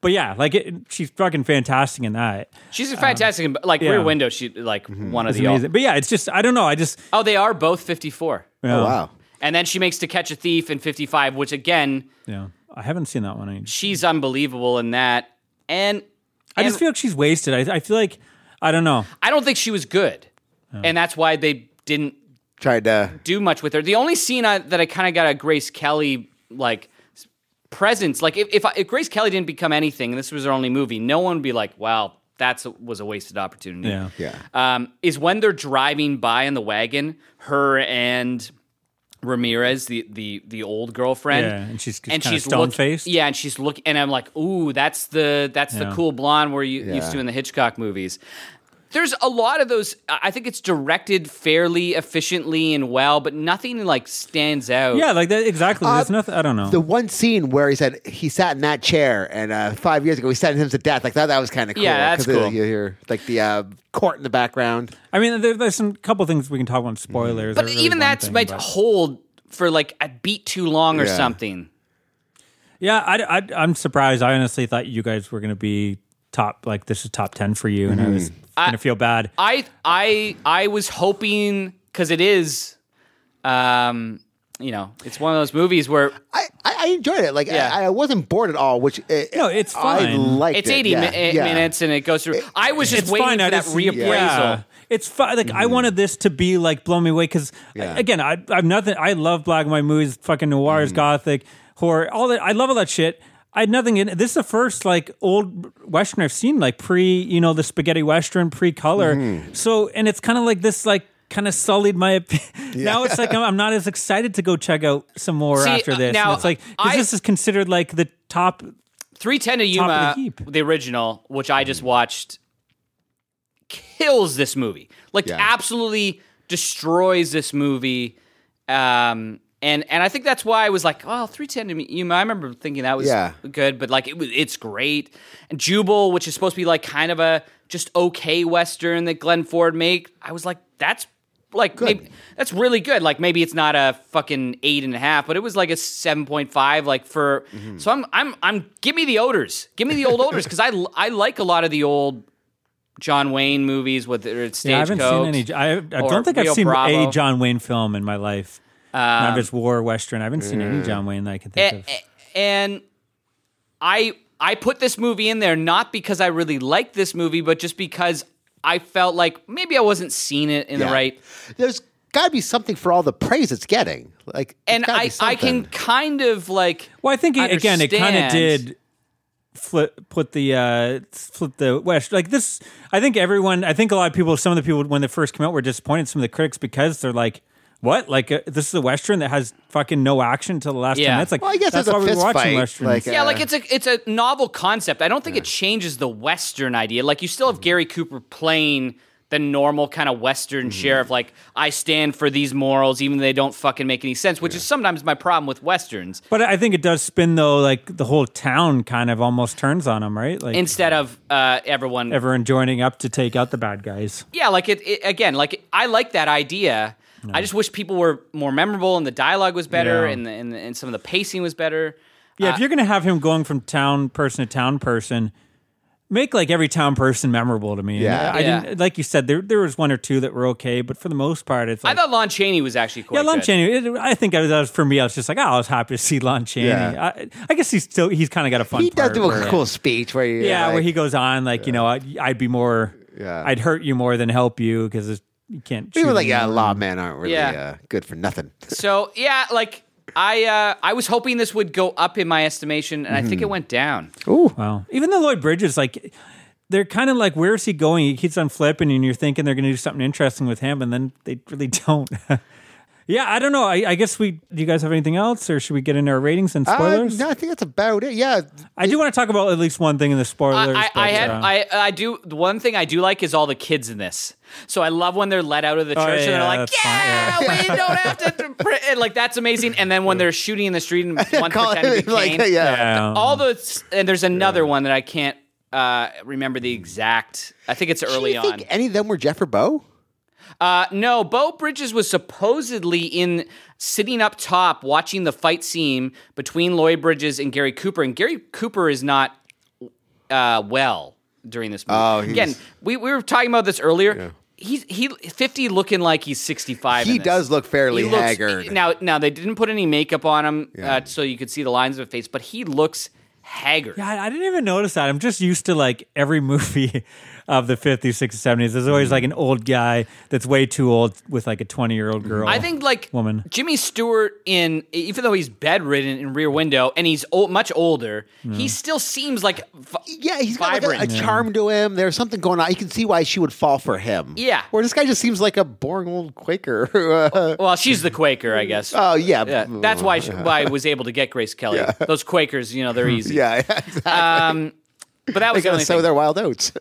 Speaker 4: But yeah, like it, she's fucking fantastic in that.
Speaker 1: She's a fantastic, but like
Speaker 4: Um, yeah.
Speaker 1: Rear Window. She like one of
Speaker 4: It's
Speaker 1: the. All,
Speaker 4: amazing. But yeah, it's just I don't know. I just
Speaker 1: oh, they are both fifty-four,
Speaker 4: yeah,
Speaker 7: Oh, wow.
Speaker 1: and then she makes To Catch a Thief in fifty-five, which again
Speaker 4: yeah. I haven't seen that one. I-
Speaker 1: she's unbelievable in that, and
Speaker 4: I just feel like she's wasted. I, I feel like I don't know.
Speaker 1: I don't think she was good.
Speaker 4: Oh.
Speaker 1: and that's why they didn't
Speaker 7: Tried to.
Speaker 1: do much with her. The only scene I, that I kind of got a Grace Kelly like s- presence, like if if, I, if Grace Kelly didn't become anything, and this was her only movie, no one would be like, "Wow, that's a, was a wasted opportunity."
Speaker 4: Yeah.
Speaker 7: Yeah.
Speaker 1: Um, is when they're driving by in the wagon, her and Ramirez, the the the old girlfriend,
Speaker 4: Yeah, and she's kinda stone-faced.
Speaker 1: Yeah, and she's look, and I'm like, "Ooh, that's the that's
Speaker 4: Yeah.
Speaker 1: the cool blonde we're u- used to in the Hitchcock movies." there's a lot of those i I think it's directed fairly efficiently and well but nothing like stands out
Speaker 4: Yeah, like that exactly. There's nothing. I don't know.
Speaker 7: The one scene where he said he sat in that chair, and uh, five years ago we sentenced him to death. Like that, that was kind of cool.
Speaker 1: Yeah, that's
Speaker 7: 'cause, uh,
Speaker 1: cool.
Speaker 7: You hear like the uh, court in the background.
Speaker 4: I mean, there, there's some couple things we can talk about spoilers.
Speaker 1: but
Speaker 4: are really
Speaker 1: even
Speaker 4: one
Speaker 1: that
Speaker 4: thing,
Speaker 1: might
Speaker 4: but-
Speaker 1: hold for like a beat too long or
Speaker 7: Yeah.
Speaker 1: something
Speaker 4: Yeah, I, I, am surprised. I honestly thought you guys were going to be top. Like this is top ten for you, and I was going to feel bad.
Speaker 1: i i i was hoping because it is um you know it's one of those movies where
Speaker 7: I, I, I enjoyed it. Like
Speaker 1: Yeah.
Speaker 7: I, I wasn't bored at all. Which uh,
Speaker 4: No, it's
Speaker 7: I
Speaker 4: fine.
Speaker 7: liked
Speaker 1: it's
Speaker 7: it.
Speaker 1: 80
Speaker 7: yeah.
Speaker 1: mi- eh,
Speaker 7: yeah.
Speaker 1: minutes and it goes through i was just waiting for that
Speaker 4: I just-
Speaker 1: reappraisal
Speaker 4: yeah. It's fine. Like I wanted this to be like blow me away because
Speaker 7: Yeah.
Speaker 4: again, I, I'm nothing. I love black and white movies, fucking noirs, gothic, horror, all that. I love all that shit. I had nothing in this. Is the first like old western I've seen, like pre, you know, the spaghetti western, pre color. So, and it's kind of like this, like kind of sullied my. Opinion. Now it's like I'm, I'm not as excited to go check out some more
Speaker 1: See,
Speaker 4: after
Speaker 1: uh,
Speaker 4: this. And
Speaker 1: now,
Speaker 4: it's like 'cause
Speaker 1: I-
Speaker 4: this is considered like the top.
Speaker 1: 310 to
Speaker 4: Top of the
Speaker 1: Yuma,
Speaker 4: heap.
Speaker 1: the, original, which I just watched, kills this movie. Like absolutely destroys this movie. Um, and and I think that's why I was like, oh, 310 to Yuma. I remember thinking that was
Speaker 7: Yeah.
Speaker 1: good, but like it was, it's great. And Jubal, which is supposed to be like kind of a just okay western that Glenn Ford make, I was like, that's like maybe, that's really good. Like maybe it's not a fucking eight and a half, but it was like a seven point five. Like for so I'm I'm I'm give me the odors, give me the old odors because I l- I like a lot of the old John Wayne movies with their
Speaker 4: Yeah, I haven't
Speaker 1: stagecoach.
Speaker 4: seen any. I, I
Speaker 1: or
Speaker 4: don't think I've
Speaker 1: Rio
Speaker 4: seen
Speaker 1: Bravo. Um,
Speaker 4: a John Wayne film in my life. Not just war western. I haven't seen any John Wayne that I can think of.
Speaker 1: A- a- and I I put this movie in there not because I really liked this movie, but just because I felt like maybe I wasn't seeing it in the
Speaker 7: Yeah.
Speaker 1: right.
Speaker 7: There's got to be something for all the praise it's getting. Like, there's
Speaker 1: And
Speaker 7: gotta be
Speaker 1: I I can
Speaker 7: something.
Speaker 1: kind of like
Speaker 4: Well, I think it, again, it kind of
Speaker 1: understand-
Speaker 4: did flip, put the uh, flip the west like this. I think everyone. I think a lot of people. Some of the people when they first came out were disappointed. Some of the critics because they're like. What like uh, this is a western that has fucking no action till the last
Speaker 1: Yeah.
Speaker 4: ten minutes? Like
Speaker 7: Well, I guess there's
Speaker 4: that's
Speaker 7: a
Speaker 4: why we were
Speaker 7: fist
Speaker 4: watching
Speaker 7: fight,
Speaker 4: westerns.
Speaker 7: like,
Speaker 1: Yeah,
Speaker 7: Uh,
Speaker 1: like it's a it's a novel concept. I don't think it changes the Western idea. Like you still
Speaker 7: Mm-hmm.
Speaker 1: have Gary Cooper playing the normal kind of Western
Speaker 7: Mm-hmm.
Speaker 1: sheriff. Like I stand for these morals, even though they don't fucking make any sense. Which is sometimes my problem with westerns.
Speaker 4: but I think it does spin though. Like the whole town kind of almost turns on him, right? Like
Speaker 1: Instead of uh, everyone
Speaker 4: everyone joining up to take out the bad guys.
Speaker 1: yeah, like it, it again. Like I like that idea. I just wish people were more memorable and the dialogue was better
Speaker 4: Yeah.
Speaker 1: and, the, and the- and some of the pacing was better. Uh,
Speaker 4: Yeah, if you're gonna have him going from town person to town person, make like every town person memorable to me. And
Speaker 7: Yeah.
Speaker 4: I, I
Speaker 1: Yeah.
Speaker 4: didn't like you said there there was one or two that were okay, but for the most part, it's
Speaker 1: I
Speaker 4: like
Speaker 1: thought Lon Chaney was actually quite
Speaker 4: yeah, Lon
Speaker 1: good.
Speaker 4: Chaney. it- I think I was, that was for me. I was just like, oh, I was happy to see Lon Chaney.
Speaker 7: Yeah.
Speaker 4: I, I guess he's still he's kind of got a fun.
Speaker 7: He does
Speaker 4: part
Speaker 7: do
Speaker 4: where-
Speaker 7: a cool speech where you,
Speaker 4: yeah,
Speaker 7: like,
Speaker 4: where he goes on like you know I, I'd be more
Speaker 7: Yeah.
Speaker 4: I'd hurt you more than help you because you can't.
Speaker 7: we were
Speaker 4: shoot
Speaker 7: like, yeah,
Speaker 4: anyone.
Speaker 7: lawmen aren't really
Speaker 1: Yeah.
Speaker 7: uh, good for nothing.
Speaker 1: So yeah, like I uh, I was hoping this would go up in my estimation, and I
Speaker 4: Mm-hmm.
Speaker 1: think it went down.
Speaker 4: Wow. Even though Lloyd Bridges, like, they're kind of like, where is he going? He keeps on flipping, and you're thinking they're going to do something interesting with him, and then they really don't. yeah, I don't know. I, I guess we. Do you guys have anything else, or should we get into our ratings and
Speaker 7: Uh,
Speaker 4: spoilers?
Speaker 7: no, I think that's about it. Yeah,
Speaker 4: I do want to talk about at least one thing in the spoilers.
Speaker 1: I, I, I
Speaker 4: but,
Speaker 1: had
Speaker 4: uh,
Speaker 1: I I do the one thing I do like is all the kids in this. So I love when they're let out of the
Speaker 4: Oh,
Speaker 1: church and
Speaker 4: yeah,
Speaker 1: they're like,
Speaker 4: that's fine,
Speaker 1: "Yeah, we don't have to," th- pr- and, like that's amazing. And then when they're shooting in the street and one
Speaker 7: Call
Speaker 1: pretending to
Speaker 7: it
Speaker 1: be
Speaker 7: like,
Speaker 1: Kane,
Speaker 7: yeah.
Speaker 4: um,
Speaker 1: all the and there's another one that I can't uh, remember the exact. I think it's early
Speaker 7: do you
Speaker 1: on.
Speaker 7: think any of them were Jeff or Bo?
Speaker 1: Uh, no, Bo Bridges was supposedly in sitting up top watching the fight scene between Lloyd Bridges and Gary Cooper, and Gary Cooper is not uh, well during this movie.
Speaker 7: Oh, he's-
Speaker 1: Again, we, we were talking about this earlier. He's he fifty looking like he's sixty five.
Speaker 7: He does look fairly
Speaker 1: he looks,
Speaker 7: haggard.
Speaker 1: Now now they didn't put any makeup on him, uh, so you could see the lines of his face, but he looks haggard.
Speaker 4: God, I didn't even notice that. I'm just used to like every movie. of the 50s, 60s, 70s. There's always like an old guy that's way too old with like a 20 year old girl.
Speaker 1: I think like
Speaker 4: Oh, woman.
Speaker 1: Jimmy Stewart in even though he's bedridden in Rear Window and he's old, much older, he still seems like v-
Speaker 7: Yeah, he's got like,
Speaker 1: vibrant.
Speaker 7: a, a charm to him. There's something going on. You can see why she would fall for him.
Speaker 1: Yeah.
Speaker 7: Where this guy just seems like a boring old Quaker. who, uh,
Speaker 1: well, she's the Quaker, I guess.
Speaker 7: oh yeah.
Speaker 1: yeah, that's why, she, why I was able to get Grace Kelly. Those Quakers, you know, they're easy.
Speaker 7: Yeah, exactly.
Speaker 1: Um, but
Speaker 7: they
Speaker 1: that was the
Speaker 7: gotta
Speaker 1: only
Speaker 7: sow
Speaker 1: thing.
Speaker 7: their wild oats.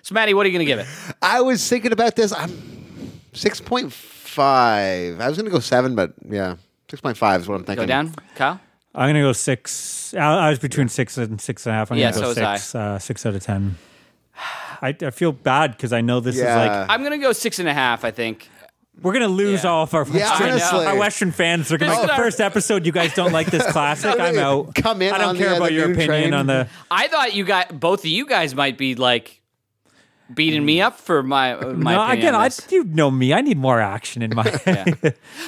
Speaker 1: So, Maddie, what are you going to give it?
Speaker 7: I was thinking about this. I'm six point five. I was gonna go seven, but yeah, six point five is what I'm
Speaker 1: Go
Speaker 7: thinking.
Speaker 1: down, Kyle.
Speaker 4: I'm gonna go six. I I was between six and six and a half. I'm
Speaker 1: Yeah,
Speaker 4: gonna go
Speaker 1: so was
Speaker 4: six. Uh, six out of ten. I, I feel bad because I know this
Speaker 7: Yeah.
Speaker 4: is like
Speaker 1: I'm going to go six and a half. I think.
Speaker 4: we're gonna lose
Speaker 1: Yeah.
Speaker 4: all of our
Speaker 7: Yeah,
Speaker 4: Western,
Speaker 7: honestly.
Speaker 4: our Western fans. They're gonna
Speaker 1: This
Speaker 4: like,
Speaker 1: is
Speaker 4: the
Speaker 1: our-
Speaker 4: first episode. You guys don't like this classic. I'm out.
Speaker 7: Come in
Speaker 4: I don't
Speaker 7: on
Speaker 4: care
Speaker 7: the-
Speaker 4: about
Speaker 7: the
Speaker 4: your
Speaker 7: noon
Speaker 4: opinion
Speaker 7: train.
Speaker 4: on the.
Speaker 1: I thought you got both of you guys might be like beating me up for my uh, my
Speaker 4: no,
Speaker 1: opinion
Speaker 4: again,
Speaker 1: on
Speaker 4: I,
Speaker 1: this.
Speaker 4: you know me. I need more action in my.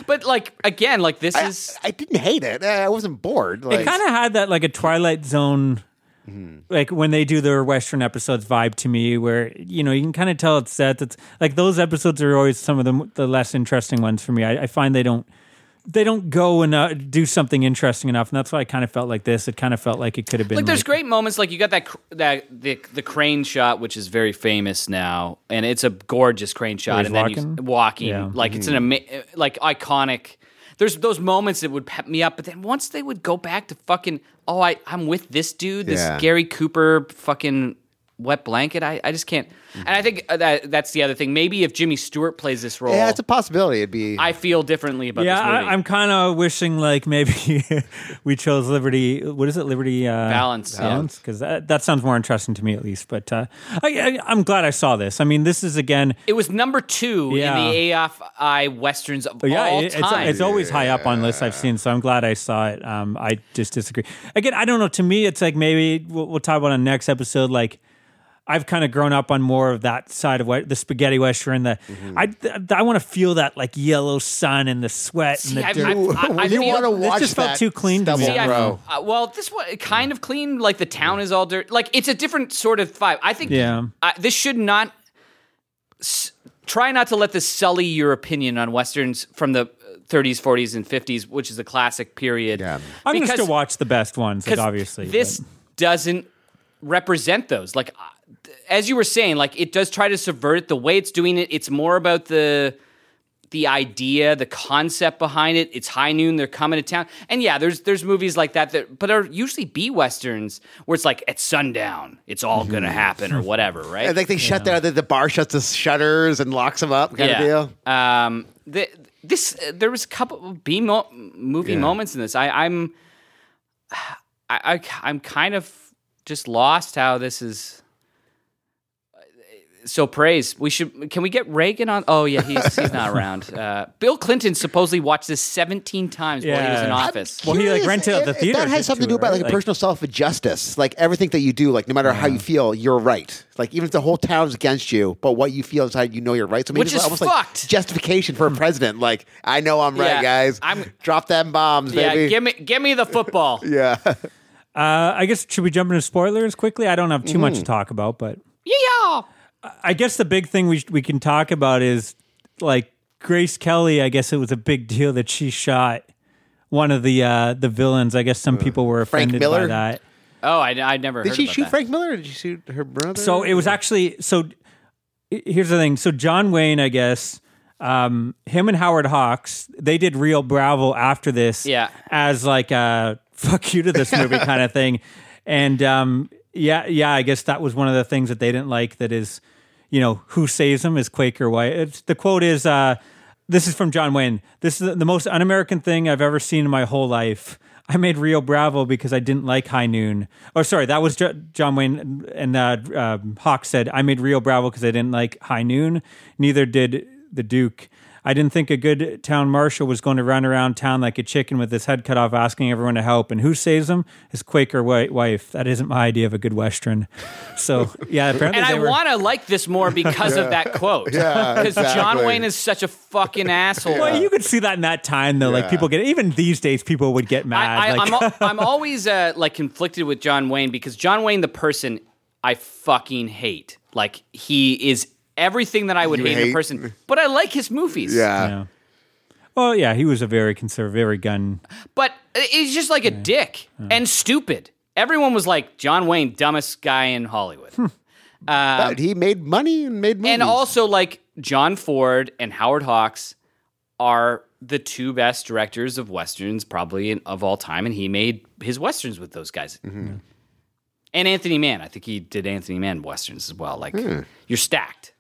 Speaker 1: But like again, like this is
Speaker 7: I didn't hate it. I wasn't bored. Like,
Speaker 4: It kind of had that like a Twilight Zone, like when they do their Western episodes vibe to me, where you know you can kind of tell it's set. That's like those episodes are always some of the the less interesting ones for me. I, I find they don't they don't go and uh, do something interesting enough, and that's why I kind of felt like this. It kind of felt like it could have been
Speaker 1: like there's
Speaker 4: like-
Speaker 1: great moments like you got that cr- that the the crane shot which is very famous now and it's a gorgeous crane shot
Speaker 4: he's
Speaker 1: and then
Speaker 4: walking?
Speaker 1: you walking
Speaker 4: Yeah.
Speaker 1: like it's an ama- like iconic there's those moments that would pep me up but then once they would go back to fucking oh I I'm with this dude this
Speaker 7: Yeah.
Speaker 1: Gary Cooper fucking wet blanket I, I just can't and I think uh, that that's the other thing maybe if Jimmy Stewart plays this role
Speaker 7: yeah, it's a possibility. It'd be.
Speaker 1: I feel differently about
Speaker 4: Yeah,
Speaker 1: this movie
Speaker 4: I, I'm kind of wishing like maybe we chose Liberty. What is it, Liberty uh,
Speaker 1: Balance, yeah.
Speaker 4: Balance, because that, that sounds more interesting to me at least. But uh, I, I, I'm glad I saw this. I mean, this is again
Speaker 1: it was number two
Speaker 4: Yeah.
Speaker 1: in the AFI westerns of
Speaker 4: But yeah,
Speaker 1: all
Speaker 4: it- it's,
Speaker 1: time
Speaker 4: it's always high up on lists I've seen, so I'm glad I saw it. Um, I just disagree. Again, I don't know. To me, it's like maybe we'll, we'll talk about on next episode. Like I've kind of grown up on more of that side of what the spaghetti western. The
Speaker 1: Mm-hmm.
Speaker 4: I th- I want to feel that like yellow sun and the sweat and the
Speaker 1: I've-
Speaker 4: dirt.
Speaker 1: I've-
Speaker 7: Ooh,
Speaker 1: I- I
Speaker 7: you
Speaker 1: feel-
Speaker 7: want to
Speaker 1: This
Speaker 7: watch
Speaker 4: just felt
Speaker 7: that
Speaker 4: too clean to me.
Speaker 7: stubble
Speaker 1: See, I-
Speaker 7: grow.
Speaker 1: uh, well, this one kind of clean. Like the town is all dirt. Like it's a different sort of vibe. I think.
Speaker 4: Yeah.
Speaker 1: I- this should not. s- try not to let this sully your opinion on westerns from the 30s, 40s, and 50s, which is the classic period. Yeah.
Speaker 4: I'm gonna still watch the best ones, like,
Speaker 1: Because
Speaker 4: obviously.
Speaker 1: this
Speaker 4: but-
Speaker 1: doesn't represent those like uh, th- as you were saying like it does try to subvert it the way it's doing it it's more about the the idea the concept behind it it's high noon they're coming to town and yeah there's there's movies like that that but are usually b westerns where it's like at sundown it's all
Speaker 4: Mm-hmm.
Speaker 1: gonna happen or whatever right
Speaker 7: I think they shut the, the the bar shuts the shutters and locks them up kind of deal.
Speaker 1: um, the, this uh, there was a couple of B mo- movie moments in this. I, I'm, I, I, I'm kind of just lost how this is so praised. We should can we get Reagan on? Oh yeah, he's he's not around. Uh, Bill Clinton supposedly watched this 17 times while he was in
Speaker 4: Yeah.
Speaker 1: office.
Speaker 4: Well, he, like,
Speaker 7: Curious
Speaker 4: rented out the
Speaker 7: if- if
Speaker 4: theater
Speaker 7: That has
Speaker 4: just
Speaker 7: something to
Speaker 4: to
Speaker 7: do
Speaker 4: it,
Speaker 7: about like
Speaker 4: right?
Speaker 7: a personal self justice. Like everything that you do, like no matter how you feel, you're right. Like even if the whole town's against you, but what you feel inside, you know you're right. So maybe
Speaker 1: Which
Speaker 7: it's
Speaker 1: is
Speaker 7: almost
Speaker 1: fucked.
Speaker 7: like justification for a president. Like I know I'm
Speaker 1: Yeah,
Speaker 7: right, guys.
Speaker 1: I'm-
Speaker 7: drop them bombs,
Speaker 1: yeah,
Speaker 7: baby.
Speaker 1: give me give me the football. yeah,
Speaker 7: yeah.
Speaker 4: Uh, I guess should we jump into spoilers quickly? I don't have too
Speaker 1: Mm-hmm.
Speaker 4: much to talk about, but
Speaker 1: yeah.
Speaker 4: I guess the big thing we sh- we can talk about is like Grace Kelly. I guess it was a big deal that she shot one of the uh, the villains. I guess some people were
Speaker 7: Frank
Speaker 4: offended by
Speaker 7: Miller?
Speaker 4: that.
Speaker 1: Oh, I I never
Speaker 7: Did
Speaker 1: heard
Speaker 7: she
Speaker 1: about
Speaker 7: shoot
Speaker 1: that.
Speaker 7: Frank Miller or did she shoot her brother?
Speaker 4: So it was actually so. h- Here's the thing. So John Wayne, I guess, um, him and Howard Hawks, they did Rio Bravo after this,
Speaker 1: Yeah.
Speaker 4: as like a fuck you to this movie kind of thing, and um, yeah, yeah, I guess that was one of the things that they didn't like. That is, you know, who saves them is Quaker White. It's, the quote is, uh, "This is from John Wayne. This is the most un-American thing I've ever seen in my whole life." I made Rio Bravo because I didn't like High Noon. Or sorry, that was Jo- John Wayne and uh, um, Hawk said I made Rio Bravo because I didn't like High Noon. Neither did the Duke. I didn't think a good town marshal was going to run around town like a chicken with his head cut off, asking everyone to help. And who saves him? His Quaker white wife. That isn't my idea of a good Western. So yeah, apparently
Speaker 1: And
Speaker 4: they
Speaker 1: I
Speaker 4: were.
Speaker 1: want to like this more because of that quote. Yeah, because John
Speaker 7: exactly.
Speaker 1: Wayne is such a fucking asshole.
Speaker 4: well, you could see that in that time though. Like people get even these days, people would get mad.
Speaker 1: I, I,
Speaker 4: like,
Speaker 1: I'm, al- I'm always uh, like conflicted with John Wayne because John Wayne, the person, I fucking hate. Like he is everything that I would
Speaker 7: You
Speaker 1: hate, in
Speaker 7: hate-
Speaker 1: a person, but I like his movies.
Speaker 7: Yeah.
Speaker 4: Well, "Oh, yeah, he was a very conservative, very gun.
Speaker 1: But he's just like a dick and stupid. Everyone was like John Wayne, dumbest guy in Hollywood.
Speaker 7: But he made money and made movies.
Speaker 1: uh, And also, like John Ford and Howard Hawks are the two best directors of westerns probably in, of all time, and he made his westerns with those guys.
Speaker 4: Mm-hmm.
Speaker 1: And Anthony Mann, I think he did Anthony Mann westerns as well. Like
Speaker 4: Hmm.
Speaker 1: you're stacked.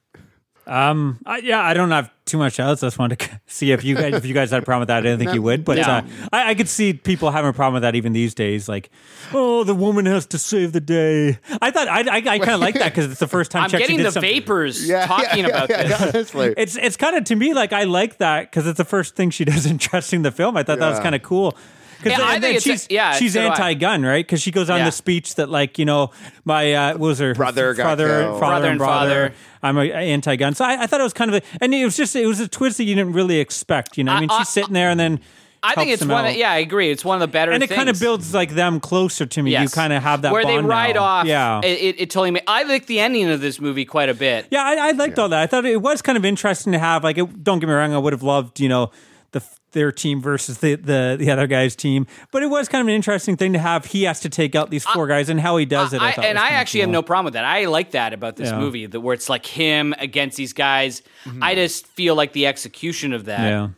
Speaker 4: Um, I, yeah, I don't have too much else. I just wanted to see if you guys, if you guys had a problem with that. I didn't think you would, but
Speaker 1: No.
Speaker 4: uh, I, I could see people having a problem with that even these days. Like, oh, the woman has to save the day. I thought I, I, I kind of like that because it's the first time
Speaker 1: I'm
Speaker 4: she actually
Speaker 1: getting
Speaker 4: did
Speaker 1: the
Speaker 4: something-
Speaker 1: vapors talking about
Speaker 7: yeah,
Speaker 1: this.
Speaker 7: Honestly.
Speaker 4: It's it's kind of to me like I like that because it's the first thing she does in dressing the film. I thought that was
Speaker 7: Yeah.
Speaker 4: kind of cool. Because
Speaker 1: Yeah, I think it's-
Speaker 4: she's
Speaker 1: yeah,
Speaker 4: she's
Speaker 1: so do I.
Speaker 4: anti-gun, right? Because she goes on
Speaker 1: Yeah.
Speaker 4: the speech that like you know my uh, what was her
Speaker 7: Brother got
Speaker 4: father,
Speaker 7: killed.
Speaker 4: father,
Speaker 1: Brother
Speaker 4: and
Speaker 1: and
Speaker 4: brother.
Speaker 1: father.
Speaker 4: I'm a, anti-gun, so I, I thought it was kind of a, and it was just it was a twist that you didn't really expect. You know, I mean,
Speaker 1: I-
Speaker 4: she's sitting there and then
Speaker 1: I think
Speaker 4: helps
Speaker 1: it's
Speaker 4: him
Speaker 1: one.
Speaker 4: out.
Speaker 1: Of, yeah, I agree. It's one of the better.
Speaker 4: and it kind of
Speaker 1: things.
Speaker 4: builds like them closer to me. You
Speaker 1: Yes.
Speaker 4: kind of have that
Speaker 1: where they
Speaker 4: bond
Speaker 1: ride
Speaker 4: now.
Speaker 1: off.
Speaker 4: Yeah,
Speaker 1: it, it, it totally. Ma- I like the ending of this movie quite a bit.
Speaker 4: Yeah, I, I liked all that. I thought it was kind of interesting to have. Like, it, don't get me wrong, I would have loved, you know, the their team versus the, the the other guy's team. But it was kind of an interesting thing to have. He has to take out these four guys, and how he does it. I,
Speaker 1: I-
Speaker 4: thought
Speaker 1: and
Speaker 4: was
Speaker 1: I
Speaker 4: kinda
Speaker 1: actually have
Speaker 4: cool.
Speaker 1: no problem with that. I like that about this
Speaker 4: Yeah. Mm-hmm.
Speaker 1: movie, that where it's like him against these guys. I just feel like the execution of that,
Speaker 4: Yeah,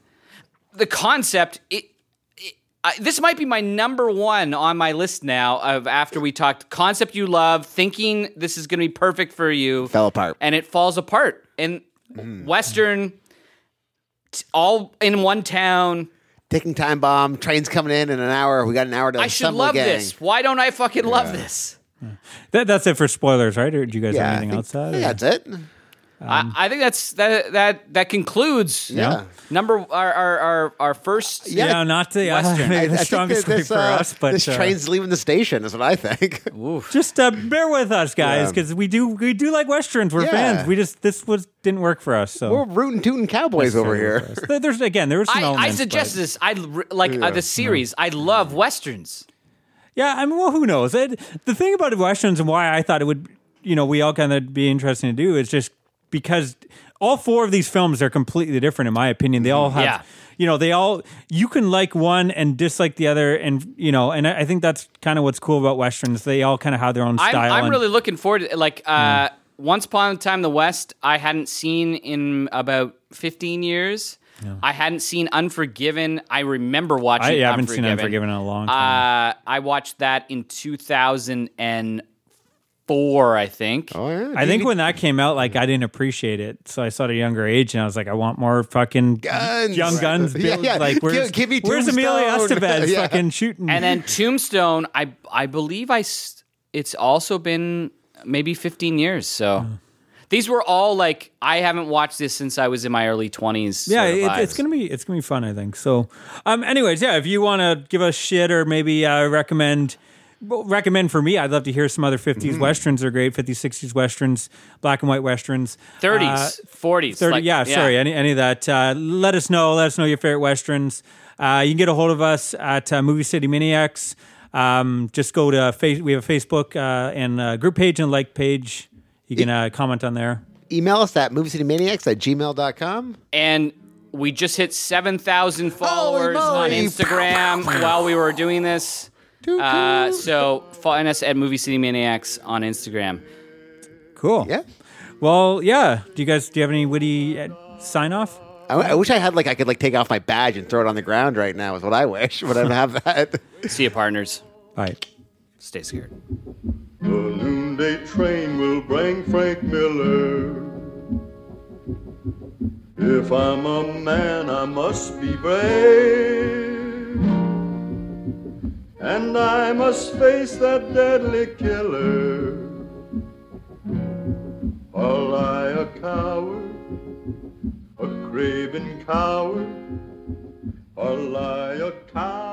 Speaker 1: the concept. It, it- I, this might be my number one on my list now. Of after we talked, concept you love, thinking this is going to be perfect for you,
Speaker 7: Fell apart.
Speaker 1: and it falls apart. And
Speaker 7: Mm.
Speaker 1: Western, t- all in one town.
Speaker 7: Ticking time bomb. Train's coming in in an hour. We got an hour to
Speaker 1: I should
Speaker 7: assemble
Speaker 1: love
Speaker 7: gang.
Speaker 1: this. Why don't I fucking love this?
Speaker 4: that, that's it for spoilers, right? Or do you guys
Speaker 7: Yeah,
Speaker 4: have
Speaker 7: I
Speaker 4: anything
Speaker 7: think-
Speaker 4: else? to add,
Speaker 7: I think
Speaker 4: or-
Speaker 7: that's it.
Speaker 4: Um,
Speaker 1: I, I think that's that that that concludes
Speaker 7: Yeah.
Speaker 1: number our our our, our first
Speaker 4: yeah,
Speaker 7: Yeah.
Speaker 4: not the, uh,
Speaker 1: Western.
Speaker 4: maybe
Speaker 7: I- I
Speaker 4: the
Speaker 7: think
Speaker 4: strongest
Speaker 7: that
Speaker 4: way
Speaker 7: this,
Speaker 4: for
Speaker 7: uh,
Speaker 4: us, but
Speaker 7: this
Speaker 4: uh,
Speaker 7: train's leaving the station is what I think.
Speaker 4: just uh, bear with us, guys,
Speaker 7: Yeah.
Speaker 4: because we do we do like westerns. We're
Speaker 7: Yeah.
Speaker 4: fans. We just this was didn't work for us. So
Speaker 7: We're rooting tooting cowboys over
Speaker 4: Sorry,
Speaker 7: here.
Speaker 4: Chris. There- There's again, there was some
Speaker 1: I, I
Speaker 4: elements,
Speaker 1: suggest
Speaker 4: but-
Speaker 1: this. I r- like uh, the series. I love westerns.
Speaker 4: Yeah, I mean, well, who knows? It, the thing about westerns and why I thought it would, you know, we all kind of be interesting to do is just because all four of these films are completely different, in my opinion. They all have,
Speaker 1: Mm-hmm. Yeah.
Speaker 4: you know, they all you can like one and dislike the other, and you know, and I, I think that's kind of what's cool about westerns. They all kind of have their own
Speaker 1: I'm
Speaker 4: style.
Speaker 1: I'm
Speaker 4: and-
Speaker 1: really looking forward to like uh, Once Upon a Time in the West. I hadn't seen in about 15 years. I hadn't seen Unforgiven. I remember watching.
Speaker 4: I- yeah, I haven't seen
Speaker 1: Unforgiven.
Speaker 4: Unforgiven in a long
Speaker 1: Uh, I watched that in 2004, I think.
Speaker 7: Oh, yeah.
Speaker 4: I think when that came out, like I didn't appreciate it, so I saw it at a younger age, and I was like, I want more fucking
Speaker 7: Guns.
Speaker 4: young guns.
Speaker 7: Yeah,
Speaker 4: Bill-
Speaker 7: yeah.
Speaker 4: Like,
Speaker 7: Give-
Speaker 4: where's,
Speaker 7: give me
Speaker 4: where's Emilio
Speaker 7: Tombstone.
Speaker 4: Estevez
Speaker 7: Yeah.
Speaker 4: fucking shooting?
Speaker 1: And then Tombstone, I I believe I s- it's also been maybe 15 years. So these were all like I haven't watched this since I was in my early 20s.
Speaker 4: yeah,
Speaker 1: sort of
Speaker 4: it, it's
Speaker 1: vibes.
Speaker 4: gonna be it's gonna be fun, I think. So, um, anyways, yeah, if you want to give us shit or maybe uh, recommend well, recommend for me, I'd love to hear some other 50s
Speaker 1: Mm-hmm.
Speaker 4: westerns are great, 50s, 60s westerns, black and white westerns,
Speaker 1: 30s, 40s.
Speaker 4: 30
Speaker 1: like-
Speaker 4: uh, yeah, sorry any, any of that uh, let us know let us know your favorite westerns uh, you can get a hold of us at uh, movie city maniacs um, just go to face we have a facebook uh, and uh, group page and like page you can uh, comment on there
Speaker 7: Email us at moviecitymaniacs at gmail.com.
Speaker 1: And we just hit 7,000 followers on
Speaker 7: moly.
Speaker 1: Instagram while we were doing this. Uh, so find us at Movie City Maniacs on Instagram.
Speaker 4: cool
Speaker 7: Yeah.
Speaker 4: well yeah do you guys do you have any witty uh, sign off
Speaker 7: I, I wish I had like I could like take off my badge and throw it on the ground right now is what I wish, but I don't have that.
Speaker 1: See you, partners.
Speaker 4: all right
Speaker 1: Stay scared.
Speaker 2: The noonday train will bring Frank Miller. If I'm a man, I must be brave. And I must face that deadly killer. Are I a coward? A craven coward? Are I a coward?